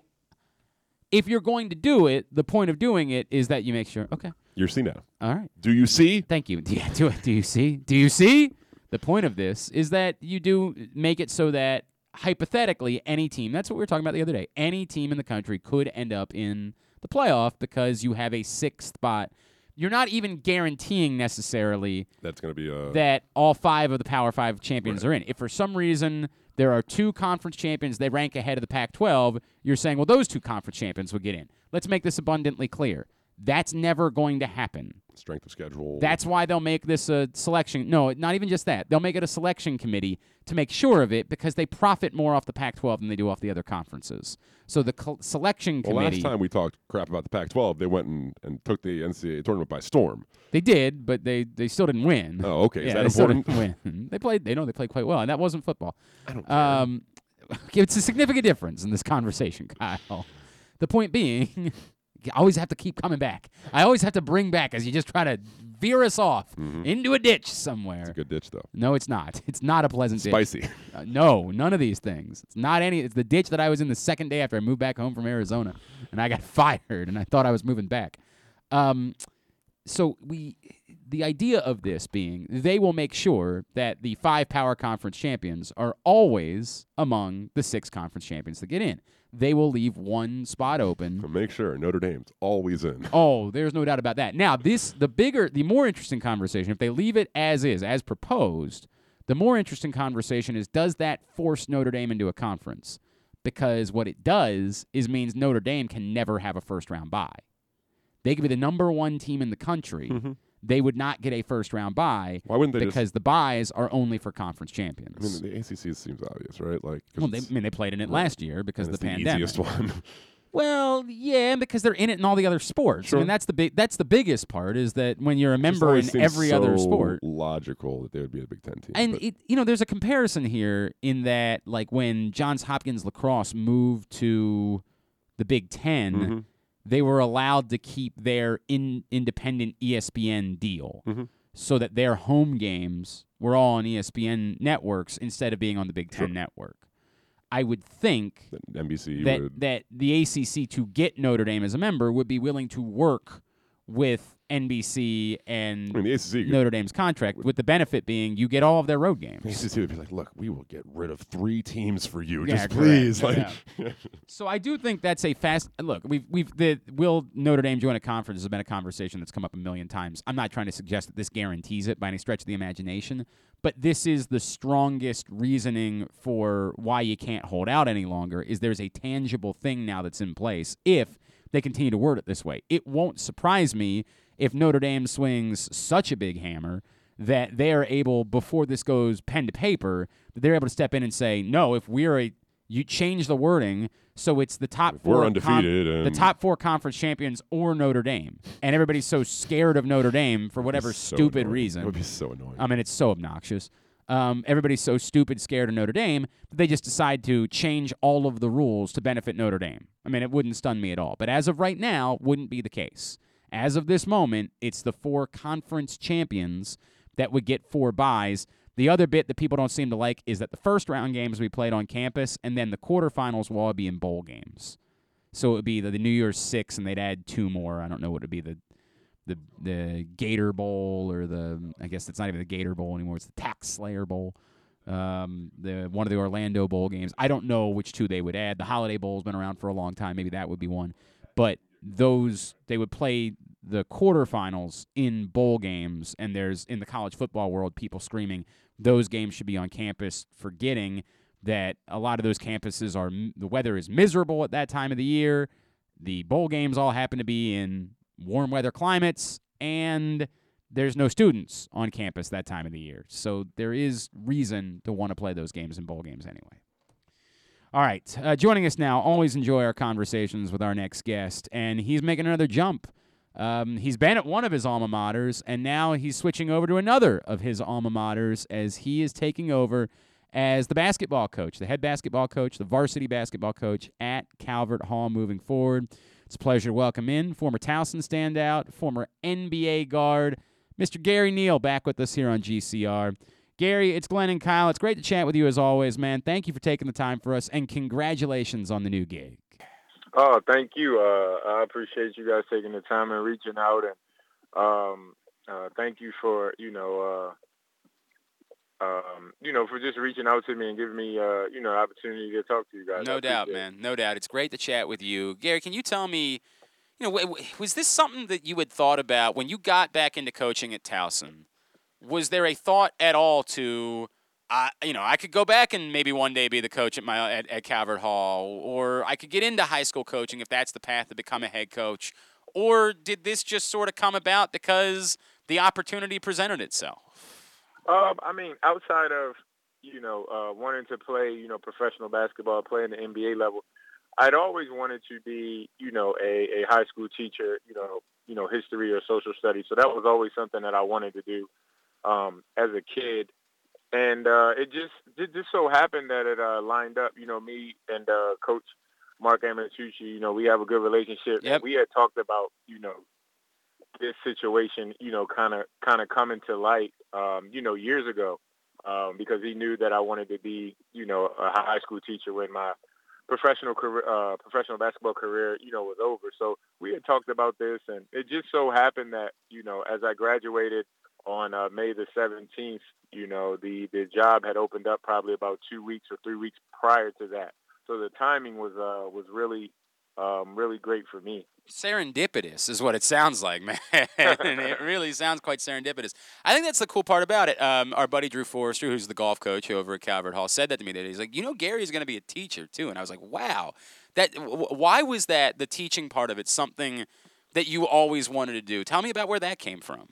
Speaker 2: If you're going to do it, the point of doing it is that you make sure. Okay.
Speaker 1: You're see now.
Speaker 2: All right.
Speaker 1: Do you see?
Speaker 2: Thank you. Yeah, do it. Do you see? Do you see? The point of this is that you do make it so that hypothetically any team, that's what we were talking about the other day, any team in the country could end up in the playoff because you have a sixth spot. You're not even guaranteeing necessarily
Speaker 1: That's going to be uh, a
Speaker 2: that all five of the Power Five champions are in. If for some reason there are two conference champions, they rank ahead of the Pac 12, you're saying, well, those two conference champions will get in. Let's make this abundantly clear. That's never going to happen.
Speaker 1: strength of schedule.
Speaker 2: That's why they'll make this a selection. No, not even just that. They'll make it a selection committee to make sure of it because they profit more off the Pac 12 than they do off the other conferences. So the col- selection
Speaker 1: Well,
Speaker 2: committee.
Speaker 1: last time we talked crap about the Pac-12, they went and, and took the NCAA tournament by storm.
Speaker 2: They did, but they, they still didn't win.
Speaker 1: Oh, okay. Is
Speaker 2: Yeah,
Speaker 1: that
Speaker 2: they still
Speaker 1: important?
Speaker 2: didn't win. They played. They know they played quite well, and that wasn't football. I don't. Um, it's a significant difference in this conversation, Kyle. The point being, you always have to keep coming back. I always have to bring back as you just try to veer us off into a ditch somewhere. It's a
Speaker 1: Mm-hmm. good ditch, though.
Speaker 2: No, it's not. It's not a pleasant ditch.
Speaker 1: Spicy.
Speaker 2: Uh, no, none of these things. It's not any. It's the ditch that I was in the second day after I moved back home from Arizona, and I got fired, and I thought I was moving back. Um, so we, the idea of this being, they will make sure that the five power conference champions are always among the six conference champions that get in. They will leave one spot open.
Speaker 1: make sure Notre Dame's always in.
Speaker 2: Oh, there's no doubt about that. Now, this the bigger, the more interesting conversation. If they leave it as is, as proposed, the more interesting conversation is: Does that force Notre Dame into a conference? Because what it does is means Notre Dame can never have a first round bye. They could be the number one team in the country. They would not get a first round bye. Why
Speaker 1: Mm-hmm. wouldn't they just-
Speaker 2: Because the buys are only for conference champions.
Speaker 1: I mean, the ACC seems obvious, right? Like, 'cause
Speaker 2: Well, they, I
Speaker 1: it's-
Speaker 2: mean, they played in it
Speaker 1: Right.
Speaker 2: last year because
Speaker 1: And
Speaker 2: of the
Speaker 1: it's the
Speaker 2: pandemic.
Speaker 1: easiest one.
Speaker 2: Well, yeah, and because they're in it in all the other sports. I
Speaker 1: Sure.
Speaker 2: mean, that's the big that's the biggest part is that when you're a
Speaker 1: Just
Speaker 2: member
Speaker 1: always
Speaker 2: in
Speaker 1: seems
Speaker 2: every other
Speaker 1: so
Speaker 2: sport.
Speaker 1: Logical that they would be a Big Ten team.
Speaker 2: And
Speaker 1: but
Speaker 2: it, you know, there's a comparison here in that like when Johns Hopkins lacrosse moved to the Big 10,
Speaker 1: Mhm.
Speaker 2: they were allowed to keep their in, independent E ESPN deal.
Speaker 1: Mm-hmm.
Speaker 2: So that their home games were all on E ESPN networks instead of being on the Big Ten network. I would think
Speaker 1: NBC
Speaker 2: that
Speaker 1: would.
Speaker 2: that the ACC to get Notre Dame as a member would be willing to work with NBC and
Speaker 1: I mean, the ACC could-
Speaker 2: Notre Dame's contract, with the benefit being you get all of their road games.
Speaker 1: ACC would be like, look, we will get rid of three teams for you.
Speaker 2: Yeah,
Speaker 1: Just
Speaker 2: correct.
Speaker 1: please. Like,
Speaker 2: Yeah. so I do think that's a fast look. We've we've the will Notre Dame join a conference has been a conversation that's come up a million times. I'm not trying to suggest that this guarantees it by any stretch of the imagination, but this is the strongest reasoning for why you can't hold out any longer. Is there's a tangible thing now that's in place if they continue to word it this way. It won't surprise me if Notre Dame swings such a big hammer that they are able, before this goes pen to paper, that they're able to step in and say, no, if we're a you change the wording so it's the top
Speaker 1: we're
Speaker 2: four
Speaker 1: undefeated
Speaker 2: the
Speaker 1: and-
Speaker 2: top four conference champions or Notre Dame. And everybody's so scared of Notre Dame for whatever
Speaker 1: so
Speaker 2: stupid
Speaker 1: annoying.
Speaker 2: reason.
Speaker 1: It would be so annoying.
Speaker 2: I mean, it's so obnoxious. Um, everybody's so stupid, scared of Notre Dame that they just decide to change all of the rules to benefit Notre Dame. I mean, it wouldn't stun me at all. But as of right now, wouldn't be the case. As of this moment, it's the four conference champions that would get four buys. The other bit that people don't seem to like is that the first round games we played on campus, and then the quarterfinals will all be in bowl games. So it would be the, the New Year's six, and they'd add two more. I don't know what would be the the the Gator Bowl or the I guess it's not even the Gator Bowl anymore. It's the Tax Slayer Bowl. Um, the one of the Orlando Bowl games. I don't know which two they would add. The Holiday Bowl's been around for a long time. Maybe that would be one. But those they would play the quarterfinals in bowl games, and there's in the college football world people screaming those games should be on campus, forgetting that a lot of those campuses are the weather is miserable at that time of the year. The bowl games all happen to be in warm weather climates, and there's no students on campus that time of the year. So there is reason to want to play those games and bowl games anyway. All right, uh, joining us now, always enjoy our conversations with our next guest, and he's making another jump. Um, he's been at one of his alma maters, and now he's switching over to another of his alma maters as he is taking over as the basketball coach, the head basketball coach, the varsity basketball coach at Calvert Hall moving forward. It's a pleasure to welcome in former Towson standout, former NBA guard, Mr. Gary Neal, back with us here on GCR. Gary, it's Glenn and Kyle. It's great to chat with you as always, man. Thank you for taking the time for us, and congratulations on the new gig.
Speaker 12: Oh, thank you. Uh, I appreciate you guys taking the time and reaching out, and um, uh, thank you for you know, uh, um, you know, for just reaching out to me and giving me uh, you know, the opportunity to talk to you guys. I
Speaker 2: No doubt,
Speaker 12: appreciate it.
Speaker 2: man. No doubt. It's great to chat with you. Gary, can you tell me, you know, w- w- was this something that you had thought about when you got back into coaching at Towson? Was there a thought at all to, I, you know, I could go back and maybe one day be the coach at my at, at Calvert Hall, or I could get into high school coaching if that's the path to become a head coach, or did this just sort of come about because the opportunity presented itself?
Speaker 12: Um, I mean, outside of you know uh, wanting to play, you know, professional basketball, playing the NBA level, I'd always wanted to be, you know, a, a high school teacher, you know, you know, history or social studies. So that was always something that I wanted to do um, as a kid, and uh, it just it just so happened that it uh, lined up. You know, me and uh, Coach Mark Amatucci, you know, we have a good relationship. and We had talked about, you know, this situation, you know, kind of kind of coming to light, um, you know, years ago, um, because he knew that I wanted to be, you know, a high school teacher when my professional career, uh, professional basketball career, you know, was over. So we had talked about this, and it just so happened that, you know, as I graduated on uh, May the 17th, you know, the the job had opened up probably about two weeks or three weeks prior to that. So the timing was uh, was really um, really great for me.
Speaker 2: serendipitous is what it sounds like man it really sounds quite serendipitous i think that's the cool part about it um, our buddy drew forrester who's the golf coach over at calvert hall said that to me that he's like you know gary's going to be a teacher too and i was like wow that w- w- why was that the teaching part of it something that you always wanted to do tell me about where that came from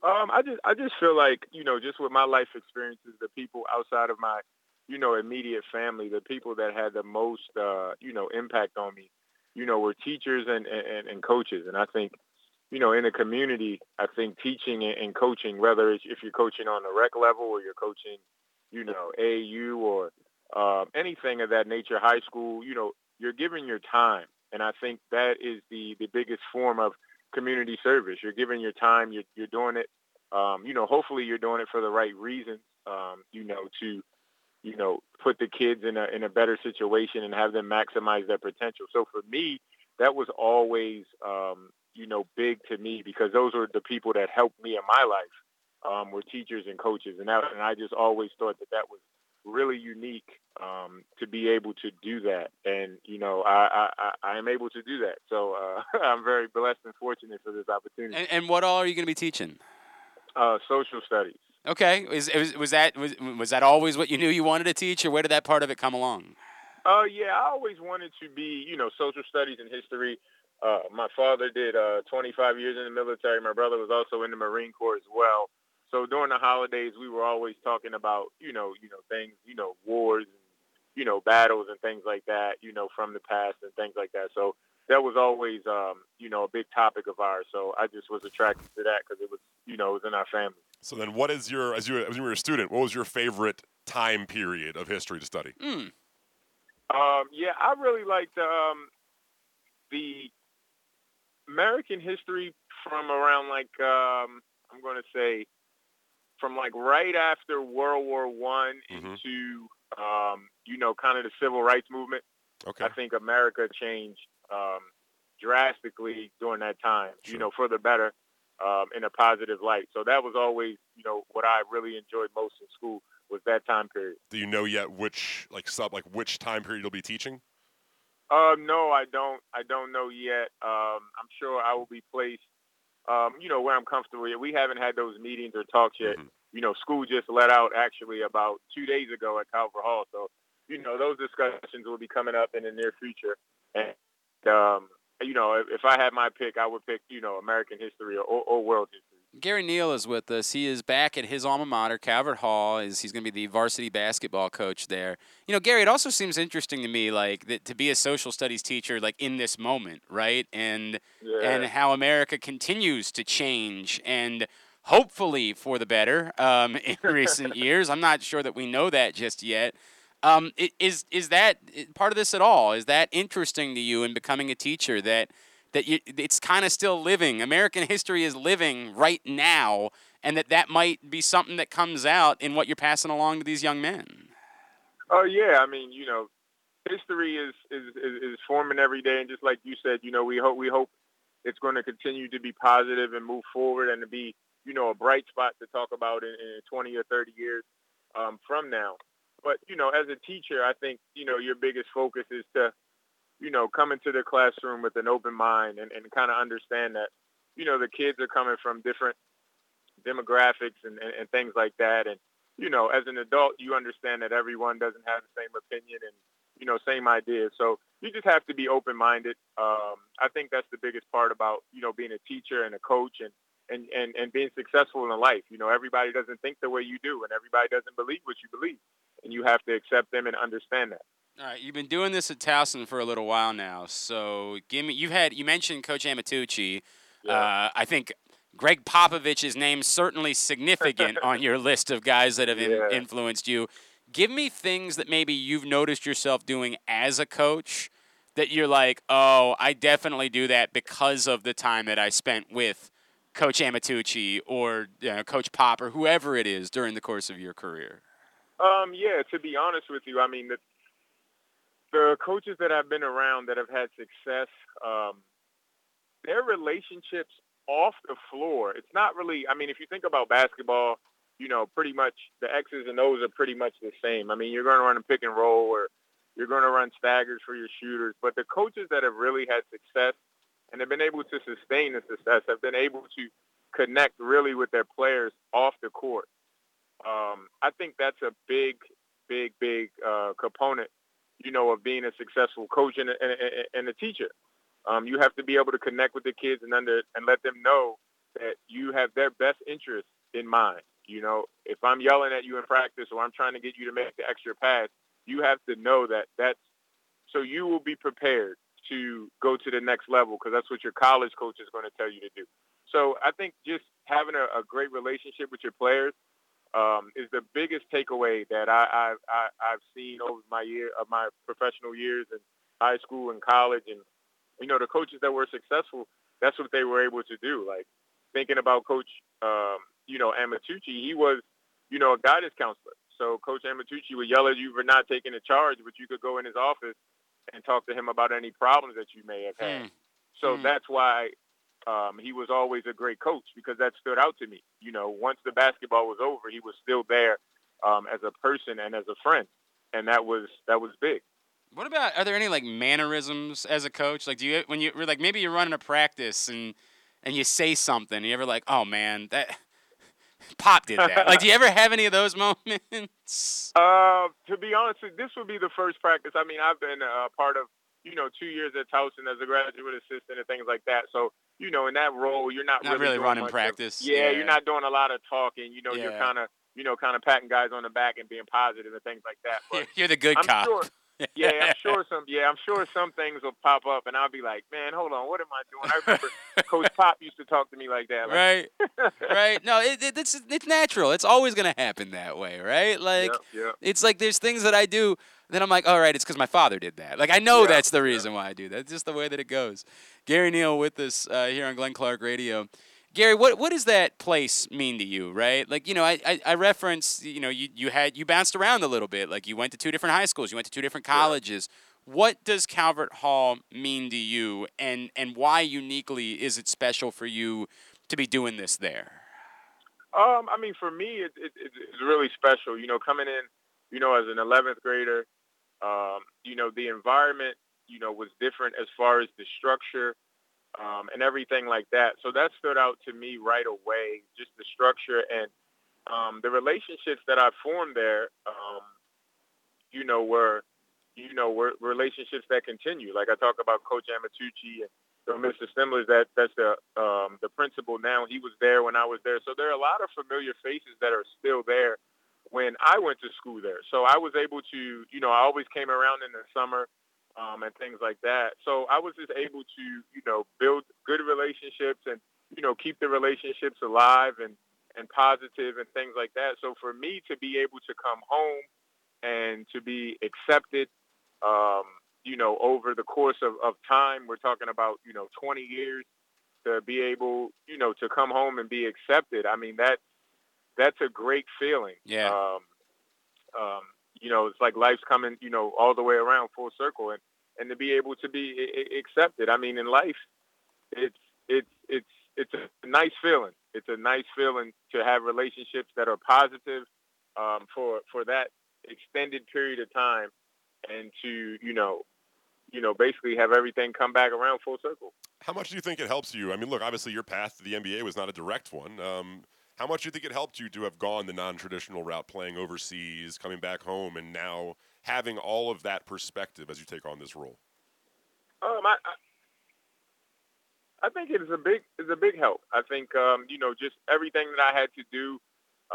Speaker 12: Um, I just I just feel like you know, just with my life experiences, the people outside of my you know immediate family, the people that had the most uh, you know impact on me, you know, were teachers and and, and coaches, and I think you know in the community, I think teaching and, and coaching, whether it's if you're coaching on the rec level or you're coaching, you know, AU or um, anything of that nature, high school, you know, you're giving your time, and I think that is the the biggest form of community service. You're giving your time. You're, you're doing it. Um, you know, hopefully you're doing it for the right reasons. Um, you know, to you know put the kids in a in a better situation and have them maximize their potential. So for me, that was always um, you know, big to me because those were the people that helped me in my life um, were teachers and coaches, and that, and I just always thought that that was really unique um, to be able to do that, and you know, I I, I I am able to do that, so uh, I'm very blessed and fortunate for this opportunity.
Speaker 2: And, and what all are you going to be teaching?
Speaker 12: Uh, social studies.
Speaker 2: Okay, is, is was that was, was that always what you knew you wanted to teach, or where did that part of it come along?
Speaker 12: Oh yeah, I always wanted to be, you know, social studies and history. Uh, my father did uh, 25 years in the military. My brother was also in the Marine Corps as well. So during the holidays, we were always talking about, you know, you know things, you know, wars, and, you know, battles and things like that, you know, from the past and things like that. So that was always, um, you know, a big topic of ours. So I just was attracted to that because it was, you know, it was in our family.
Speaker 1: So then, what is your as you as you were a student? What was your favorite time period of history to study?
Speaker 12: Um, yeah, I really liked um, the American history from around like um, I'm going to say from like right after World War One into um, you know kind of the civil rights movement.
Speaker 1: Okay.
Speaker 12: I think America changed um, drastically during that time. You know, for the better, um, in a positive light. So that was always you know what I really enjoyed most in school was that time period.
Speaker 1: Do you know yet which like sub like which time period you'll be teaching?
Speaker 12: Um, no, I don't. I don't know yet. Um, I'm sure I will be placed, um, you know, where I'm comfortable. We haven't had those meetings or talks yet. You know, school just let out actually about two days ago at Calvert Hall. So, you know, those discussions will be coming up in the near future. And, um, you know, if, if I had my pick, I would pick, you know, American history or, or world history.
Speaker 2: Gary Neal is with us. He is back at his alma mater, Calvert Hall. Is he's going to be the varsity basketball coach there? You know, Gary, it also seems interesting to me, like that to be a social studies teacher, like in this moment, right? And and
Speaker 12: Yeah.
Speaker 2: how America continues to change and hopefully for the better um, in recent years. I'm not sure that we know that just yet. Um, i- is is that i- part of this at all? Is that interesting to you in becoming a teacher that that you, it's kind of still living? American history is living right now, and that that might be something that comes out in what you're passing along to these young men.
Speaker 12: Oh yeah, I mean, you know, history is is, is, is forming every day, and just like you said, you know, we hope we hope it's going to continue to be positive and move forward, and to be you know a bright spot to talk about in, in 20 or 30 years um, from now. But you know, as a teacher, I think you know your biggest focus is to you know come into the classroom with an open mind and, and kind of understand that you know the kids are coming from different demographics and, and, and things like that. And, you know, as an adult, you understand that everyone doesn't have the same opinion and, you know, same ideas. So you just have to be open-minded. Um, I think that's the biggest part about, you know, being a teacher and a coach and, and, and, and being successful in life. You know, everybody doesn't think the way you do and everybody doesn't believe what you believe. And you have to accept them and understand that.
Speaker 2: All right, you've been doing this at Towson for a little while now, so give me. You've had you mentioned Coach Amatucci. Uh, I think Greg Popovich's name certainly significant on your list of guys that have in-
Speaker 12: Yeah.
Speaker 2: influenced you. Give me things that maybe you've noticed yourself doing as a coach that you're like, oh, I definitely do that because of the time that I spent with Coach Amatucci or you know, Coach Pop or whoever it is during the course of your career.
Speaker 12: Um, yeah, to be honest with you, I mean, the, the coaches that I've been around that have had success, um, their relationships off the floor, it's not really, I mean, if you think about basketball, you know, pretty much the X's and O's are pretty much the same. I mean, you're going to run a pick and roll or you're going to run staggers for your shooters. But the coaches that have really had success and have been able to sustain the success have been able to connect really with their players off the court. Um, I think that's a big, big, big uh, component, you know, of being a successful coach and a, and a, and a teacher. Um, you have to be able to connect with the kids and under and let them know that you have their best interest in mind. You know, if I'm yelling at you in practice or I'm trying to get you to make the extra pass, you have to know that that's so you will be prepared to go to the next level because that's what your college coach is going to tell you to do. So I think just having a, a great relationship with your players um, is the biggest takeaway that I, I, I I've seen over my year of my professional years in high school and college, and you know the coaches that were successful, that's what they were able to do. Like thinking about Coach, um, you know Amatucci, he was you know a guidance counselor. So Coach Amatucci would yell at you for not taking a charge, but you could go in his office and talk to him about any problems that you may have had. So that's why um, he was always a great coach because that stood out to me. You know, once the basketball was over, he was still there um, as a person and as a friend, and that was that was big.
Speaker 2: What about are there any like mannerisms as a coach? Like do you when you like maybe you're running a practice and and you say something and you ever like, "Oh man, that Pop did that." like do you ever have any of those moments?
Speaker 12: Uh, to be honest, with you, this would be the first practice. I mean, I've been a part of you know two years at Towson as a graduate assistant and things like that. So you know, in that role, you're not,
Speaker 2: Not really
Speaker 12: doing
Speaker 2: running
Speaker 12: much of-
Speaker 2: practice.
Speaker 12: yeah,
Speaker 2: Yeah.
Speaker 12: you're not doing a lot of talking. You know, you're
Speaker 2: Yeah.
Speaker 12: kind of you know kind of patting guys on the back and being positive and things like that. But
Speaker 2: You're the good
Speaker 12: I'm
Speaker 2: cop.
Speaker 12: sure- yeah, I'm sure some. Yeah, I'm sure some things will pop up, and I'll be like, "Man, hold on, what am I doing?" I remember Coach Pop used to talk to me like that. Like,
Speaker 2: right. right. No, it, it, it's it's natural. It's always gonna happen that way, right? Like
Speaker 12: yeah.
Speaker 2: it's like there's things that I do. Then I'm like, all right, it's because my father did that. Like I know
Speaker 14: Yeah,
Speaker 2: that's the reason why I do that. It's just the way that it goes. Gary Neal with us uh, here on Glenn Clark Radio. Gary, what what does that place mean to you, right? Like you know, I I, I reference you know you you had you bounced around a little bit. Like you went to two different high schools, you went to two different colleges. What does Calvert Hall mean to you, and and why uniquely is it special for you to be doing this there?
Speaker 12: Um, I mean, for me, it, it, it- it's really special. You know, coming in, you know, as an 11th grader, um, you know, the environment, you know, was different as far as the structure um, and everything like that. So that stood out to me right away, just the structure and um, the relationships that I formed there. Um, you know, were you know were relationships that continue. Like I talk about Coach Amatucci and so Mr. Stimlers, that that's the um, the principal now. He was there when I was there, so there are a lot of familiar faces that are still there when I went to school there. So I was able to, you know, I always came around in the summer um, and things like that. So I was just able to, you know, build good relationships and you know keep the relationships alive and and positive and things like that. So for me to be able to come home and to be accepted, um, you know, over the course of, of time, we're talking about, you know, 20 years to be able, you know, to come home and be accepted. I mean, that that's a great feeling.
Speaker 2: Yeah.
Speaker 12: Um, um, you know, it's like life's coming, you know, all the way around full circle and, and to be able to be I- I- accepted. I mean, in life, it's, it's, it's, it's a nice feeling. It's a nice feeling to have relationships that are positive um, for, for that extended period of time and to, you know, you know, basically have everything come back around full circle.
Speaker 1: How much do you think it helps you? I mean, look, obviously your path to the NBA was not a direct one. Um, how much do you think it helped you to have gone the non-traditional route, playing overseas, coming back home, and now having all of that perspective as you take on this role?
Speaker 12: Um, I, I- I think it is a big it's a big help. I think um, you know just everything that I had to do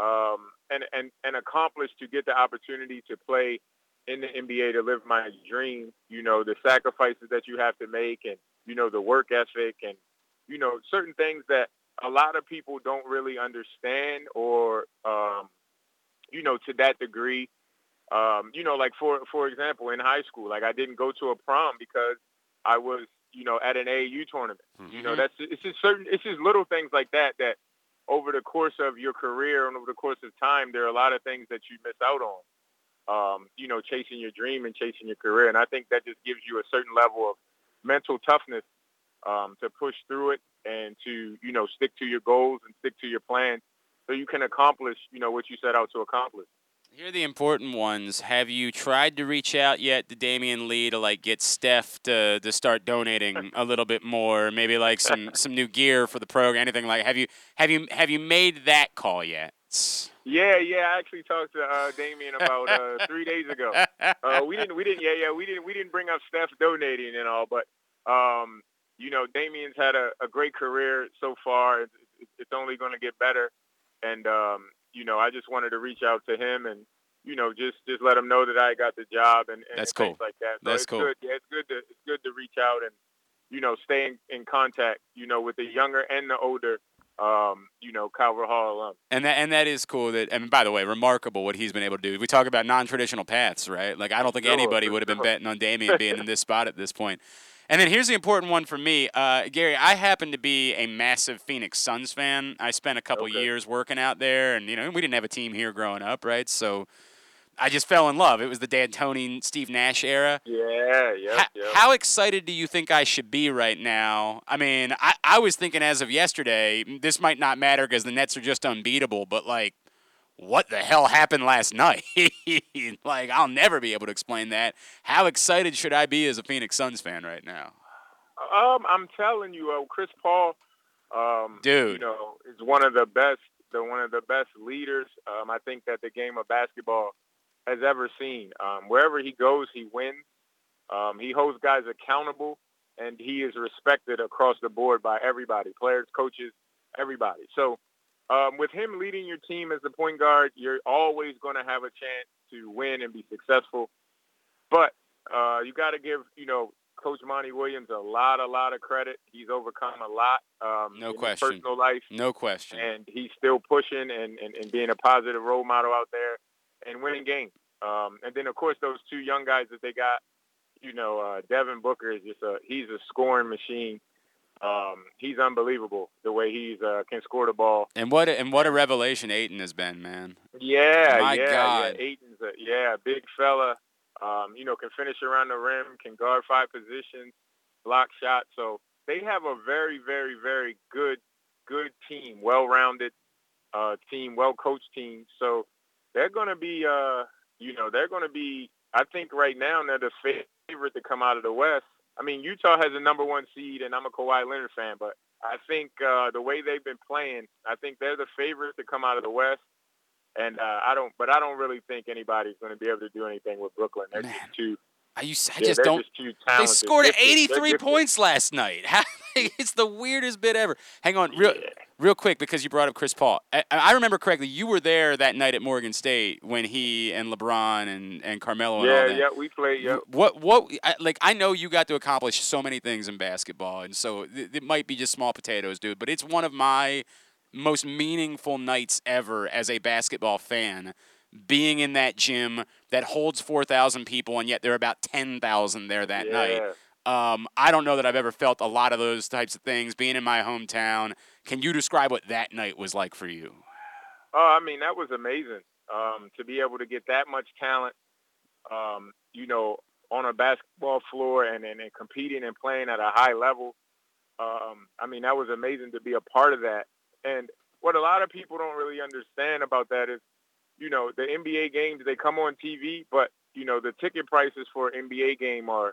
Speaker 12: um, and and and accomplish to get the opportunity to play in the NBA to live my dream. You know the sacrifices that you have to make and you know the work ethic and you know certain things that a lot of people don't really understand or um, you know to that degree. Um, you know, like for for example, in high school, like I didn't go to a prom because I was, you know, at an AAU tournament. You
Speaker 11: Mm-hmm.
Speaker 12: know, that's it's just certain it's just little things like that that over the course of your career and over the course of time, there are a lot of things that you miss out on. Um, you know, chasing your dream and chasing your career, and I think that just gives you a certain level of mental toughness um, to push through it and to you know stick to your goals and stick to your plan, so you can accomplish you know what you set out to accomplish.
Speaker 2: Here are the important ones. Have you tried to reach out yet to Damian Lee to like get Steph to, to start donating a little bit more? Maybe like some, some new gear for the program, anything like have you have you have you made that call yet?
Speaker 12: Yeah, yeah. I actually talked to uh, Damien about uh, three days ago. Uh, we didn't, we didn't. Yeah, yeah. We didn't, we didn't bring up Steph donating and all, but um, you know, Damien's had a, a great career so far. It's, it's only going to get better, and um, you know, I just wanted to reach out to him and you know, just just let him know that I got the job and, and
Speaker 2: That's
Speaker 12: things
Speaker 2: cool.
Speaker 12: like that. So
Speaker 2: That's
Speaker 12: it's
Speaker 2: cool.
Speaker 12: Good. Yeah, it's good to it's good to reach out and you know stay in, in contact. You know, with the younger and the older. Um, you know, Calvert Hall alum.
Speaker 2: And that and that is cool. That and by the way, remarkable what he's been able to do. We talk about non-traditional paths, right? Like I don't think
Speaker 14: Sure, Oh,
Speaker 2: anybody
Speaker 14: for
Speaker 2: would have been
Speaker 14: sure.
Speaker 2: betting on Damian being in this spot at this point. And then here's the important one for me, uh, Gary. I happen to be a massive Phoenix Suns fan. I spent a couple years working out there, and you know we didn't have a team here growing up, right? So I just fell in love. It was the Dan Tony, Steve Nash era.
Speaker 12: Yeah, yeah, yeah.
Speaker 2: How excited do you think I should be right now? I mean, I, I was thinking as of yesterday, this might not matter because the Nets are just unbeatable, but like, what the hell happened last night? like, I'll never be able to explain that. How excited should I be as a Phoenix Suns fan right now?
Speaker 12: Um, I'm telling you, uh, Chris Paul, um,
Speaker 2: Dude.
Speaker 12: you know, is one of the best, the one of the best leaders. Um, I think that the game of basketball has ever seen. Um, wherever he goes, he wins. Um, he holds guys accountable, and he is respected across the board by everybody, players, coaches, everybody. So um, with him leading your team as the point guard, you're always going to have a chance to win and be successful. But uh, you got to give, you know, Coach Monty Williams a lot, a lot of credit. He's overcome a lot um,
Speaker 2: No
Speaker 12: in his
Speaker 2: question.
Speaker 12: personal life
Speaker 2: No question.
Speaker 12: and he's still pushing and, and, and being a positive role model out there and winning games. Um, and then, of course, those two young guys that they got, you know, uh, Devin Booker is just a, he's a scoring machine. Um, he's unbelievable the way he's uh, can score the ball.
Speaker 2: And what a, and what a revelation Aiton has been, man.
Speaker 12: Yeah,
Speaker 2: My
Speaker 12: yeah,
Speaker 2: God.
Speaker 12: yeah. Aiton's a yeah, big fella. Um, you know, can finish around the rim, can guard five positions, block shots. So they have a very, very, very good, good team, well-rounded uh, team, well-coached team. So they're going to be, uh, you know, they're going to be. I think right now they're the favorite to come out of the West. I mean, Utah has the number one seed, and I'm a Kawhi Leonard fan, but I think uh, the way they've been playing, I think they're the favorite to come out of the West. And uh, I don't, but I don't really think anybody's going to be able to do anything with Brooklyn. They're just too.
Speaker 2: Are you? I
Speaker 12: yeah,
Speaker 2: just
Speaker 12: they're
Speaker 2: don't.
Speaker 12: too
Speaker 2: they
Speaker 12: talented.
Speaker 2: scored
Speaker 12: Gifted. They're
Speaker 2: 83
Speaker 12: gifted.
Speaker 2: points last night. How- it's the weirdest bit ever. Hang on, real, real quick, because you brought up Chris Paul. I, I remember correctly, you were there that night at Morgan State when he and LeBron and, and Carmelo and all
Speaker 12: Yeah,
Speaker 2: that.
Speaker 12: yeah, we play. Yeah,
Speaker 2: What what I, like I know you got to accomplish so many things in basketball, and so th- it might be just small potatoes, dude. But it's one of my most meaningful nights ever as a basketball fan, being in that gym that holds four thousand people, and yet there are about ten thousand there that night.
Speaker 12: Yeah.
Speaker 2: Um, I don't know that I've ever felt a lot of those types of things being in my hometown. Can you describe what that night was like for you?
Speaker 12: Oh, I mean, that was amazing um, to be able to get that much talent, um, you know, on a basketball floor and, and, and competing and playing at a high level. Um, I mean, that was amazing to be a part of that. And what a lot of people don't really understand about that is, you know, the NBA games, they come on TV, but, you know, the ticket prices for an NBA game are,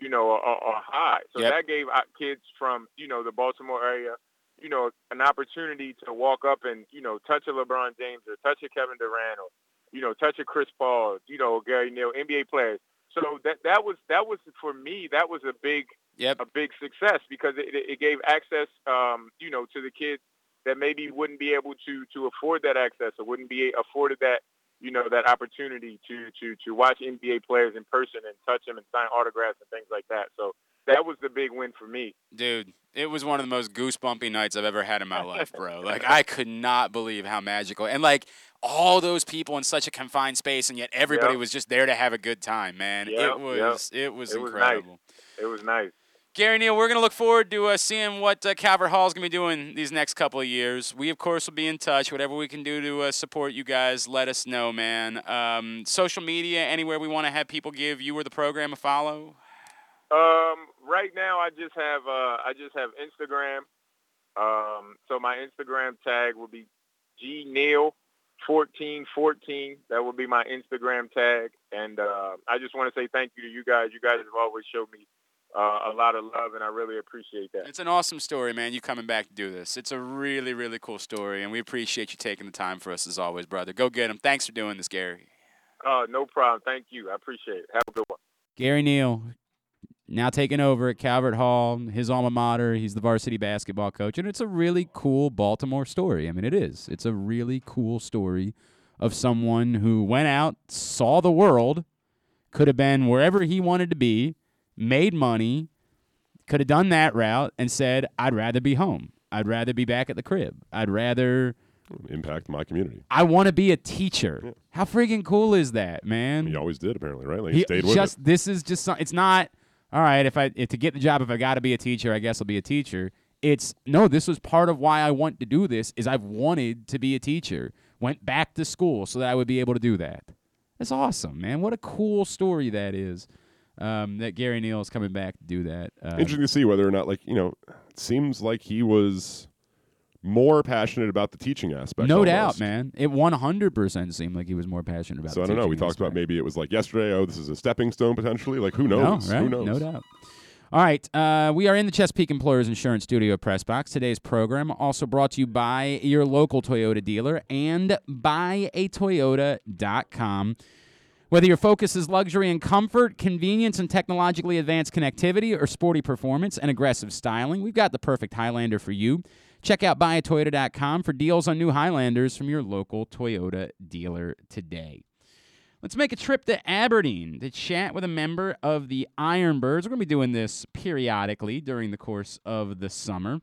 Speaker 12: you know, uh, are, are high. So
Speaker 2: Yep.
Speaker 12: that gave out kids from, you know, the Baltimore area you know, an opportunity to walk up and, you know, touch a LeBron James or touch a Kevin Durant or, you know, touch a Chris Paul, you know, Gary Neal, NBA players. So that that was that was for me that was a big
Speaker 2: Yep.
Speaker 12: a big success because it, it gave access um, you know to the kids that maybe wouldn't be able to to afford that access or wouldn't be afforded that you know that opportunity to to to watch NBA players in person and touch them and sign autographs and things like that. So that was the big win for me.
Speaker 2: Dude, it was one of the most goosebumpy nights I've ever had in my life, bro. Like I could not believe how magical and like all those people in such a confined space and yet everybody
Speaker 12: Yeah.
Speaker 2: was just there to have a good time, man.
Speaker 12: Yeah, yeah.
Speaker 2: it was it was
Speaker 12: nice.
Speaker 2: incredible.
Speaker 12: It was nice.
Speaker 2: Gary Neal, we're going to look forward to uh, seeing what uh, Calvert Hall is going to be doing these next couple of years. We, of course, will be in touch. Whatever we can do to uh, support you guys, let us know, man. Um, social media, anywhere we want to have people give you or the program a follow.
Speaker 12: Um, right now I just have uh, I just have Instagram. Um, so my Instagram tag will be G Neil fourteen fourteen. That will be my Instagram tag, and uh, I just want to say thank you to you guys. You guys have always showed me uh, a lot of love, and I really appreciate that.
Speaker 2: It's an awesome story, man. You coming back to do this. It's a really, really cool story, and we appreciate you taking the time for us as always, brother. Go get him. Thanks for doing this, Gary.
Speaker 12: Uh, no problem. Thank you. I appreciate it. Have a good one.
Speaker 15: Gary Neal now taking over at Calvert Hall, his alma mater. He's the varsity basketball coach, and it's a really cool Baltimore story. I mean, it is. It's a really cool story of someone who went out, saw the world, could have been wherever he wanted to be, made money, could have done that route, and said, "I'd rather be home. I'd rather be back at the crib. I'd rather."
Speaker 5: Impact my community.
Speaker 15: I want to be a teacher. How freaking cool is that, man?
Speaker 5: He always did, apparently, right? Like, he stayed with
Speaker 15: just this is just some, it's not all right if i if to get the job if i got to be a teacher i guess i'll be a teacher it's no this was part of why i want to do this is i've wanted to be a teacher went back to school so that i would be able to do that
Speaker 2: That's awesome, man. What a cool story that is. Um, that Gary Neal is coming back to do that. Uh,
Speaker 1: Interesting to see whether or not, like, you know, it seems like he was more passionate about the teaching aspect.
Speaker 2: No
Speaker 1: almost.
Speaker 2: doubt, man. It 100% seemed like he was more passionate about.
Speaker 1: So I don't know. We
Speaker 2: teaching
Speaker 1: talked about maybe it was like yesterday. Oh, this is a stepping stone potentially. Like who knows?
Speaker 2: No, right?
Speaker 1: Who knows?
Speaker 2: No doubt. All right, uh, we are in the Chesapeake Employers Insurance Studio press box. Today's program also brought to you by your local Toyota dealer and by a Toyota.com. Whether your focus is luxury and comfort, convenience and technologically advanced connectivity, or sporty performance and aggressive styling, we've got the perfect Highlander for you. Check out buyatoyota.com for deals on new Highlanders from your local Toyota dealer today. Let's make a trip to Aberdeen to chat with a member of the Ironbirds. We're going to be doing this periodically during the course of the summer.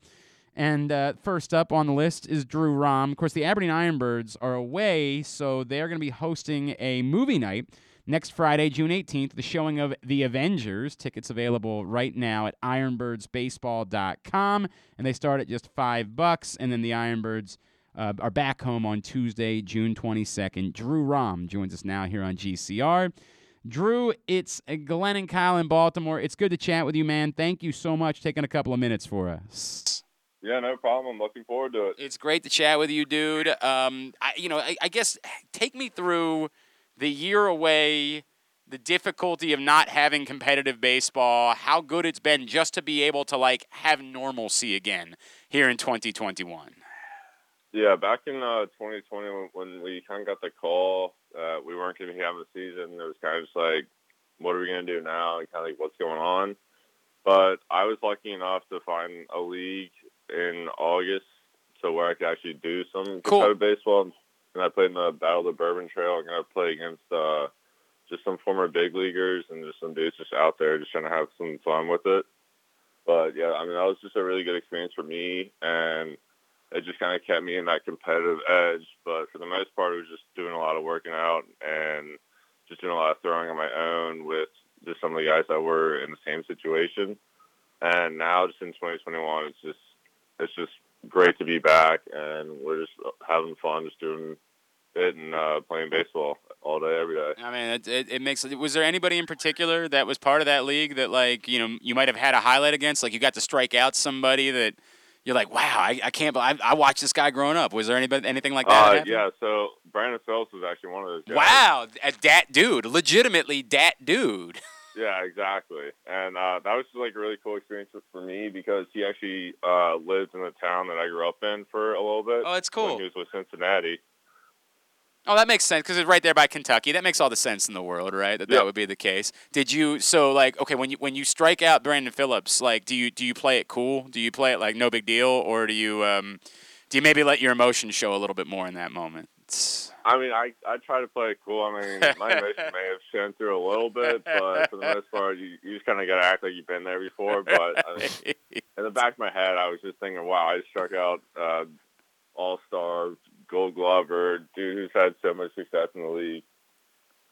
Speaker 2: And uh, first up on the list is Drew Rom. Of course, the Aberdeen Ironbirds are away, so they are going to be hosting a movie night next Friday, June 18th, the showing of The Avengers. Tickets available right now at ironbirdsbaseball.com, and they start at just five bucks. And then the Ironbirds uh, are back home on Tuesday, June 22nd. Drew Rom joins us now here on GCR. Drew, it's uh, Glenn and Kyle in Baltimore. It's good to chat with you, man. Thank you so much for taking a couple of minutes for us.
Speaker 16: Yeah, no problem. I'm looking forward to it.
Speaker 17: It's great to chat with you, dude. Um, I, you know, I, I guess take me through the year away, the difficulty of not having competitive baseball, how good it's been just to be able to like have normalcy again here in 2021.
Speaker 16: Yeah, back in uh, 2020 when- when we kind of got the call, uh, we weren't going to have a season. It was kind of just like, what are we going to do now? And kind of like, what's going on? But I was lucky enough to find a league in August to where I could actually do some competitive baseball. And I played in the Battle of the Bourbon Trail. I'm going to play against uh, just some former big leaguers and just some dudes just out there just trying to have some fun with it. But yeah, I mean, that was just a really good experience for me. And it just kind of kept me in that competitive edge. But for the most part, it was just doing a lot of working out and just doing a lot of throwing on my own with just some of the guys that were in the same situation. And now, just in 2021, it's just it's just great to be back, and we're just having fun, just doing it and uh, playing baseball all day, every day.
Speaker 17: I mean, it, it, it makes. Was there anybody in particular that was part of that league that like you know you might have had a highlight against? Like you got to strike out somebody that you're like, wow, I, I can't. believe I, I watched this guy growing up. Was there anybody anything like that? that
Speaker 16: Uh,
Speaker 17: happened?
Speaker 16: yeah, so Brandon Phelps was actually one of those guys.
Speaker 17: Wow, a dat dude, legitimately dat dude.
Speaker 16: Yeah, exactly. And uh, that was just like a really cool experience for me because he actually uh, lived in the town that I grew up in for a little bit.
Speaker 17: Oh, that's
Speaker 16: when
Speaker 17: cool.
Speaker 16: He was with Cincinnati.
Speaker 17: Oh, that makes sense because it's right there by Kentucky. That makes all the sense in the world, right? That that would be the case. Did you so like okay when you when you strike out Brandon Phillips, like do you do you play it cool? Do you play it like no big deal, or do you um, do you maybe let your emotions show a little bit more in that moment?
Speaker 16: I mean, I I try to play it cool. I mean, my emotion may have shown through a little bit, but for the most part, you, you just kind of got to act like you've been there before. But I mean, in the back of my head, I was just thinking, wow, I just struck out uh, All Star, Gold Glover, dude who's had so much success in the league.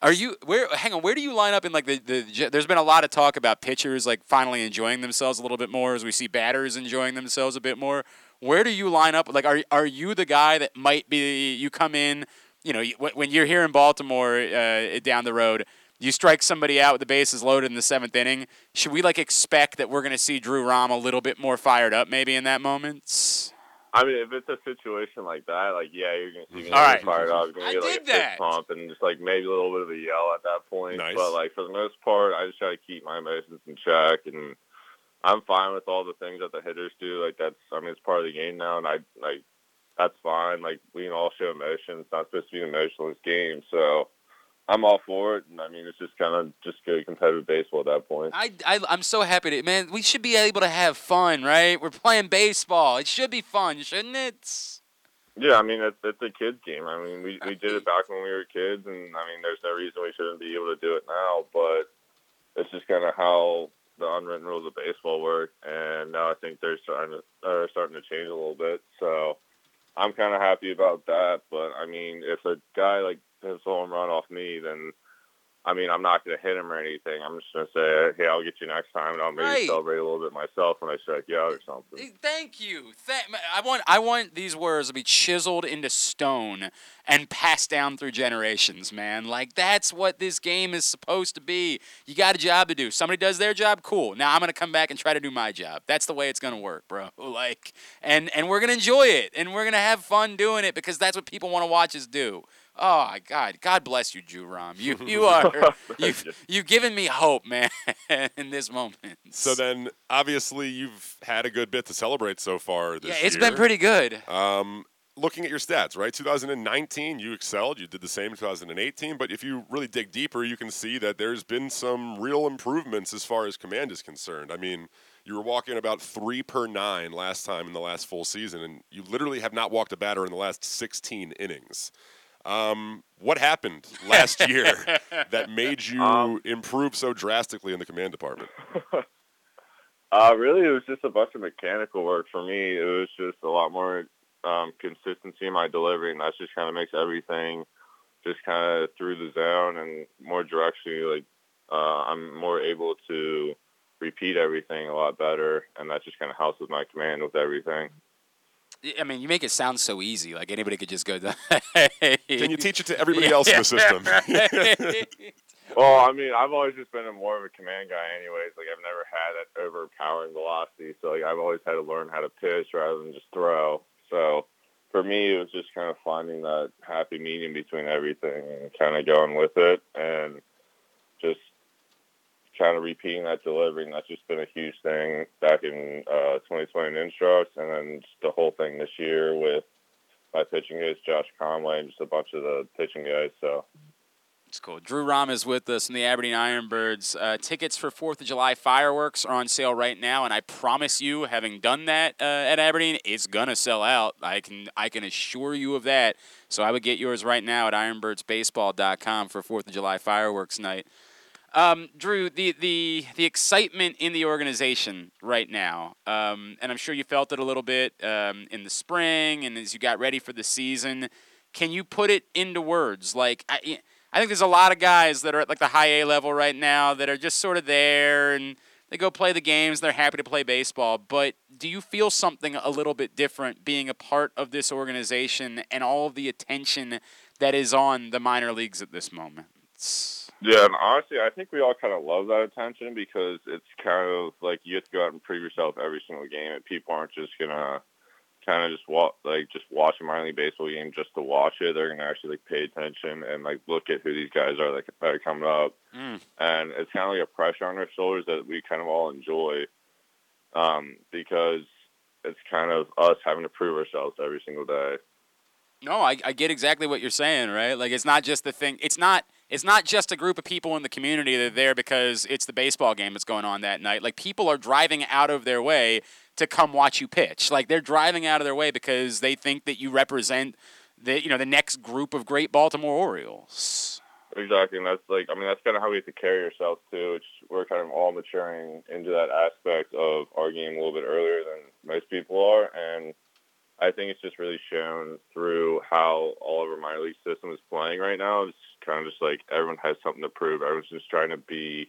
Speaker 17: Are you where? Hang on, where do you line up in like the the? There's been a lot of talk about pitchers like finally enjoying themselves a little bit more as we see batters enjoying themselves a bit more. Where do you line up? Like, are are you the guy that might be? You come in, you know, you- when- when you're here in Baltimore uh, down the road, you strike somebody out with the bases loaded in the seventh inning. Should we like expect that we're going to see Drew Rahm a little bit more fired up maybe in that moment?
Speaker 16: I mean, if it's a situation like that, like yeah, you're gonna, you're gonna
Speaker 17: All
Speaker 16: get
Speaker 17: right.
Speaker 16: fired up. You're gonna
Speaker 17: I
Speaker 16: get like
Speaker 17: dig
Speaker 16: a fist
Speaker 17: that.
Speaker 16: pump and just like maybe a little bit of a yell at that point.
Speaker 1: Nice.
Speaker 16: But like for the most part, I just try to keep my emotions in check, and I'm fine with all the things that the hitters do. Like that's, I mean, it's part of the game now, and I like that's fine. Like we can all show emotion. It's not supposed to be an emotionless game, so I'm all for it. And I mean, it's just kind of just good competitive baseball at that point.
Speaker 17: I, I, I'm so happy to, man, we should be able to have fun, right? We're playing baseball. It should be fun, shouldn't it?
Speaker 16: Yeah, I mean it's, it's a kids game. I mean we we did it back when we were kids, and I mean there's no reason we shouldn't be able to do it now. But it's just kind of how the unwritten rules of baseball work, and now I think they're starting to are starting to change a little bit. So I'm kind of happy about that. But I mean, if a guy like hits a home run off me, then I mean, I'm not going to hit him or anything. I'm just going to say, hey, I'll get you next time, and I'll maybe
Speaker 2: Right.
Speaker 16: celebrate a little bit myself when I strike you out or something.
Speaker 2: Thank you. Thank, I want I want these words to be chiseled into stone and passed down through generations, man. Like that's what this game is supposed to be. You got a job to do. Somebody does their job, cool. Now I'm gonna come back and try to do my job. That's the way it's gonna work, bro. Like and and we're gonna enjoy it and we're gonna have fun doing it because that's what people want to watch us do. Oh my God! God bless you, Jew Rom. You you are you've, you've given me hope, man, in this moment.
Speaker 1: So then, obviously, you've had a good bit to celebrate so far this
Speaker 2: Yeah,
Speaker 1: year.
Speaker 2: it's been pretty good.
Speaker 1: Um, looking at your stats, right? 2019, you excelled. You did the same in 2018. But if you really dig deeper, you can see that there's been some real improvements as far as command is concerned. I mean, you were walking about three per nine last time in the last full season, and you literally have not walked a batter in the last 16 innings. Um, what happened last year that made you
Speaker 2: Um,
Speaker 1: improve so drastically in the command department?
Speaker 16: Uh, really, it was just a bunch of mechanical work for me. It was just a lot more um, consistency in my delivery, and that just kind of makes everything just kind of through the zone and more directionally. Like uh, I'm more able to repeat everything a lot better, and that just kind of helps with my command with everything.
Speaker 2: I mean, you make it sound so easy. Like anybody could just go.
Speaker 1: Can
Speaker 2: Can
Speaker 1: you teach it to everybody else in the system?
Speaker 16: Well, I mean, I've always just been a more of a command guy, anyways. Like I've never had that overpowering velocity, so like I've always had to learn how to pitch rather than just throw. So for me, it was just kind of finding that happy medium between everything and kind of going with it, and just kind of repeating that delivery. And that's just been a huge thing back in uh, 2020 in instructs, and then just the whole thing this year with my pitching coach Josh Conway and just a bunch of the pitching guys. So.
Speaker 2: It's cool. Drew Rahm is with us in the Aberdeen Ironbirds. Uh, tickets for 4th of July fireworks are on sale right now, and I promise you, having done that uh, at Aberdeen, it's going to sell out. I can I can assure you of that. So I would get yours right now at ironbirdsbaseball.com for 4th of July fireworks night. Um, Drew, the, the the excitement in the organization right now, um, and I'm sure you felt it a little bit um, in the spring and as you got ready for the season. Can you put it into words? Like I, I think there's a lot of guys that are at like the high A level right now that are just sort of there and they go play the games. They're happy to play baseball, but do you feel something a little bit different being a part of this organization and all of the attention that is on the minor leagues at this moment?
Speaker 16: Yeah, and honestly, I think we all kind of love that attention because it's kind of like you have to go out and prove yourself every single game, and people aren't just gonna kind of just watch like just watch a minor league baseball game just to watch it. They're gonna actually like pay attention and like look at who these guys are that that are coming up,
Speaker 11: Mm.
Speaker 16: and it's kind of like a pressure on our shoulders that we kind of all enjoy um, because it's kind of us having to prove ourselves every single day.
Speaker 2: No, I, I get exactly what you're saying, right? Like it's not just the thing. It's not it's not just a group of people in the community that are there because it's the baseball game that's going on that night. Like people are driving out of their way to come watch you pitch. Like they're driving out of their way because they think that you represent the you know the next group of great Baltimore Orioles.
Speaker 16: Exactly, and that's like I mean that's kind of how we have to carry ourselves too. It's we're kind of all maturing into that aspect of our game a little bit earlier than most people are, and I think it's just really shown through how all of our minor league system is playing right now. It's kind of just like everyone has something to prove. Everyone's just trying to be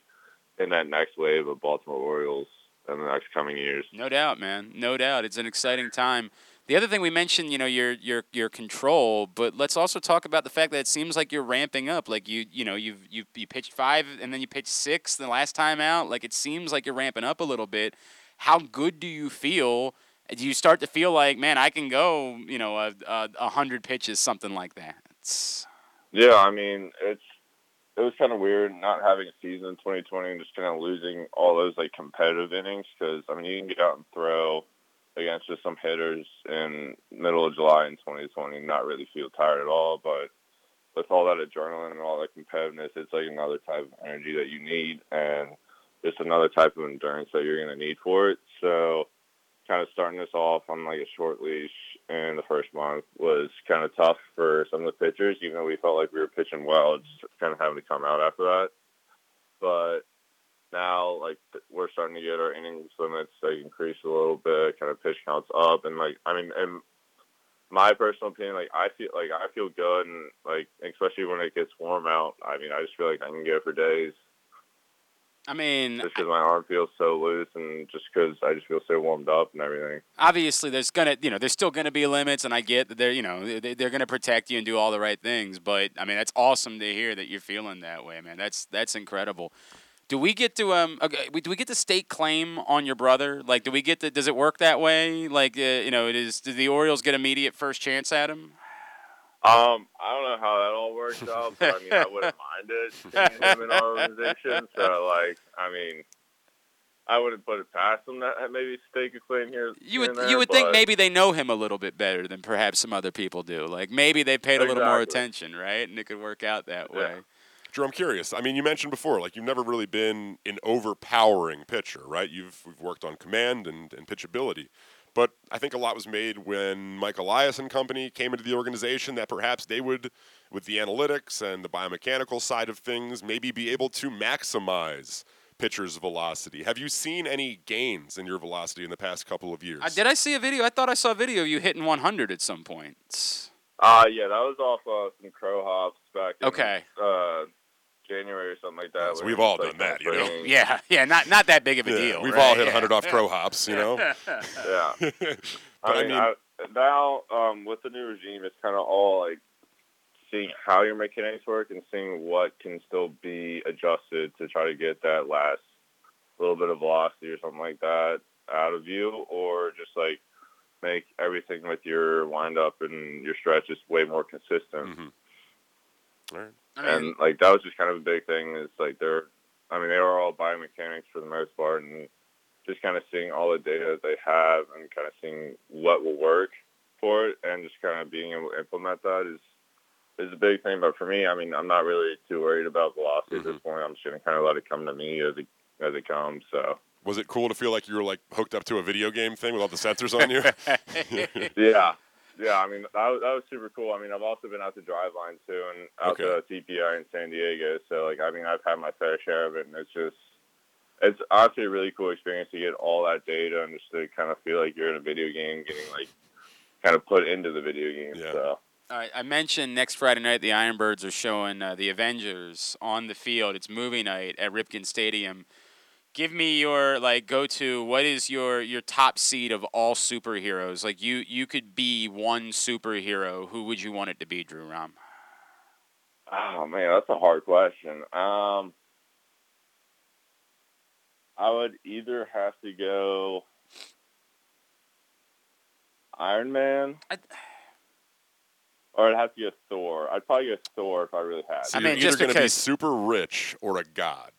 Speaker 16: in that next wave of Baltimore Orioles in the next coming years.
Speaker 2: No doubt, man. No doubt. It's an exciting time. The other thing we mentioned, you know, your your your control, but let's also talk about the fact that it seems like you're ramping up. Like you you know, you've you you pitched five and then you pitched six the last time out. Like it seems like you're ramping up a little bit. How good do you feel? Do you start to feel like, man, I can go, you know, a, a, a hundred pitches, something like that?
Speaker 16: Yeah, I mean, it's it was kind of weird not having a season in 2020 and just kind of losing all those like competitive innings because I mean you can get out and throw against just some hitters in middle of July in 2020 and not really feel tired at all. But with all that adrenaline and all that competitiveness, it's like another type of energy that you need and just another type of endurance that you're going to need for it. So kind of starting this off on like a short leash in the first month was kind of tough for some of the pitchers, even though we felt like we were pitching well, just kind of having to come out after that. But now, like, th- we're starting to get our innings limits like increase a little bit, kind of pitch counts up, and like, I mean, and my personal opinion, like I feel like I feel good, and like especially when it gets warm out. I mean, I just feel like I can go for days
Speaker 2: I mean,
Speaker 16: just because my arm feels so loose, and just because I just feel so warmed up and everything.
Speaker 2: obviously there's gonna you know there's still gonna be limits and i get that they're you know they- they're gonna protect you and do all the right things but i mean that's awesome to hear that you're feeling that way man that's that's incredible do we get to um okay, we- do we get to state claim on your brother like do we get to does it work that way like uh, you know it is do the orioles get immediate first chance at him
Speaker 16: Um, I don't know how that all works out, but I mean, I wouldn't mind it being him in our organization. So, like, I mean, I wouldn't put it past him that that maybe stake a claim here. here
Speaker 2: you would
Speaker 16: and there,
Speaker 2: you would think
Speaker 16: but-
Speaker 2: maybe they know him a little bit better than perhaps some other people do like maybe they paid a little more
Speaker 1: Exactly.
Speaker 2: attention right and it could work out that way
Speaker 1: Drew, I'm curious. I mean, you mentioned before, like you've never really been an overpowering pitcher, right? You've we've worked on command and, and pitchability. But I think a lot was made when Mike Elias and company came into the organization that perhaps they would, with the analytics and the biomechanical side of things, maybe be able to maximize pitcher's velocity. Have you seen any gains in your velocity in the past couple of years?
Speaker 2: Uh, did I see a video? I thought I saw a video of you hitting 100 at some point.
Speaker 16: Uh, yeah, that was off uh, some crow hops back in
Speaker 2: Okay.
Speaker 16: uh, January or something like that.
Speaker 1: So
Speaker 16: where
Speaker 1: we've
Speaker 16: it was,
Speaker 1: all
Speaker 16: like,
Speaker 1: done that, you know?
Speaker 2: Yeah, yeah, not not that big of a
Speaker 1: Yeah,
Speaker 2: deal.
Speaker 1: we've
Speaker 2: right?
Speaker 1: all hit
Speaker 2: Yeah.
Speaker 1: 100 off crow hops, you know?
Speaker 16: yeah.
Speaker 1: But I
Speaker 16: I mean,
Speaker 1: mean-
Speaker 16: I now um, with the new regime, it's kind of all like seeing how your mechanics work and seeing what can still be adjusted to try to get that last little bit of velocity or something like that out of you, or just like make everything with your windup and your stretches way more consistent.
Speaker 1: Mm-hmm. All right.
Speaker 16: And like that was just kind of a big thing. Is like they're, I mean, they were all biomechanics for the most part, and just kind of seeing all the data that they have and kind of seeing what will work for it, and just kind of being able to implement that is is a big thing. But for me, I mean, I'm not really too worried about velocity at
Speaker 1: Mm-hmm.
Speaker 16: this point. I'm just gonna kind of let it come to me as it as it comes. So
Speaker 1: Was it cool to feel like you were like hooked up to a video game thing with all the sensors on you?
Speaker 16: yeah. Yeah, I mean that was, that was super cool. I mean, I've also been out to Driveline too, and out
Speaker 1: Okay.
Speaker 16: to TPI in San Diego. So like, I mean, I've had my fair share of it, and it's just it's honestly a really cool experience to get all that data and just to kind of feel like you're in a video game, getting like kind of put into the video game. So
Speaker 2: All right, I mentioned next Friday night the Ironbirds are showing uh, the Avengers on the field. It's movie night at Ripken Stadium. Give me your like go to. What is your your top seed of all superheroes? Like you you could be one superhero. Who would you want it to be, Drew Rom?
Speaker 16: Oh man, that's a hard question. Um, I would either have to go Iron Man, or I'd have to go Thor. I'd probably go Thor if I really had.
Speaker 1: So you're either going to be super rich or a god.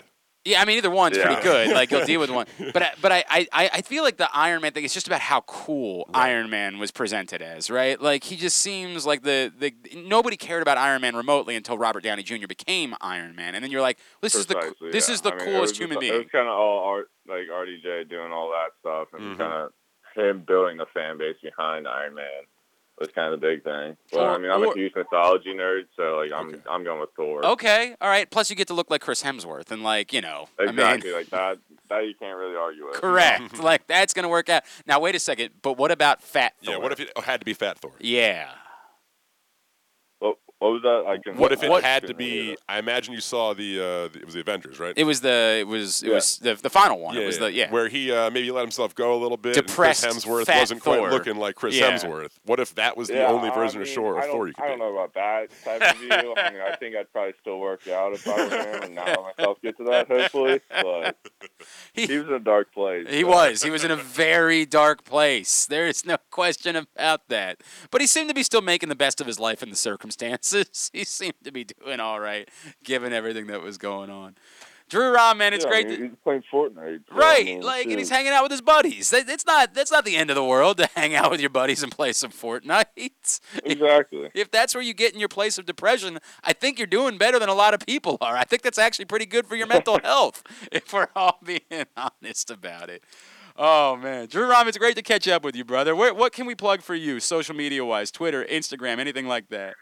Speaker 2: Yeah, I mean either one's
Speaker 1: Yeah.
Speaker 2: pretty good. Like you'll deal with one, but I, but I, I I feel like the Iron Man thing is just about how cool Iron Man was presented as, right? Like he just seems like the the nobody cared about Iron Man remotely until Robert Downey Jr. became Iron Man, and then you're like, this is the
Speaker 16: Precisely,
Speaker 2: this
Speaker 16: yeah.
Speaker 2: is the
Speaker 16: I mean, it
Speaker 2: coolest
Speaker 16: was
Speaker 2: human
Speaker 16: just-
Speaker 2: being.
Speaker 16: It was kind of all art, like RDJ doing all that stuff, and
Speaker 2: Mm-hmm.
Speaker 16: kind of him building the fan base behind Iron Man was kind of the big thing. But
Speaker 2: Or-
Speaker 16: I mean, I'm
Speaker 2: or-
Speaker 16: a huge mythology nerd, so like I'm I'm going with Thor.
Speaker 2: Okay, all right. Plus you get to look like Chris Hemsworth, and like you know, I mean,
Speaker 16: Exactly, like that. That you can't really argue with.
Speaker 2: correct. like that's gonna work out. Now wait a second, but what about Fat Thor?
Speaker 1: Yeah, what if it oh, had to be Fat Thor?
Speaker 2: Yeah.
Speaker 16: What, what was that? I can,
Speaker 1: What if it had to be? I imagine you saw the uh, the- it was the Avengers, right?
Speaker 2: It was the it was it
Speaker 1: Yeah.
Speaker 2: was the, the final one.
Speaker 1: yeah,
Speaker 2: it was the yeah.
Speaker 1: where he uh, maybe let himself go a little bit. and
Speaker 2: Depressed
Speaker 1: Chris Hemsworth
Speaker 2: Fat
Speaker 1: wasn't
Speaker 2: Thor.
Speaker 1: quite looking like Chris
Speaker 2: Yeah.
Speaker 1: Hemsworth. What if that was the
Speaker 16: Yeah,
Speaker 1: only
Speaker 16: I
Speaker 1: version
Speaker 16: mean,
Speaker 1: of Shore
Speaker 16: I
Speaker 1: or
Speaker 16: don't-
Speaker 1: Thor you could
Speaker 16: I don't know about that type of view. I mean, I think I'd probably still work out if I was him and not let myself get to that, hopefully. But
Speaker 2: he,
Speaker 16: was in a dark place.
Speaker 2: He
Speaker 16: so.
Speaker 2: was. He was in a very dark place. There is no question about that. But he seemed to be still making the best of his life in the circumstances. He seemed to be doing all right, given everything that was going on. Drew Rahm, man, it's
Speaker 16: Yeah, I
Speaker 2: great.
Speaker 16: mean,
Speaker 2: to-
Speaker 16: he's playing Fortnite. so, I
Speaker 2: right,
Speaker 16: mean,
Speaker 2: like, and he's
Speaker 16: shoot.
Speaker 2: hanging out with his buddies. That, it's not. That's not the end of the world to hang out with your buddies and play some Fortnite.
Speaker 16: Exactly.
Speaker 2: If that's where you get in your place of depression, I think you're doing better than a lot of people are. I think that's actually pretty good for your mental health, if we're all being honest about it. Oh man, Drew Rahm, it's great to catch up with you, brother. Where, what can we plug for you, social media wise, Twitter, Instagram, anything like that?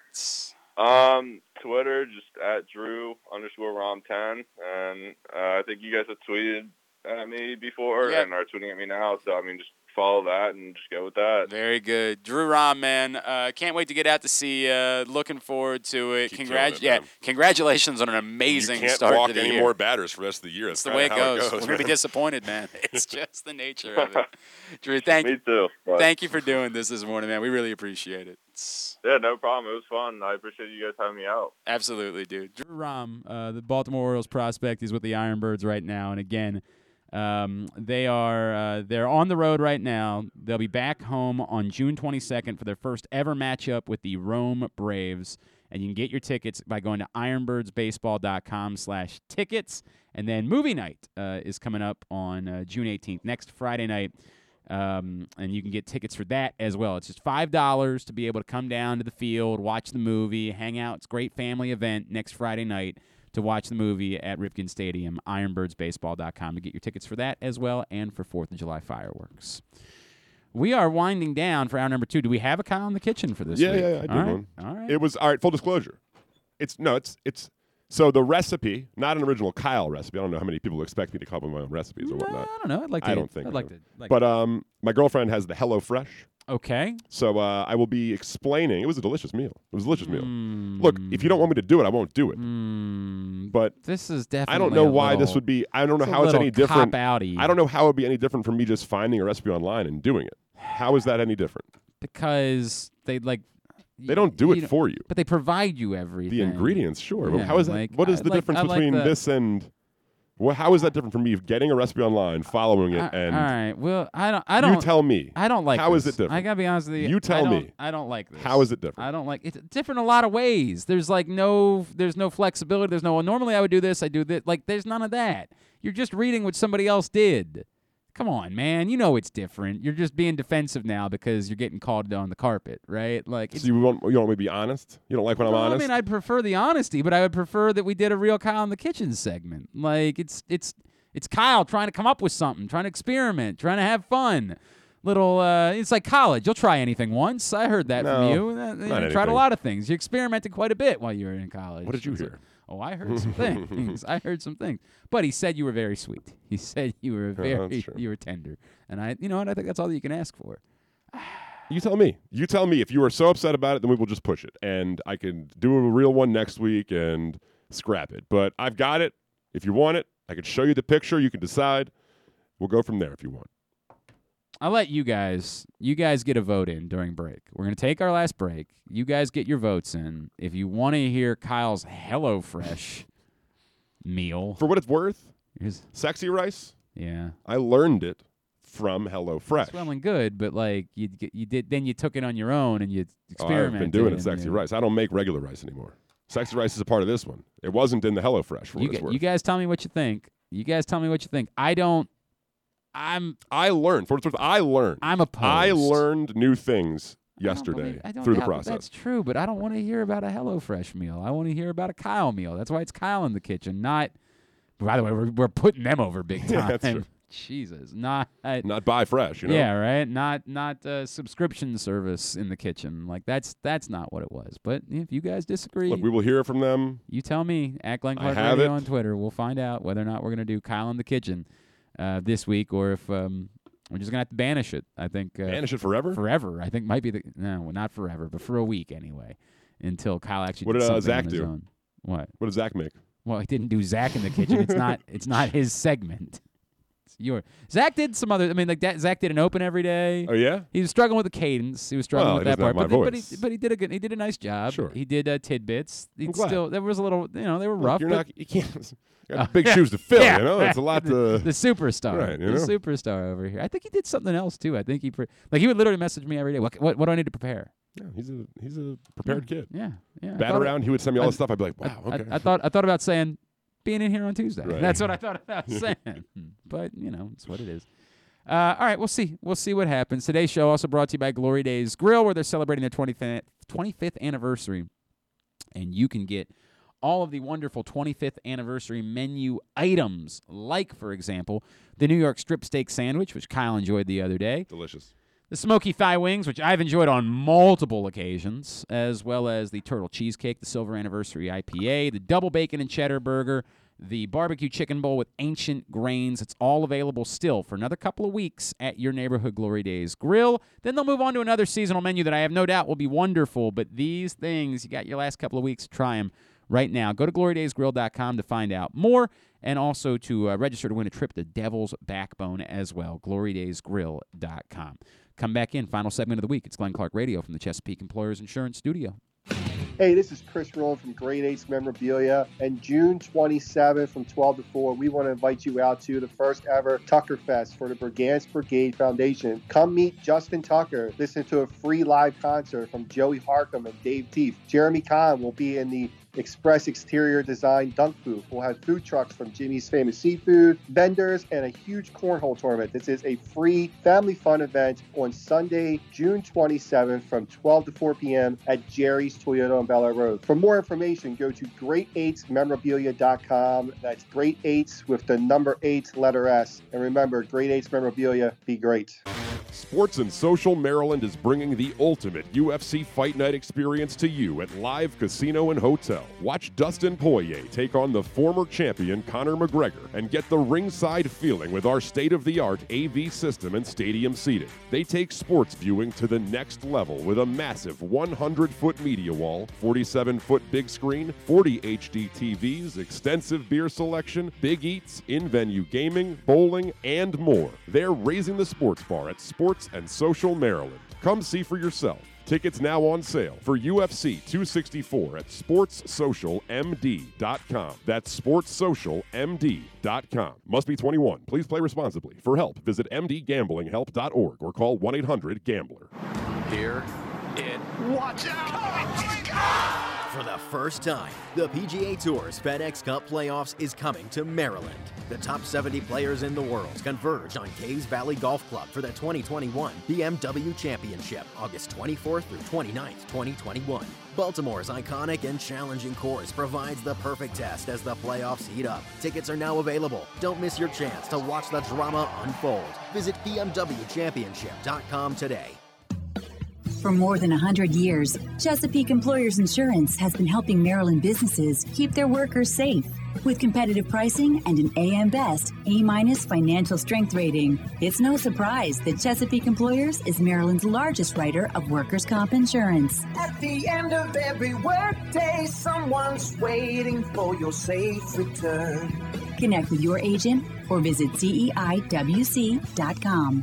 Speaker 16: Um, Twitter just at Drew underscore Rom ten, and uh, I think you guys have tweeted at me before
Speaker 2: Yeah.
Speaker 16: and are tweeting at me now. So I mean, just follow that and just go with that.
Speaker 18: Very good, Drew Rom, man. Uh, can't wait to get out to see you. Looking forward to it.
Speaker 5: Keep killing
Speaker 18: Congrat-
Speaker 5: it,
Speaker 18: yeah,
Speaker 5: man.
Speaker 18: congratulations on an amazing
Speaker 5: you can't
Speaker 18: start
Speaker 5: walk
Speaker 18: to the
Speaker 5: any
Speaker 18: year.
Speaker 5: more batters for the rest of the year.
Speaker 18: That's
Speaker 5: That's
Speaker 18: the way it
Speaker 5: kinda how
Speaker 18: goes. We're gonna be disappointed, man. It's just the nature of it. Drew, thank
Speaker 16: Me too. but-
Speaker 18: Thank you for doing this this morning, man. We really appreciate it. It's
Speaker 16: Yeah, no problem. It was fun. I appreciate you guys having me out.
Speaker 18: absolutely, dude.
Speaker 2: Drew Rom, uh, the Baltimore Orioles prospect, is with the Ironbirds right now, and again, um, they are uh, they're on the road right now. They'll be back home on June 22nd for their first ever matchup with the Rome Braves, and you can get your tickets by going to ironbirdsbaseball.com/tickets. And then movie night uh, is coming up on uh, June 18th, next Friday night. Um, and you can get tickets for that as well. It's just five dollars to be able to come down to the field, watch the movie, hang out. It's a great family event next Friday night to watch the movie at Ripken Stadium. IronbirdsBaseball.com to get your tickets for that as well, and for Fourth of July fireworks. We are winding down for hour number two. Do we have a Kyle in the kitchen for this
Speaker 1: yeah,
Speaker 2: week?
Speaker 1: yeah, I did
Speaker 2: All right.
Speaker 1: one.
Speaker 2: All right.
Speaker 1: It was all right. Full disclosure, it's no, it's it's so the recipe, not an original Kyle recipe. I don't know how many people expect me to come up with my own recipes or whatnot. I
Speaker 2: don't know. I'd like
Speaker 1: I
Speaker 2: to-
Speaker 1: don't think. I
Speaker 2: I'd like
Speaker 1: don't.
Speaker 2: to- like-
Speaker 1: but um, my girlfriend has the Hello Fresh.
Speaker 2: Okay.
Speaker 1: So uh, I will be explaining. It was a delicious meal. It was a delicious
Speaker 2: Hmm.
Speaker 1: meal. Look, if you don't want me to do it, I won't do it. but
Speaker 2: this
Speaker 1: I
Speaker 2: is
Speaker 1: don't
Speaker 2: definitely
Speaker 1: know
Speaker 2: a
Speaker 1: why this
Speaker 2: little-
Speaker 1: would be. I don't know
Speaker 2: it's a
Speaker 1: how it's
Speaker 2: little
Speaker 1: any different.
Speaker 2: cop-outy.
Speaker 1: I don't know how it would be any different from me just finding a recipe online and doing it. How is that any different?
Speaker 2: because they like
Speaker 1: They don't do it
Speaker 2: know,
Speaker 1: for you.
Speaker 2: but they provide you everything.
Speaker 1: The ingredients, sure. but
Speaker 2: Yeah,
Speaker 1: how is that?
Speaker 2: like,
Speaker 1: what is
Speaker 2: I
Speaker 1: the
Speaker 2: like-
Speaker 1: difference
Speaker 2: I like
Speaker 1: between
Speaker 2: the-
Speaker 1: this and? Well, how is that different from me getting a recipe online, following it,
Speaker 2: I-
Speaker 1: and
Speaker 2: all right. Well, I don't. I don't.
Speaker 1: you tell me?
Speaker 2: I don't like.
Speaker 1: How is
Speaker 2: this.
Speaker 1: it different?
Speaker 2: I gotta be honest with you.
Speaker 1: You
Speaker 2: I
Speaker 1: tell
Speaker 2: don't-
Speaker 1: me.
Speaker 2: I don't like this.
Speaker 1: How is it different?
Speaker 2: I don't like. It's different in a lot of ways. There's like no. There's no flexibility. There's no. Well, normally I would do this. I do this. Like there's none of that. You're just reading what somebody else did. Come on, man. You know it's different. You're just being defensive now because you're getting called on the carpet, right? Like it's
Speaker 1: So you want you want me to be honest? You don't like when I'm
Speaker 2: Well,
Speaker 1: honest?
Speaker 2: I mean, I'd prefer the honesty, but I would prefer that we did a real Kyle in the kitchen segment. Like it's it's it's Kyle trying to come up with something, trying to experiment, trying to have fun. Little, uh, it's like college. You'll try anything once. I heard that
Speaker 1: No,
Speaker 2: from you. Uh,
Speaker 1: not
Speaker 2: you tried a
Speaker 1: anything.
Speaker 2: lot of things. You experimented quite a bit while you were in college.
Speaker 1: What did you
Speaker 2: It's
Speaker 1: hear?
Speaker 2: like, oh, I heard some things. I heard some things. But he said you were very sweet. He said you were
Speaker 1: Oh, that's
Speaker 2: very,
Speaker 1: true.
Speaker 2: you were tender. And I, you know, and I think that's all that you can ask for.
Speaker 1: You tell me. You tell me. If you are so upset about it, then we will just push it, and I can do a real one next week and scrap it. But I've got it. If you want it, I can show you the picture. You can decide. We'll go from there if you want.
Speaker 2: I'll let you guys. You guys get a vote in during break. We're gonna take our last break. You guys get your votes in. If you want to hear Kyle's HelloFresh meal,
Speaker 1: For what it's worth,
Speaker 2: Here's-
Speaker 1: sexy rice.
Speaker 2: yeah,
Speaker 1: I learned it from HelloFresh.
Speaker 2: it's well and good, but like you, d- you did, then you took it on your own and you
Speaker 1: Oh, I've
Speaker 2: experimented.
Speaker 1: been doing it
Speaker 2: and
Speaker 1: sexy
Speaker 2: you-
Speaker 1: rice. I don't make regular rice anymore. Sexy rice is a part of this one. It wasn't in the HelloFresh for
Speaker 2: You,
Speaker 1: what it's
Speaker 2: gu-
Speaker 1: worth.
Speaker 2: you guys tell me what you think. You guys tell me what you think. I don't. I'm.
Speaker 1: I learned. For what it's worth, I learned.
Speaker 2: I'm opposed.
Speaker 1: I learned new things yesterday
Speaker 2: believe- I don't
Speaker 1: through the
Speaker 2: doubt that
Speaker 1: process.
Speaker 2: That's true, but I don't want to hear about a HelloFresh meal. I want to hear about a Kyle meal. That's why it's Kyle in the kitchen, not. By the way, we're, we're putting them over big time.
Speaker 1: Yeah, that's true.
Speaker 2: Jesus, not
Speaker 1: not buy fresh. You know.
Speaker 2: Yeah, right. Not not uh, subscription service in the kitchen. Like that's that's not what it was. But if you guys disagree,
Speaker 1: Look, we will hear from them.
Speaker 2: you tell me at Glenn
Speaker 1: I
Speaker 2: Clark
Speaker 1: have
Speaker 2: Radio
Speaker 1: it.
Speaker 2: on Twitter. We'll find out whether or not we're gonna do Kyle in the kitchen uh, this week, or if um, we're just gonna have to banish it. I think uh,
Speaker 1: Banish it forever.
Speaker 2: Forever, I think might be the no, well, not forever, but for a week anyway, until Kyle actually.
Speaker 1: What
Speaker 2: did
Speaker 1: did uh,
Speaker 2: something
Speaker 1: Zach
Speaker 2: on his
Speaker 1: do?
Speaker 2: Own. What?
Speaker 1: What did Zach make?
Speaker 2: Well, he didn't do Zach in the kitchen. It's not. It's not his segment. It's your Zach did some other. I mean, like that. Zach did an open every day.
Speaker 1: Oh, yeah?
Speaker 2: He was struggling with the cadence. He was struggling
Speaker 1: Well,
Speaker 2: with
Speaker 1: he
Speaker 2: that
Speaker 1: doesn't have
Speaker 2: part. But,
Speaker 1: my
Speaker 2: but he
Speaker 1: voice.
Speaker 2: but he did a good. He did a nice job.
Speaker 1: Sure.
Speaker 2: He did uh, tidbits. He
Speaker 1: I'm glad.
Speaker 2: still there was a little. You know, they were
Speaker 1: Look,
Speaker 2: rough.
Speaker 1: you're
Speaker 2: but- Uh,
Speaker 1: not- you can't- got big shoes to fill, you know? It's a lot
Speaker 2: The-
Speaker 1: to-
Speaker 2: The superstar.
Speaker 1: Right, you
Speaker 2: the
Speaker 1: know?
Speaker 2: superstar over here. I think he did something else too. I think he pre- like he would literally message me every day. What what, what do I need to prepare?
Speaker 1: Yeah, he's a he's a prepared kid.
Speaker 2: Yeah, yeah. I
Speaker 1: Bat
Speaker 2: thought-
Speaker 1: around, he would send me all
Speaker 2: I-
Speaker 1: this stuff. I'd be like,
Speaker 2: I-
Speaker 1: wow,
Speaker 2: I-
Speaker 1: okay.
Speaker 2: I, thought I thought about saying being in here on Tuesday.
Speaker 1: Right.
Speaker 2: That's what I thought about saying. but you know, it's what it is. Uh, all right, we'll see. We'll see what happens. Today's show also brought to you by Glory Days Grill, where they're celebrating their 25th, 25th anniversary, and you can get all of the wonderful 25th anniversary menu items, like for example, the New York strip steak sandwich, which Kyle enjoyed the other day.
Speaker 1: Delicious.
Speaker 2: The smoky thigh wings, which I've enjoyed on multiple occasions, as well as the turtle cheesecake, the silver anniversary IPA, the double bacon and cheddar burger, the barbecue chicken bowl with ancient grains. It's all available still for another couple of weeks at your neighborhood Glory Days Grill. Then they'll move on to another seasonal menu that I have no doubt will be wonderful. But these things, you got your last couple of weeks to try them right now. Go to glorydaysgrill.com to find out more and also to uh, register to win a trip to Devil's Backbone as well. glorydaysgrill.com. Come back in, final segment of the week. It's Glenn Clark Radio from the Chesapeake Employers Insurance Studio.
Speaker 19: Hey, this is Chris Rowland from Grade Ace Memorabilia, and June 27th from 12 to 4, we want to invite you out to the first ever Tucker Fest for the Brigance Brigade Foundation. Come meet Justin Tucker, listen to a free live concert from Joey Harkham and Dave Teef. Jeremy Kahn will be in the Express Exterior Design Dunk Booth. We'll have food trucks from Jimmy's Famous Seafood, vendors, and a huge cornhole tournament. This is a free family fun event on Sunday, June 27th from 12 to 4 p.m. at Jerry's Toyota on Bel Air Road. For more information, go to great8smemorabilia.com. That's great eights with the number eight letter S. And remember, great eights memorabilia, be great.
Speaker 1: Sports and Social Maryland is bringing the ultimate UFC fight night experience to you at Live Casino and Hotel. Watch Dustin Poirier take on the former champion Conor McGregor and get the ringside feeling with our state of the art AV system and stadium seating. They take sports viewing to the next level with a massive 100 foot media wall, 47 foot big screen, 40 HD TVs, extensive beer selection, big eats, in venue gaming, bowling, and more. They're raising the sports bar at Sports and Social Maryland. Come see for yourself. Tickets now on sale for UFC 264 at sportssocialmd.com. That's sportssocialmd.com. Must be 21. Please play responsibly. For help, visit mdgamblinghelp.org or call 1 800 GAMBLER.
Speaker 4: Here it
Speaker 9: Watch
Speaker 4: For the first time, the PGA Tour's FedEx Cup Playoffs is coming to Maryland. The top 70 players in the world converge on Kays Valley Golf Club for the 2021 BMW Championship, August 24th through 29th, 2021. Baltimore's iconic and challenging course provides the perfect test as the playoffs heat up. Tickets are now available. Don't miss your chance to watch the drama unfold. Visit BMWChampionship.com today.
Speaker 6: For more than 100 years, Chesapeake Employers Insurance has been helping Maryland businesses keep their workers safe. With competitive pricing and an AM Best A minus financial strength rating, it's no surprise that Chesapeake Employers is Maryland's largest writer of workers' comp insurance.
Speaker 9: At the end of every workday, someone's waiting for your safe return.
Speaker 6: Connect with your agent or visit E CEIWC.com.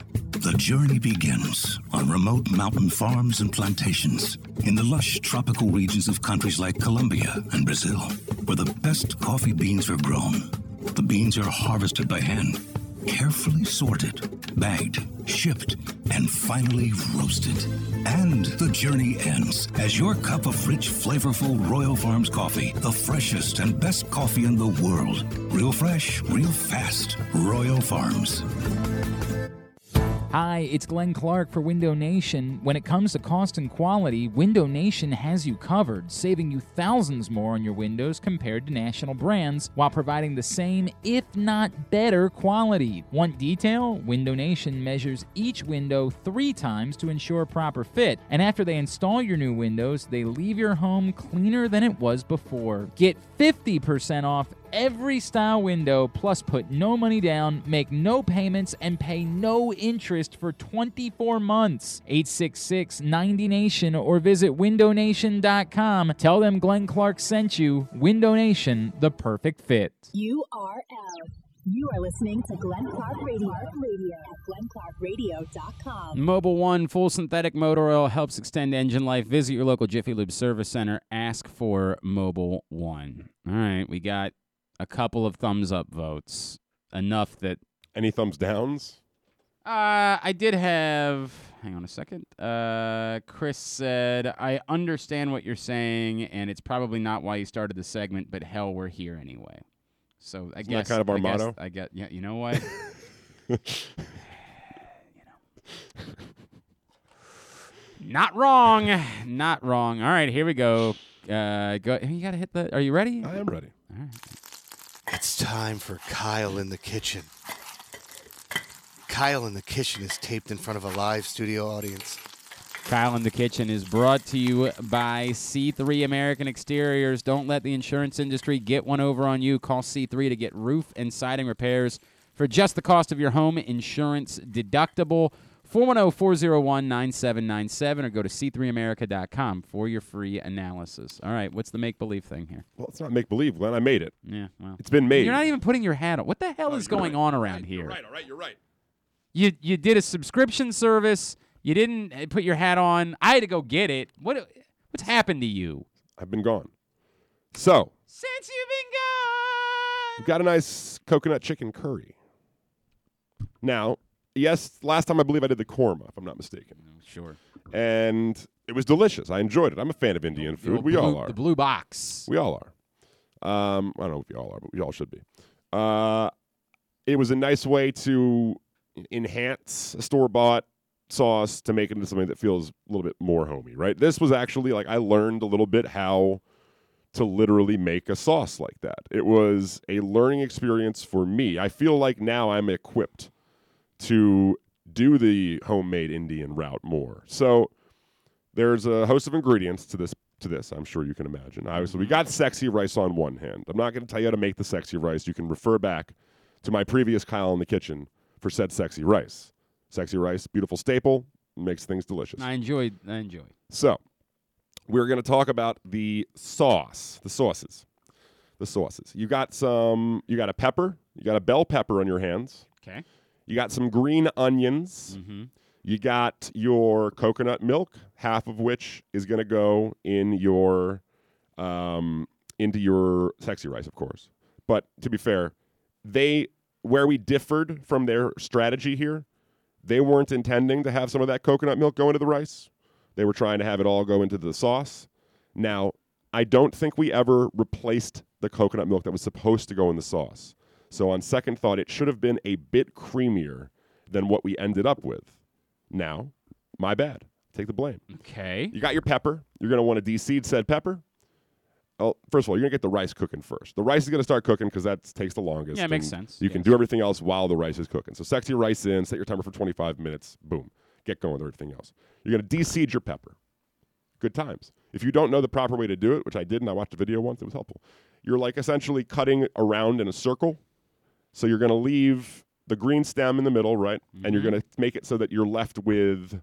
Speaker 20: The journey begins on remote mountain farms and plantations in the lush tropical regions of countries like Colombia and Brazil, where the best coffee beans are grown. The beans are harvested by hand, carefully sorted, bagged, shipped, and finally roasted. And the journey ends as your cup of rich, flavorful Royal Farms coffee, the freshest and best coffee in the world. Real fresh, real fast. Royal Farms.
Speaker 5: Hi, it's Glenn Clark for Window Nation. When it comes to cost and quality, Window Nation has you covered, saving you thousands more on your windows compared to national brands while providing the same, if not better, quality. Want detail? Window Nation measures each window three times to ensure proper fit, and after they install your new windows, they leave your home cleaner than it was before. Get 50% off every style window, plus put no money down, make no payments, and pay no interest for 24 months. 866 90 Nation or visit windownation.com. Tell them Glenn Clark sent you. Window Nation, the perfect fit.
Speaker 13: U R L. You are listening to Glenn Clark Radio, Radio at glennclarkradio.com.
Speaker 2: Mobile One full synthetic motor oil helps extend engine life. Visit your local Jiffy Lube service center. Ask for Mobile One. All right, we got a couple of thumbs up votes. Enough that
Speaker 1: any thumbs downs?
Speaker 2: Uh, I did have. Hang on a second. Uh, Chris said, "I understand what you're saying, and it's probably not why you started the segment, but hell, we're here anyway." So I
Speaker 1: Isn't that
Speaker 2: guess
Speaker 1: kind of our
Speaker 2: I guess-
Speaker 1: motto?
Speaker 2: I get yeah. You know what? Not wrong. Not wrong. All right, here we go. Uh, go. You gotta hit the. Are you ready? I
Speaker 1: am ready.
Speaker 2: All right.
Speaker 21: It's time for Kyle in the kitchen. Kyle in the kitchen is taped in front of a live studio audience.
Speaker 2: Kyle in the Kitchen is brought to you by C3 American Exteriors. Don't let the insurance industry get one over on you. Call C3 to get roof and siding repairs for just the cost of your home insurance deductible. 410 401 9797 or go to c3america.com for your free analysis. All right, what's the make believe thing here?
Speaker 1: Well, it's not make believe, Glenn. I made it.
Speaker 2: Yeah, well.
Speaker 1: It's been made.
Speaker 2: You're not even putting your hat on. What the hell is going on around here?
Speaker 1: Oh, right, all right, you're right.
Speaker 2: You you did a subscription service. You didn't uh, put your hat on. I had to go get it. What what's happened to you?
Speaker 1: I've been gone. So,
Speaker 2: Since you've been gone.
Speaker 1: we've got a nice coconut chicken curry. Now, yes, last time I believe I did the korma, if I'm not mistaken.
Speaker 2: Sure.
Speaker 1: And it was delicious. I enjoyed it. I'm a fan of Indian food.
Speaker 2: old
Speaker 1: We all
Speaker 2: blue-
Speaker 1: are.
Speaker 2: the blue box.
Speaker 1: We all are. Um, I don't know if we all are, but we all should be. Uh, it was a nice way to enhance a store bought sauce to make it into something that feels a little bit more homey, right? This was actually like I learned a little bit how to literally make a sauce like that. It was a learning experience for me. I feel like now I'm equipped to do the homemade Indian route more. So there's a host of ingredients to this to this i'm sure you can imagine I, so we got sexy rice on one hand i'm not going to tell you how to make the sexy rice you can refer back to my previous kyle in the kitchen for said sexy rice sexy rice beautiful staple makes things delicious
Speaker 2: I enjoyed. I enjoyed.
Speaker 1: so we're going to talk about the sauce the sauces the sauces you got some you got a pepper you got a bell pepper on your hands
Speaker 2: Okay.
Speaker 1: you got some green onions. You got your coconut milk, half of which is going to go in your um, into your sexy rice, of course. But to be fair, they where we differed from their strategy here, they weren't intending to have some of that coconut milk go into the rice. They were trying to have it all go into the sauce. Now, I don't think we ever replaced the coconut milk that was supposed to go in the sauce. So, on second thought, it should have been a bit creamier than what we ended up with. Now, my bad. Take the blame.
Speaker 2: Okay.
Speaker 1: You got your pepper. You're going to want to deseed said pepper. Oh, first of all, you're going to get the rice cooking first. The rice is going to start cooking because that takes the longest.
Speaker 2: Yeah, it makes
Speaker 1: and
Speaker 2: sense.
Speaker 1: You can do everything else while the rice is cooking. So, sexy rice in, set your timer for 25 minutes. Boom. Get going with everything else. You're going to deseed your pepper good times. If you don't know the proper way to do it, which I did and I watched a video once, it was helpful. You're like essentially cutting around in a circle. So you're going to leave the green stem in the middle, right? And
Speaker 2: Mm-hmm.
Speaker 1: you're going to make it so that you're left with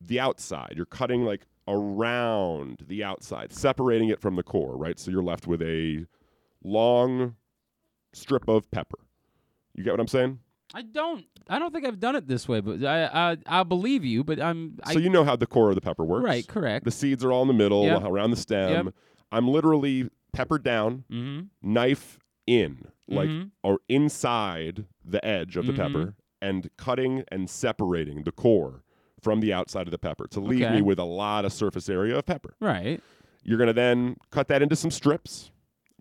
Speaker 1: the outside. You're cutting like around the outside, separating it from the core, right? So you're left with a long strip of pepper. You get what I'm saying?
Speaker 2: I don't. I don't think I've done it this way, but I I, I believe you. But I'm. I,
Speaker 1: so you know how the core of the pepper works,
Speaker 2: Right, correct.
Speaker 1: The seeds are all in the middle,
Speaker 2: Yep.
Speaker 1: around the stem.
Speaker 2: Yep.
Speaker 1: I'm literally pepper down,
Speaker 2: Mhm.
Speaker 1: knife in, like
Speaker 2: Mhm.
Speaker 1: or inside the edge of the
Speaker 2: Mhm.
Speaker 1: pepper, and cutting and separating the core from the outside of the pepper to leave
Speaker 2: Okay.
Speaker 1: me with a lot of surface area of pepper.
Speaker 2: Right.
Speaker 1: You're gonna then cut that into some strips.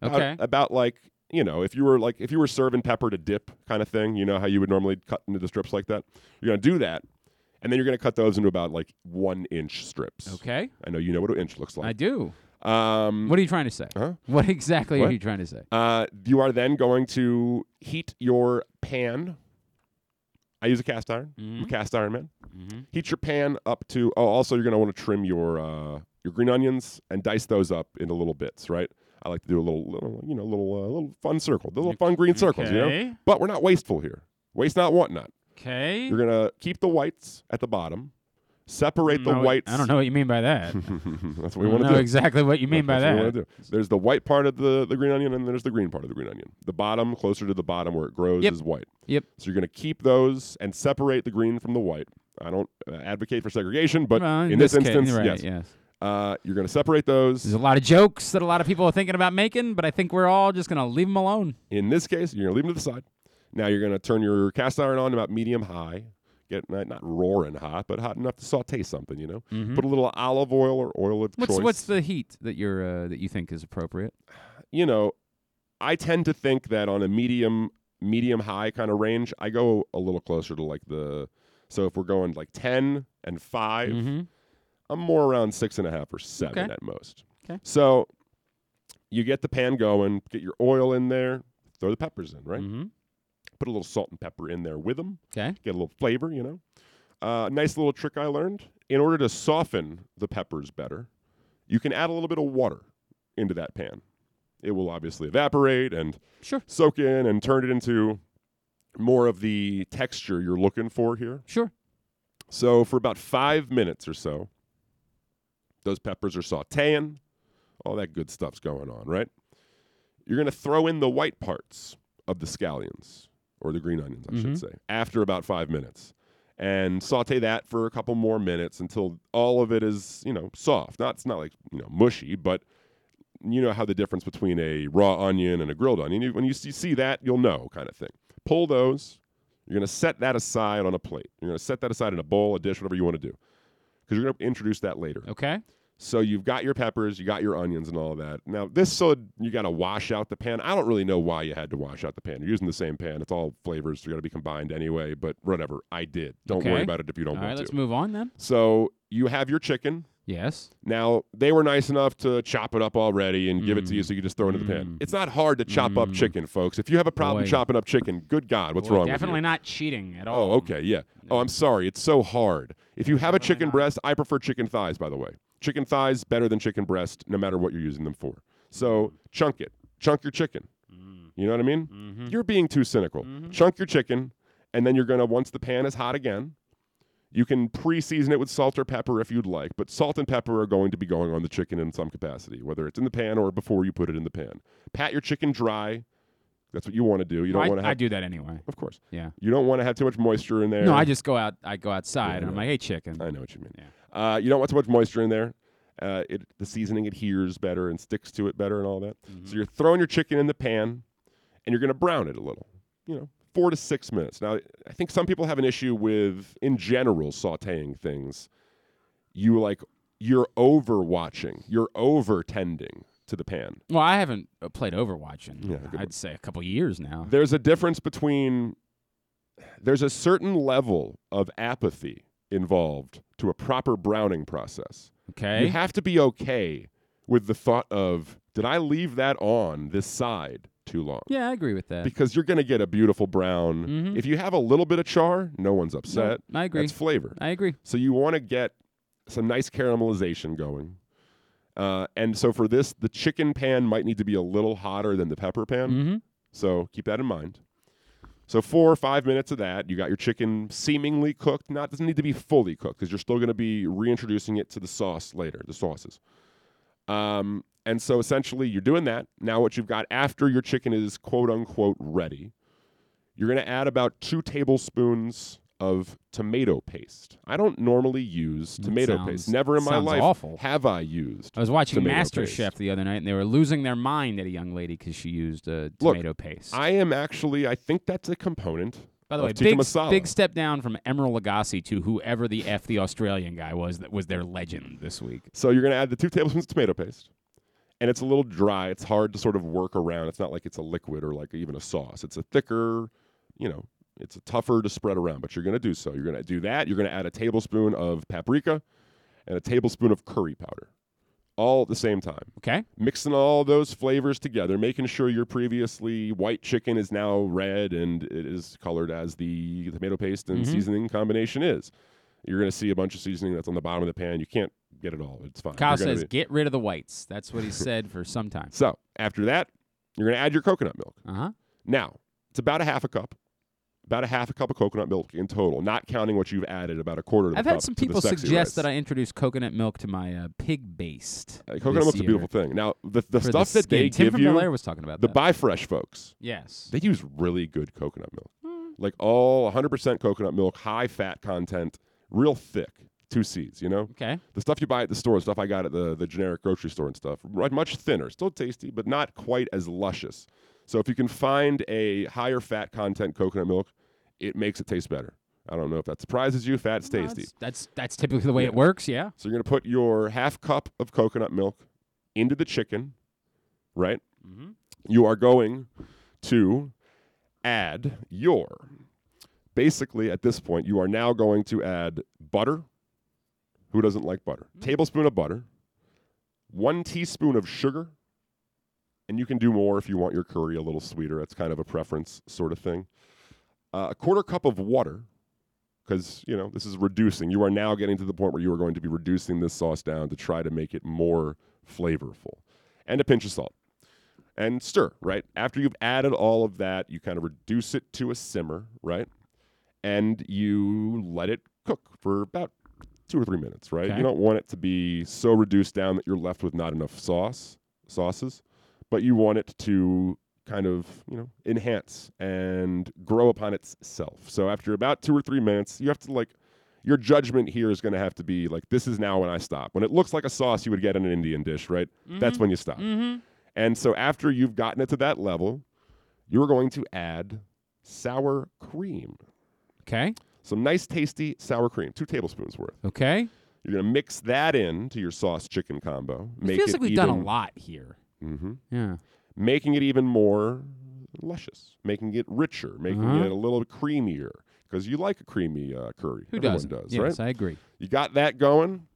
Speaker 1: About-
Speaker 2: Okay.
Speaker 1: about like you know if you were like if you were serving pepper to dip kind of thing you know how you would normally cut into the strips like that you're gonna do that and then you're gonna cut those into about like one inch strips
Speaker 2: Okay.
Speaker 1: i know you know what an inch looks like
Speaker 2: I do.
Speaker 1: um,
Speaker 2: What are you trying to say?
Speaker 1: Huh?
Speaker 2: What exactly are you trying to say?
Speaker 1: Uh, you are then going to heat your pan. I use a cast iron. I'm a
Speaker 2: Mhm.
Speaker 1: cast iron man.
Speaker 2: Mhm.
Speaker 1: Heat your pan up to. Oh, also you're going to want to trim your uh, your green onions and dice those up into little bits, right? I like to do a little, little you know, little uh, little fun circle, the little fun green circles, you know.
Speaker 2: Okay.
Speaker 1: But we're not wasteful here. Waste not, want not.
Speaker 2: Okay.
Speaker 1: You're gonna keep the whites at the bottom. Separate the
Speaker 2: No,
Speaker 1: whites.
Speaker 2: Mm, I don't know what you mean by that.
Speaker 1: That's what we
Speaker 2: I
Speaker 1: want to
Speaker 2: don't know
Speaker 1: do.
Speaker 2: exactly what you mean by
Speaker 1: That's what we wanna
Speaker 2: that.
Speaker 1: do. There's the white part of the, the green onion, and there's the green part of the green onion. The bottom, closer to the bottom where it grows,
Speaker 2: Yep.
Speaker 1: is white.
Speaker 2: Yep.
Speaker 1: So you're going to keep those and separate the green from the white. I don't uh, advocate for segregation, but
Speaker 2: Well,
Speaker 1: in,
Speaker 2: in
Speaker 1: this,
Speaker 2: this ca-
Speaker 1: instance,
Speaker 2: right,
Speaker 1: yes.
Speaker 2: yes.
Speaker 1: Uh, you're going to separate those.
Speaker 2: There's a lot of jokes that a lot of people are thinking about making, but I think we're all just gonna leave them alone.
Speaker 1: In this case, you're gonna leave them to the side. Now you're gonna turn your cast iron on about medium high, get not, not roaring hot, but hot enough to saute something. You know,
Speaker 2: Mhm.
Speaker 1: put a little olive oil or oil of
Speaker 2: What's
Speaker 1: choice.
Speaker 2: what's the heat that you're uh, that you think is appropriate?
Speaker 1: you know, I tend to think that on a medium medium high kind of range, I go a little closer to like the so if we're going like ten and 5
Speaker 11: Mhm.
Speaker 1: I'm more around six and a half or seven
Speaker 11: Okay.
Speaker 1: at most.
Speaker 11: Okay.
Speaker 1: So you get the pan going, get your oil in there, throw the peppers in, right?
Speaker 11: Mm-hmm.
Speaker 1: Put a little salt and pepper in there with them.
Speaker 11: Okay.
Speaker 1: Get a little flavor, you know. Uh, nice little trick I learned. In order to soften the peppers better, you can add a little bit of water into that pan. It will obviously evaporate and soak in and turn it into more of the texture you're looking for here.
Speaker 11: Sure.
Speaker 1: So for about five minutes or so, those peppers are sauteing, all that good stuff's going on, right? You're going to throw in the white parts of the scallions or the green onions, I
Speaker 11: Mhm.
Speaker 1: should say, after about five minutes. And saute that for a couple more minutes until all of it is, you know, soft. Not it's not like you know mushy, but you know how the difference between a raw onion and a grilled onion. You, when you see, see that, you'll know kind of thing. Pull those. You're going to set that aside on a plate. You're going to set that aside in a bowl, a dish, whatever you want to do, because you're going to introduce that later.
Speaker 11: Okay.
Speaker 1: So you've got your peppers, you got your onions, and all that. Now this so you got to wash out the pan. I don't really know why you had to wash out the pan. You're using the same pan. It's all flavors. They're going to be combined anyway. But whatever, I did. Don't
Speaker 11: Okay.
Speaker 1: worry about it if you don't
Speaker 11: All
Speaker 1: want
Speaker 11: right,
Speaker 1: to.
Speaker 11: let's move on then.
Speaker 1: So you have your chicken.
Speaker 11: Yes.
Speaker 1: Now they were nice enough to chop it up already and give it
Speaker 11: Mm.
Speaker 1: to you, so you just throw it into the pan. It's not hard to chop up chicken, folks. If you have a problem
Speaker 11: Boy.
Speaker 1: chopping up chicken, good God, what's
Speaker 11: We're
Speaker 1: wrong?
Speaker 11: Definitely
Speaker 1: with you?
Speaker 11: not cheating at all.
Speaker 1: Oh, okay, yeah. Oh, I'm sorry. It's so hard. If you have a chicken breast, I prefer chicken thighs, by the way. Chicken thighs better than chicken breast, no matter what you're using them for. So
Speaker 11: Mm-hmm.
Speaker 1: chunk it. Chunk your chicken.
Speaker 11: Mm.
Speaker 1: You know what I mean?
Speaker 11: Mm-hmm.
Speaker 1: You're being too cynical. Chunk your chicken, and then you're gonna once the pan is hot again, you can pre-season it with salt or pepper if you'd like, but salt and pepper are going to be going on the chicken in some capacity, whether it's in the pan or before you put it in the pan. Pat your chicken dry. That's what you want to do. You don't
Speaker 11: I,
Speaker 1: want to.
Speaker 11: I do that anyway.
Speaker 1: Of course.
Speaker 11: Yeah.
Speaker 1: You don't want to have too much moisture in there.
Speaker 11: No, I just go out. I go outside,
Speaker 1: Yeah,
Speaker 11: and I'm
Speaker 1: yeah.
Speaker 11: like, "Hey, chicken."
Speaker 1: I know what you mean. Uh, you don't want too much moisture in there. Uh, it, the seasoning adheres better and sticks to it better and all that.
Speaker 11: Mm-hmm.
Speaker 1: So you're throwing your chicken in the pan, and you're going to brown it a little. You know, four to six minutes. Now, I think some people have an issue with, in general, sautéing things. You like you're over watching. You're over tending to the pan.
Speaker 11: Well, I haven't uh, played Overwatch in I'd say a couple years now.
Speaker 1: There's a difference between there's a certain level of apathy involved to a proper browning process.
Speaker 11: Okay.
Speaker 1: You have to be okay with the thought of did I leave that on this side too long?
Speaker 11: Yeah, I agree with that.
Speaker 1: Because you're going to get a beautiful brown.
Speaker 11: Mhm.
Speaker 1: If you have a little bit of char, no one's upset.
Speaker 11: I agree.
Speaker 1: That's flavor.
Speaker 11: I agree.
Speaker 1: So you want to get some nice caramelization going. Uh, and so for this, the chicken pan might need to be a little hotter than the pepper pan.
Speaker 11: Mhm.
Speaker 1: So keep that in mind. So four or five minutes of that, you got your chicken seemingly cooked. Not doesn't need to be fully cooked because you're still going to be reintroducing it to the sauce later, the sauces. Um, and so essentially, you're doing that. Now, what you've got after your chicken is quote unquote ready, you're going to add about two tablespoons of tomato paste. I don't normally use tomato paste.
Speaker 11: sounds-
Speaker 1: Never in my
Speaker 11: sounds
Speaker 1: life
Speaker 11: awful.
Speaker 1: have I used.
Speaker 11: I was watching
Speaker 1: tomato
Speaker 11: Master
Speaker 1: paste.
Speaker 11: Chef the other night, and they were losing their mind at a young lady because she used uh,
Speaker 1: Look,
Speaker 11: tomato paste.
Speaker 1: I am actually. I think that's a component.
Speaker 11: By the
Speaker 1: of
Speaker 11: way,
Speaker 1: tikka
Speaker 11: big,
Speaker 1: masala.
Speaker 11: big step down from Emeril Lagasse to whoever the f the Australian guy was that was their legend this week.
Speaker 1: So you're going to add the two tablespoons of tomato paste, and it's a little dry. It's hard to sort of work around. It's not like it's a liquid or like even a sauce. It's a thicker, you know, it's a tougher to spread around. But you're going to do so. You're going to do that. You're going to add a tablespoon of paprika and a tablespoon of curry powder, all at the same time.
Speaker 11: Okay.
Speaker 1: Mixing all those flavors together, making sure your previously white chicken is now red and it is colored as the tomato paste and
Speaker 11: Mhm.
Speaker 1: seasoning combination is. You're going to see a bunch of seasoning that's on the bottom of the pan. You can't get it all. It's fine.
Speaker 11: Kyle
Speaker 1: You're gonna
Speaker 11: says,
Speaker 1: be-
Speaker 11: "Get rid of the whites." That's what he said for some time.
Speaker 1: So after that, you're going to add your coconut milk.
Speaker 11: Uh huh.
Speaker 1: Now it's about a half a cup, about a half a cup of coconut milk in total, not counting what you've added. About a quarter. Of a
Speaker 11: I've
Speaker 1: cup
Speaker 11: had some
Speaker 1: to the
Speaker 11: people
Speaker 1: sexy
Speaker 11: suggest
Speaker 1: rice.
Speaker 11: that I introduce coconut milk to my uh, pig based.
Speaker 1: Uh, coconut milk's a beautiful thing. Now the, the
Speaker 11: For the
Speaker 1: stuff that
Speaker 11: skin.
Speaker 1: they
Speaker 11: Tim
Speaker 1: give
Speaker 11: from
Speaker 1: you,
Speaker 11: Bel-Air was talking about
Speaker 1: the
Speaker 11: that.
Speaker 1: Buy Fresh folks.
Speaker 11: Yes. Hmm.
Speaker 1: they use really good coconut milk, like all 100% coconut milk, high fat content, real thick. Two C's, you know.
Speaker 11: Okay.
Speaker 1: The stuff you buy at the store, the stuff I got at the the generic grocery store and stuff, right, much thinner, still tasty, but not quite as luscious. So if you can find a higher fat content coconut milk, it makes it taste better. I don't know if that surprises you. Fat's tasty.
Speaker 11: That's that's typically the way it works. Yeah.
Speaker 1: So you're going to put your half cup of coconut milk into the chicken, right?
Speaker 11: Mhm.
Speaker 1: you are going to add your. Basically, at this point, you are now going to add butter. Who doesn't like butter?
Speaker 11: Mm.
Speaker 1: Tablespoon of butter, one teaspoon of sugar, and you can do more if you want your curry a little sweeter. That's kind of a preference sort of thing. Uh, a quarter cup of water, because you know this is reducing. You are now getting to the point where you are going to be reducing this sauce down to try to make it more flavorful, and a pinch of salt, and stir. Right after you've added all of that, you kind of reduce it to a simmer, right, and you let it cook for about two or three minutes. Right,
Speaker 16: Okay.
Speaker 1: you don't want it to be so reduced down that you're left with not enough sauce sauces, but you want it to kind of you know enhance and grow upon itself so after about two or three minutes you have to like your judgment here is going to have to be like this is now when i stop when it looks like a sauce you would get in an indian dish right that's
Speaker 16: Mhm.
Speaker 1: when you stop
Speaker 16: Mhm.
Speaker 1: and so after you've gotten it to that level you're going to add sour cream
Speaker 2: okay
Speaker 1: some nice tasty sour cream two tablespoons worth
Speaker 2: okay
Speaker 1: you're going to mix that in to your sauce chicken combo
Speaker 2: It feels like we've done a lot here.
Speaker 1: hmm
Speaker 2: Yeah.
Speaker 1: Making it even more luscious, making it richer, making
Speaker 2: Uh-huh.
Speaker 1: it a little creamier. Because you like a creamy uh, curry.
Speaker 2: Who
Speaker 1: Everyone
Speaker 2: doesn't?
Speaker 1: does, right?
Speaker 2: Yes, I agree.
Speaker 1: You got that going.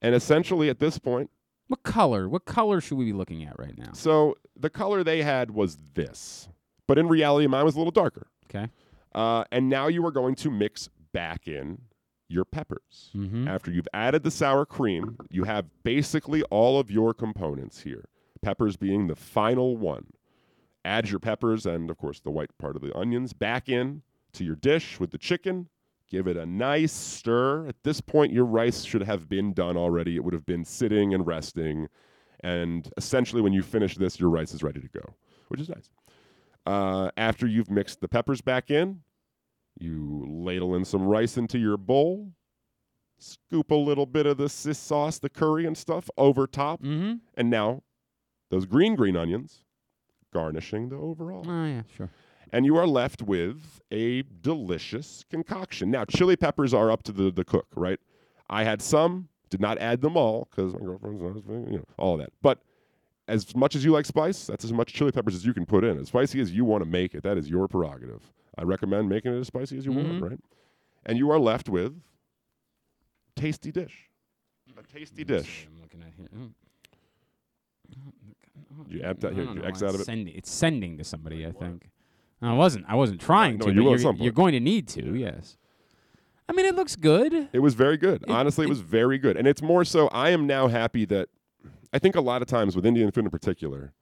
Speaker 1: And essentially at this point.
Speaker 2: What color? What color should we be looking at right now?
Speaker 1: So the color they had was this. But in reality, mine was a little darker.
Speaker 2: Okay.
Speaker 1: Uh, and now you are going to mix back in your peppers.
Speaker 2: Mm-hmm.
Speaker 1: After you've added the sour cream, you have basically all of your components here. Peppers being the final one. Add your peppers and, of course, the white part of the onions back in to your dish with the chicken. Give it a nice stir. At this point, your rice should have been done already. It would have been sitting and resting. And essentially, when you finish this, your rice is ready to go, which is nice. Uh, after you've mixed the peppers back in, you ladle in some rice into your bowl, scoop a little bit of the sis sauce, the curry and stuff over top, and now those green green onions garnishing the overall.
Speaker 2: Oh yeah, sure.
Speaker 1: And you are left with a delicious concoction. Now, chili peppers are up to the, the cook, right? I had some, did not add them all because my girlfriend's not as big, you know, all of that. But as much as you like spice, that's as much chili peppers as you can put in. As spicy as you want to make it, that is your prerogative. I recommend making it as spicy as you
Speaker 2: Mm-hmm.
Speaker 1: want, right? And you are left with tasty dish. A tasty dish.
Speaker 2: I'm looking at here. Mm-hmm.
Speaker 1: You apt out
Speaker 2: I
Speaker 1: here,
Speaker 2: don't
Speaker 1: you
Speaker 2: know
Speaker 1: X
Speaker 2: why
Speaker 1: out
Speaker 2: it's
Speaker 1: of it.
Speaker 2: sending- it's sending to somebody, I think. I wasn't. I wasn't trying
Speaker 1: no,
Speaker 2: to.
Speaker 1: you
Speaker 2: but
Speaker 1: will at
Speaker 2: you're,
Speaker 1: some
Speaker 2: you're
Speaker 1: point.
Speaker 2: going to need to. Yes. I mean, it looks good.
Speaker 1: It was very good. Honestly, it, was very good. And it's more so I am now happy that I think a lot of times with Indian food in particular,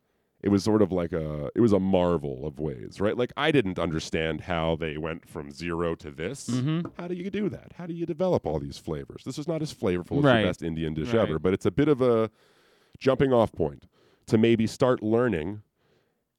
Speaker 1: it was sort of like a it was a marvel of ways, right? Like I didn't understand how they went from zero to this.
Speaker 2: Mm-hmm.
Speaker 16: Mhm.
Speaker 1: How do you do that? How do you develop all these flavors? This is not as flavorful as
Speaker 16: Right.
Speaker 1: your best Indian dish
Speaker 16: Right.
Speaker 1: ever, but it's a bit of a jumping off point to maybe start learning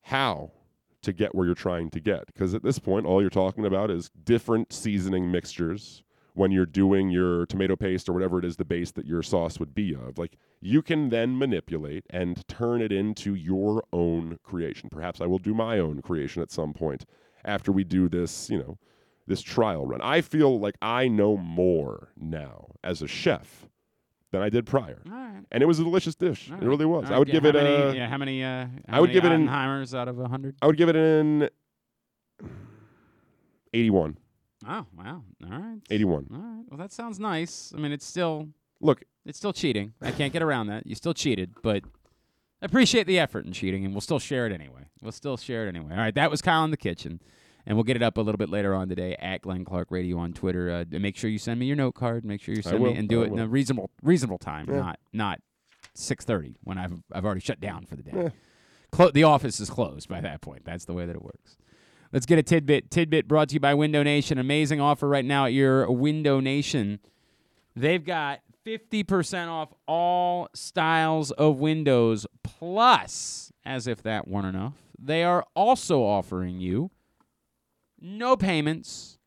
Speaker 1: how to get where you're trying to get. Because at this point, all you're talking about is different seasoning mixtures when you're doing your tomato paste or whatever it is the base that your sauce would be of. Like you can then manipulate and turn it into your own creation. Perhaps I will do my own creation at some point after we do this, you know, this trial run. I feel like I know more now as a chef than I did prior.
Speaker 2: All right.
Speaker 1: And it was a delicious dish.
Speaker 2: All
Speaker 1: It
Speaker 2: right.
Speaker 1: really was.
Speaker 2: All
Speaker 1: I
Speaker 2: right,
Speaker 1: would
Speaker 2: yeah,
Speaker 1: give
Speaker 2: how
Speaker 1: it
Speaker 2: many,
Speaker 1: a
Speaker 2: Yeah. How many? Uh,
Speaker 1: I would give it an
Speaker 2: Oppenheimers out of hundred.
Speaker 1: I would give it an 81.
Speaker 2: Oh wow! All right.
Speaker 1: 81.
Speaker 2: All right. Well, that sounds nice. I mean, it's still
Speaker 1: look.
Speaker 2: It's still cheating. I can't get around that. You still cheated, but I appreciate the effort in cheating, and we'll still share it anyway. We'll still share it anyway. All right. That was Kyle in the kitchen, and we'll get it up a little bit later on today at Glenn Clark Radio on Twitter. Uh, d- make sure you send me your note card. Make sure you
Speaker 16: I
Speaker 2: send
Speaker 16: will,
Speaker 2: me and do
Speaker 16: I
Speaker 2: it in
Speaker 16: will.
Speaker 2: a reasonable reasonable time,
Speaker 16: Yeah.
Speaker 2: not not six thirty when I've I've already shut down for the day.
Speaker 16: Yeah.
Speaker 2: Clo- the office is closed by that point. That's the way that it works. Let's get a tidbit. Tidbit brought to you by Window Nation. Amazing offer right now at your Window Nation. They've got 50% off all styles of windows, plus, as if that weren't enough, they are also offering you no payments,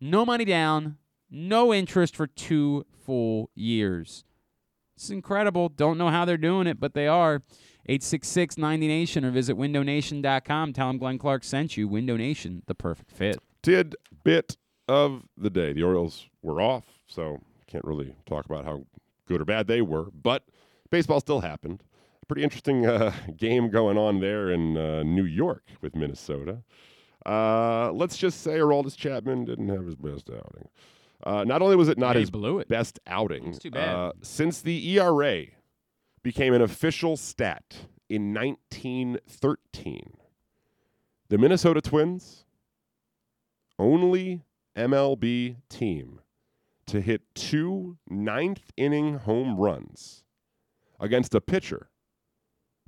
Speaker 2: no money down, no interest for two full years. It's incredible. Don't know how they're doing it, but they are. 866 90 Nation or visit windownation.com. Tell them Glenn Clark sent you. Window Nation, the perfect fit.
Speaker 1: Did bit of the day. The Orioles were off, so can't really talk about how good or bad they were, but baseball still happened. Pretty interesting uh, game going on there in uh, New York with Minnesota. Uh, let's just say Aroldis Chapman didn't have his best outing. Uh, not only was it not
Speaker 2: Yeah, he
Speaker 1: his best outing,
Speaker 2: too bad.
Speaker 1: Uh, since the ERA became an official stat in 1913, the Minnesota Twins, only MLB team to hit two ninth inning home runs against a pitcher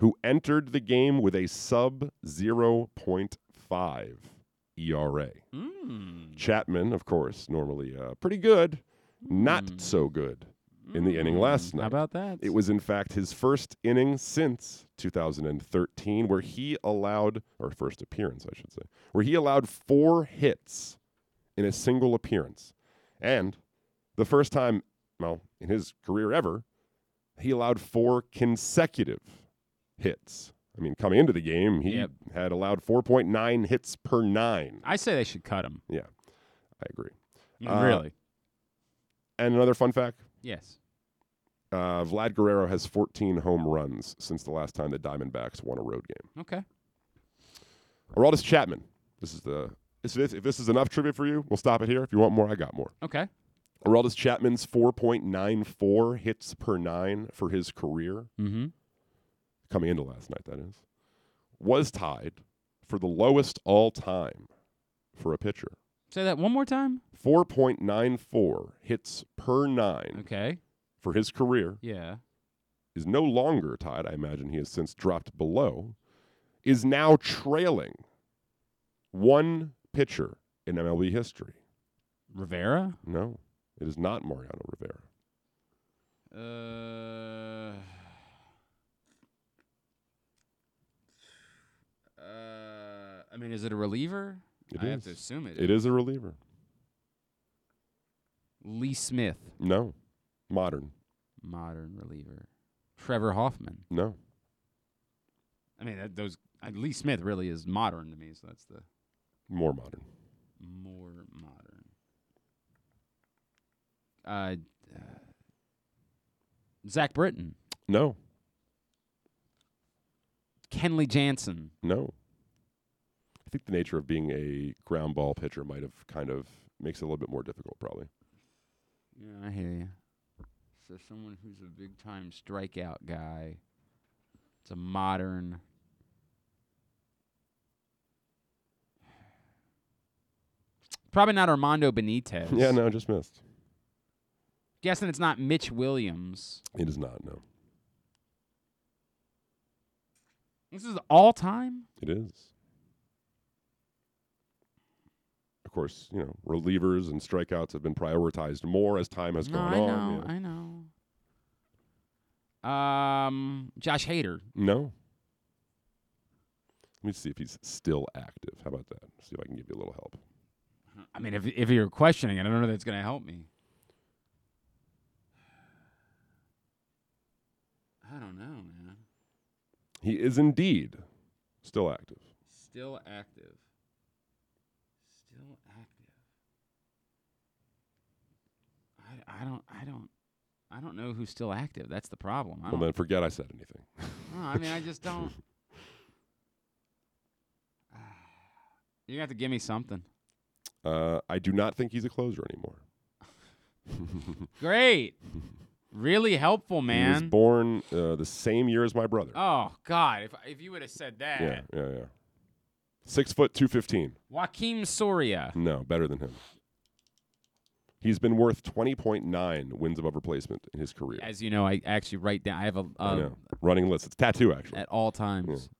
Speaker 1: who entered the game with a sub 0.5 ERA. E
Speaker 2: Hmm.
Speaker 1: Chapman, of course, normally uh, pretty good, not so good in the inning last night. How
Speaker 2: Hmm. about that?
Speaker 1: It was, in fact, his first inning since 2013, where he allowed, or first appearance, I should say, where he allowed four hits in a single appearance. And the first time, well, in his career ever, he allowed four consecutive hits. I mean, coming into the game, he
Speaker 2: Yep.
Speaker 1: had allowed 4.9 hits per nine.
Speaker 2: I say they should cut him.
Speaker 1: Yeah, I agree. Uh,
Speaker 2: Mm, really?
Speaker 1: And another fun fact
Speaker 2: Yes.
Speaker 1: uh, Vlad Guerrero has 14 home runs since the last time the Diamondbacks won a road game.
Speaker 2: Okay.
Speaker 1: Aroldis Chapman. This is the. Is this, if this is enough trivia for you, we'll stop it here. If you want more, I got more.
Speaker 2: Okay.
Speaker 1: Aroldis Chapman's 4.94 hits per nine for his career,
Speaker 2: Mm-hmm.
Speaker 1: coming into last night, that is, was tied for the lowest all time for a pitcher.
Speaker 2: Say that one more time.
Speaker 1: 4.94 hits per nine.
Speaker 2: Okay.
Speaker 1: For his career.
Speaker 2: Yeah.
Speaker 1: Is no longer tied. I imagine he has since dropped below. Is now trailing one pitcher in MLB history.
Speaker 2: Rivera?
Speaker 1: No, it is not Mariano Rivera.
Speaker 2: Uh, uh, I mean, is it a reliever?
Speaker 1: It
Speaker 2: I have
Speaker 1: is.
Speaker 2: to assume it.
Speaker 1: It is a reliever.
Speaker 2: Lee Smith,
Speaker 1: No, modern.
Speaker 2: modern reliever. Trevor Hoffman.
Speaker 1: No,
Speaker 2: I mean, that, those uh, Lee Smith really is modern to me, so that's the
Speaker 1: more modern.
Speaker 2: more modern. Uh, uh Zach Britton,
Speaker 1: No,
Speaker 2: Kenley Jansen.
Speaker 1: no. I think the nature of being a ground ball pitcher might have kind of makes it a little bit more difficult, probably.
Speaker 2: Yeah, I hear you. So someone who's a big time strikeout guy. It's a modern. Probably not Armando Benitez.
Speaker 1: Yeah, no, just missed.
Speaker 2: Guessing it's not Mitch Williams.
Speaker 1: It is not. Uh, No,
Speaker 2: This is all time.
Speaker 1: it is. Of course, you know relievers and strikeouts have been prioritized more as time has
Speaker 2: No,
Speaker 1: gone
Speaker 2: I
Speaker 1: on.
Speaker 2: know, I know. Um, Josh Hader.
Speaker 1: No. Let me see if he's still active. How about that? See if I can give you a little help.
Speaker 2: I mean, if if you're questioning it, I don't know that's gonna help me. I don't know, man.
Speaker 1: He is indeed still active.
Speaker 2: Still active. Still active. I, I don't I don't I don't know who's still active. That's the problem. I
Speaker 1: Well,
Speaker 2: don't
Speaker 1: then forget I said anything.
Speaker 2: No, I mean I just don't You have to give me something.
Speaker 1: Uh, I do not think he's a closer anymore.
Speaker 2: Great. Really helpful,
Speaker 1: He was
Speaker 2: man.
Speaker 1: born uh, the same year as my brother.
Speaker 2: Oh god, if if you would have said that.
Speaker 1: Yeah, yeah, yeah. Six foot two fifteen.
Speaker 2: Joaquim Soria.
Speaker 1: No, better than him. He's been worth twenty point nine wins above replacement in his career.
Speaker 2: As you know, I actually write down I have a
Speaker 1: I
Speaker 2: uh,
Speaker 1: know. Running list. It's tattoo actually.
Speaker 2: At all times.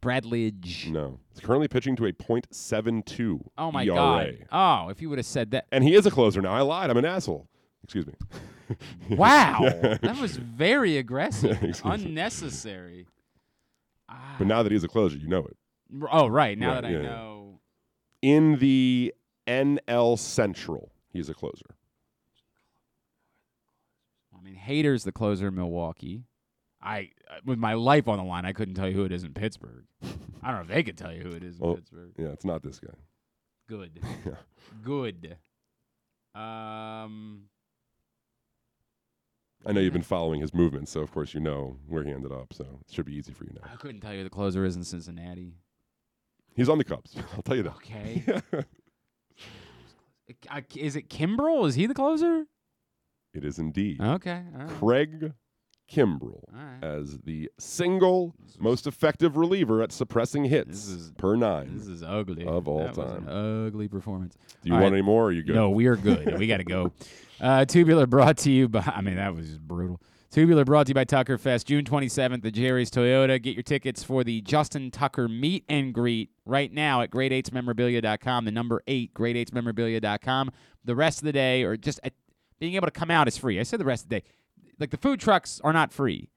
Speaker 2: Bradleyage.
Speaker 1: No. He's currently pitching to a .72
Speaker 2: Oh my
Speaker 1: ERA.
Speaker 2: god. Oh, if you would have said that.
Speaker 1: E And he is a closer now. I lied. I'm an asshole. Excuse me.
Speaker 2: Wow.
Speaker 1: Yeah.
Speaker 2: That was very aggressive.
Speaker 1: Excuse me.
Speaker 2: Unnecessary.
Speaker 1: But now that he's a closer, you know it.
Speaker 2: R- Oh, right. Now
Speaker 1: Right,
Speaker 2: that I
Speaker 1: yeah, yeah.
Speaker 2: know.
Speaker 1: In the NL Central, he's a closer.
Speaker 2: I mean, Hater's the closer in Milwaukee. I uh, with my life on the line, I couldn't tell you who it is in Pittsburgh. I don't know if they could tell you who it is in
Speaker 1: Well,
Speaker 2: Pittsburgh.
Speaker 1: yeah, it's not this guy.
Speaker 2: Good.
Speaker 1: Yeah.
Speaker 2: Good. Um
Speaker 1: I know you've been following his movements, so of course you know where he ended up. So it should be easy for you now.
Speaker 2: I couldn't tell you who the closer is in Cincinnati.
Speaker 1: He's on the Cubs. I'll tell you that.
Speaker 2: Okay. I- is it Kimbrel? Is he the closer?
Speaker 1: It is indeed.
Speaker 2: Okay, all right.
Speaker 1: Craig Kimbrell as the single most effective reliever at suppressing hits per nine. This
Speaker 2: is ugly
Speaker 1: of all
Speaker 2: That was
Speaker 1: time.
Speaker 2: an ugly performance.
Speaker 1: Do you
Speaker 2: All
Speaker 1: want
Speaker 2: right.
Speaker 1: any more? Or are you good?
Speaker 2: No, we are good. we got to go. Uh, Tubular brought to you by, I mean, that was just brutal. Tubular brought to you by Tucker Fest, June 27th at Jerry's Toyota. Get your tickets for the Justin Tucker meet and greet right now at grade8smemorabilia.com. The number eight, grade8smemorabilia.com. The rest of the day, or just at, being able to come out is free. I said the rest of the day. Like the food trucks are not free.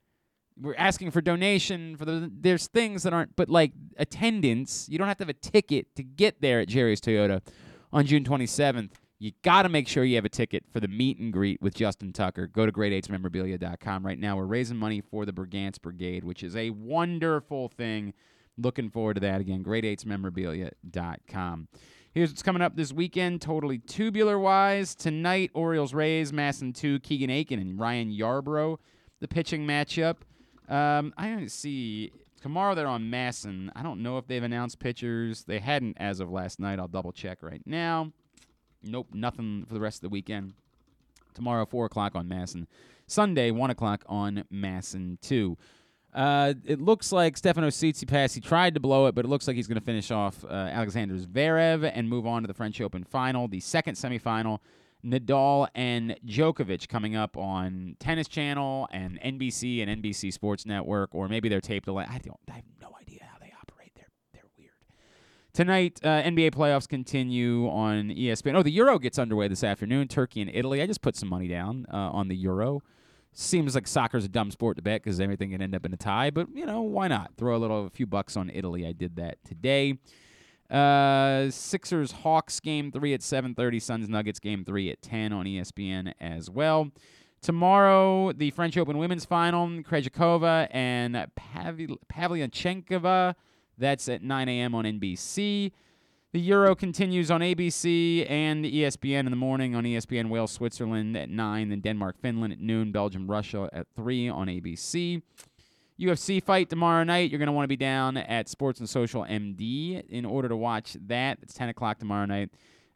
Speaker 2: We're asking for donation for the there's things that aren't but like attendance, you don't have to have a ticket to get there at Jerry's Toyota on June 27th. You got to make sure you have a ticket for the meet and greet with Justin Tucker. Go to grade8smemorabilia.com right now. We're raising money for the Brigance Brigade, which is a wonderful thing. Looking forward to that again. Grade8smemorabilia.com. Here's what's coming up this weekend, totally tubular wise. Tonight, Orioles Rays, Masson 2, Keegan Aiken and Ryan Yarbrough, the pitching matchup. Um, I don't see. Tomorrow they're on Masson. I don't know if they've announced pitchers. They hadn't as of last night. I'll double check right now. Nope, nothing for the rest of the weekend. Tomorrow, 4 o'clock on Masson. Sunday, 1 o'clock on Masson 2. Uh, it looks like Stefano Tsitsipas, he tried to blow it, but it looks like he's going to finish off uh, Alexander Zverev and move on to the French Open final, the second semifinal. Nadal and Djokovic coming up on Tennis Channel and NBC and NBC Sports Network, or maybe they're taped. Al- I don't. I have no Tonight, uh, NBA playoffs continue on ESPN. Oh, the Euro gets underway this afternoon. Turkey and Italy. I just put some money down uh, on the Euro. Seems like soccer's a dumb sport to bet because everything can end up in a tie, but you know why not? Throw a little, a few bucks on Italy. I did that today. Uh, Sixers Hawks game three at seven thirty. Suns Nuggets game three at ten on E ESPN as well. Tomorrow, the French Open women's final, Krejcikova and Pavil- Pavlyuchenkova. That's at 9 a.m. on NBC. The Euro continues on ABC and ESPN in the E morning on E ESPN Wales, Switzerland at 9, then Denmark, Finland at noon, Belgium, Russia at 3 on ABC. UFC fight tomorrow night. You're going to want to be down at Sports and Social MD in order to watch that. It's 10 o'clock tomorrow night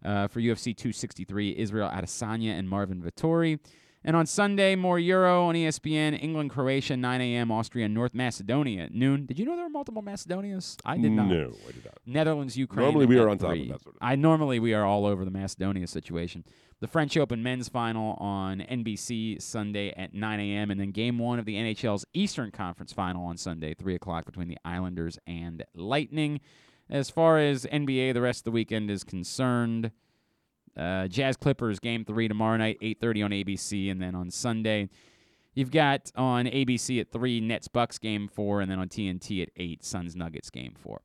Speaker 2: uh, for UFC 263, Israel Adesanya and Marvin Vittori. And on Sunday, more Euro on E ESPN, England, Croatia, 9 a.m., Austria, North Macedonia, at noon. Did you know there were multiple Macedonias? I did not.
Speaker 1: No, I did not.
Speaker 2: Netherlands, Ukraine.
Speaker 1: Normally we
Speaker 2: at
Speaker 1: are on top of
Speaker 2: three.
Speaker 1: that sort
Speaker 2: I normally we are all over the Macedonia situation. The French Open men's final on NBC Sunday at 9 a.m. and then Game One of the NHL's Eastern Conference final on Sunday, three o'clock between the Islanders and Lightning. As far as NBA, the rest of the weekend is concerned. Uh, Jazz Clippers game three tomorrow night, 8:30 on ABC, and then on Sunday, you've got on ABC at three Nets Bucks game four, and then on TNT at eight Suns Nuggets game four.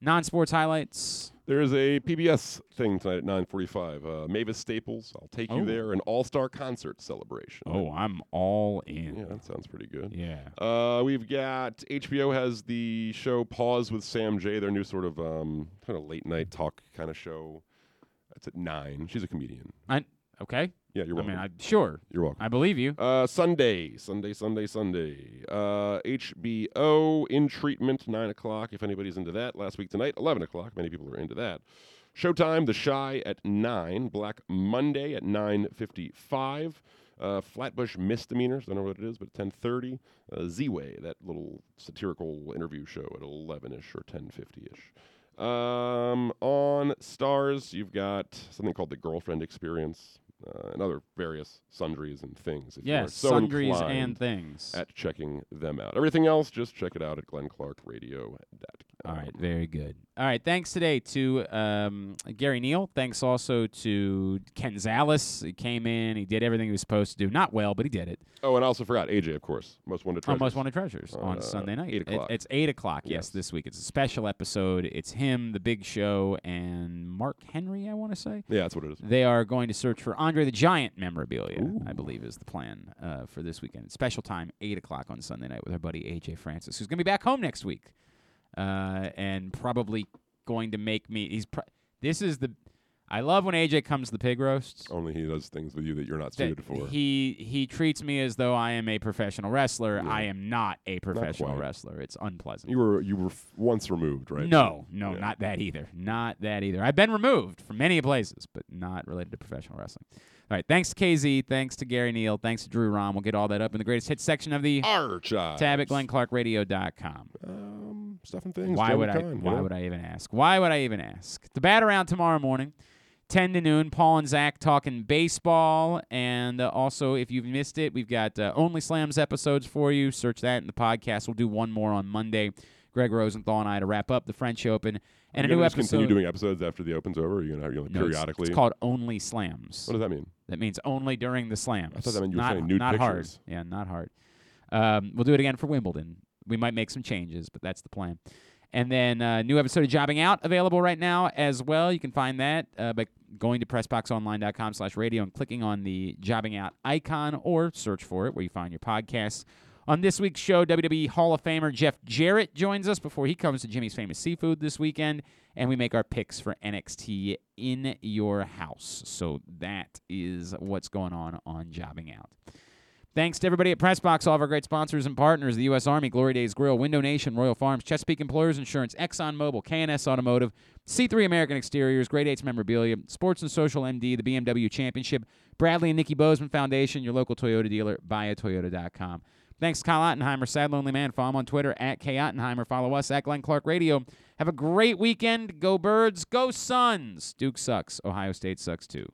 Speaker 2: Non-sports highlights.
Speaker 1: There is a PBS thing tonight at 9:45. Uh, Mavis Staples. I'll take
Speaker 2: Oh.
Speaker 1: you there. An all-star concert celebration.
Speaker 2: Oh, I'm all in.
Speaker 1: Yeah, that sounds pretty good.
Speaker 2: Yeah.
Speaker 1: Uh, we've got HBO has the show Pause with Sam J, their new sort of um, kind of late night talk kind of show. That's at nine. She's a comedian.
Speaker 2: I okay.
Speaker 1: Yeah, you're
Speaker 2: I mean,
Speaker 1: welcome.
Speaker 2: I, sure.
Speaker 1: You're welcome.
Speaker 2: I believe you.
Speaker 1: Uh, Sunday, Sunday, Sunday, Sunday. Uh, HBO in treatment, nine o'clock. If anybody's into that, last week tonight, eleven o'clock. Many people are into that. Showtime, The Shy at nine. Black Monday at nine fifty-five. Uh, Flatbush Misdemeanors. Don't know what it is, but at ten thirty. Uh, Z-Way, that little satirical interview show at eleven ish or ten fifty ish. Um, on Stars, you've got something called the Girlfriend Experience. Uh, and other various sundries and things. if you are
Speaker 2: Yes,
Speaker 1: so
Speaker 2: sundries
Speaker 1: inclined
Speaker 2: and things.
Speaker 1: At checking them out. Everything else, just check it out at glennclarkradio.com.
Speaker 2: All right, very good. All right, thanks today to um, Gary Neal. Thanks also to Ken Zales. He came in, he did everything he was supposed to do. Not well, but he did it.
Speaker 1: Oh, and I also forgot AJ, of course, most wanted treasures.
Speaker 2: Almost Oh, Wanted Treasures on
Speaker 1: uh,
Speaker 2: Sunday night.
Speaker 1: Eight
Speaker 2: It-
Speaker 1: o'clock.
Speaker 2: it's eight o'clock. Yes,
Speaker 1: Yes.
Speaker 2: this week it's a special episode. It's him, The Big Show, and Mark Henry. I want to say.
Speaker 1: Yeah, that's what it is.
Speaker 2: They are going to search for Andre the Giant memorabilia. I believe is the plan uh, for this weekend. Special time, eight o'clock on Sunday night with our buddy AJ Francis, who's going to be back home next week, uh, and probably going to make me. He's. Pr- this is the. I love when AJ comes to the pig roast.
Speaker 1: Only he does things with you that you're not
Speaker 2: that
Speaker 1: suited for.
Speaker 2: He he treats me as though I am a professional wrestler. I am not a professional
Speaker 1: quite.
Speaker 2: wrestler. It's unpleasant.
Speaker 1: You were you were f- once removed, right?
Speaker 2: No, no, not that either. Not that either. I've been removed from many places, but not related to professional wrestling. All right. Thanks to KZ. Thanks to Gary Neal. Thanks to Drew Rom. We'll get all that up in the greatest hits section of the
Speaker 1: Archives.
Speaker 2: tab at glenclarkradio.com. Um,
Speaker 1: stuff and things,
Speaker 2: Why
Speaker 1: Jim
Speaker 2: would I?
Speaker 1: Kine, you
Speaker 2: why
Speaker 1: know?
Speaker 2: would I even ask? Why would I even ask? The bat around tomorrow morning. 10 to noon, Paul and Zach talking baseball. And uh, also, if you've missed it, we've got uh, Only Slams episodes for you. Search that in the podcast. We'll do one more on Monday. Greg Rosenthal and I to wrap up the French Open. And
Speaker 1: Are
Speaker 2: a
Speaker 1: you
Speaker 2: new
Speaker 1: gonna just
Speaker 2: episode.
Speaker 1: Continue doing episodes after the Open's over. Or are you gonna have you know,
Speaker 2: No, it's-
Speaker 1: periodically?
Speaker 2: It's called Only Slams.
Speaker 1: What does that mean?
Speaker 2: That means only during the slams.
Speaker 1: I thought that meant you were
Speaker 2: not,
Speaker 1: saying nude
Speaker 2: not
Speaker 1: pictures.
Speaker 2: hard. Yeah, not hard. Um, we'll do it again for Wimbledon. We might make some changes, but that's the plan. And then uh, new episode of Jobbing Out available right now as well. You can find that uh, by going to pressboxonline.com slash radio and clicking on the Jobbing Out icon or search for it where you find your podcasts. On this week's show, WWE Hall of Famer Jeff Jarrett joins us before he comes to Jimmy's Famous Seafood this weekend, and we make our picks for NXT in your house. So that is what's going on on Jobbing Out. Thanks to everybody at Pressbox, all of our great sponsors and partners, the U.S. Army, Glory Days Grill, Window Nation, Royal Farms, Chesapeake Employers Insurance, ExxonMobil, KNS Automotive, C3 American Exteriors, Grade 8's Memorabilia, Sports and Social MD, the BMW Championship, Bradley and Nikki Bozeman Foundation, your local Toyota dealer, buyatoyota.com. Thanks, to Kyle Ottenheimer, Sad Lonely Man. Follow him on Twitter at K Ottenheimer. Follow us at Glenn Clark Radio. Have a great weekend. Go Birds, go Suns. Duke sucks. Ohio State sucks too.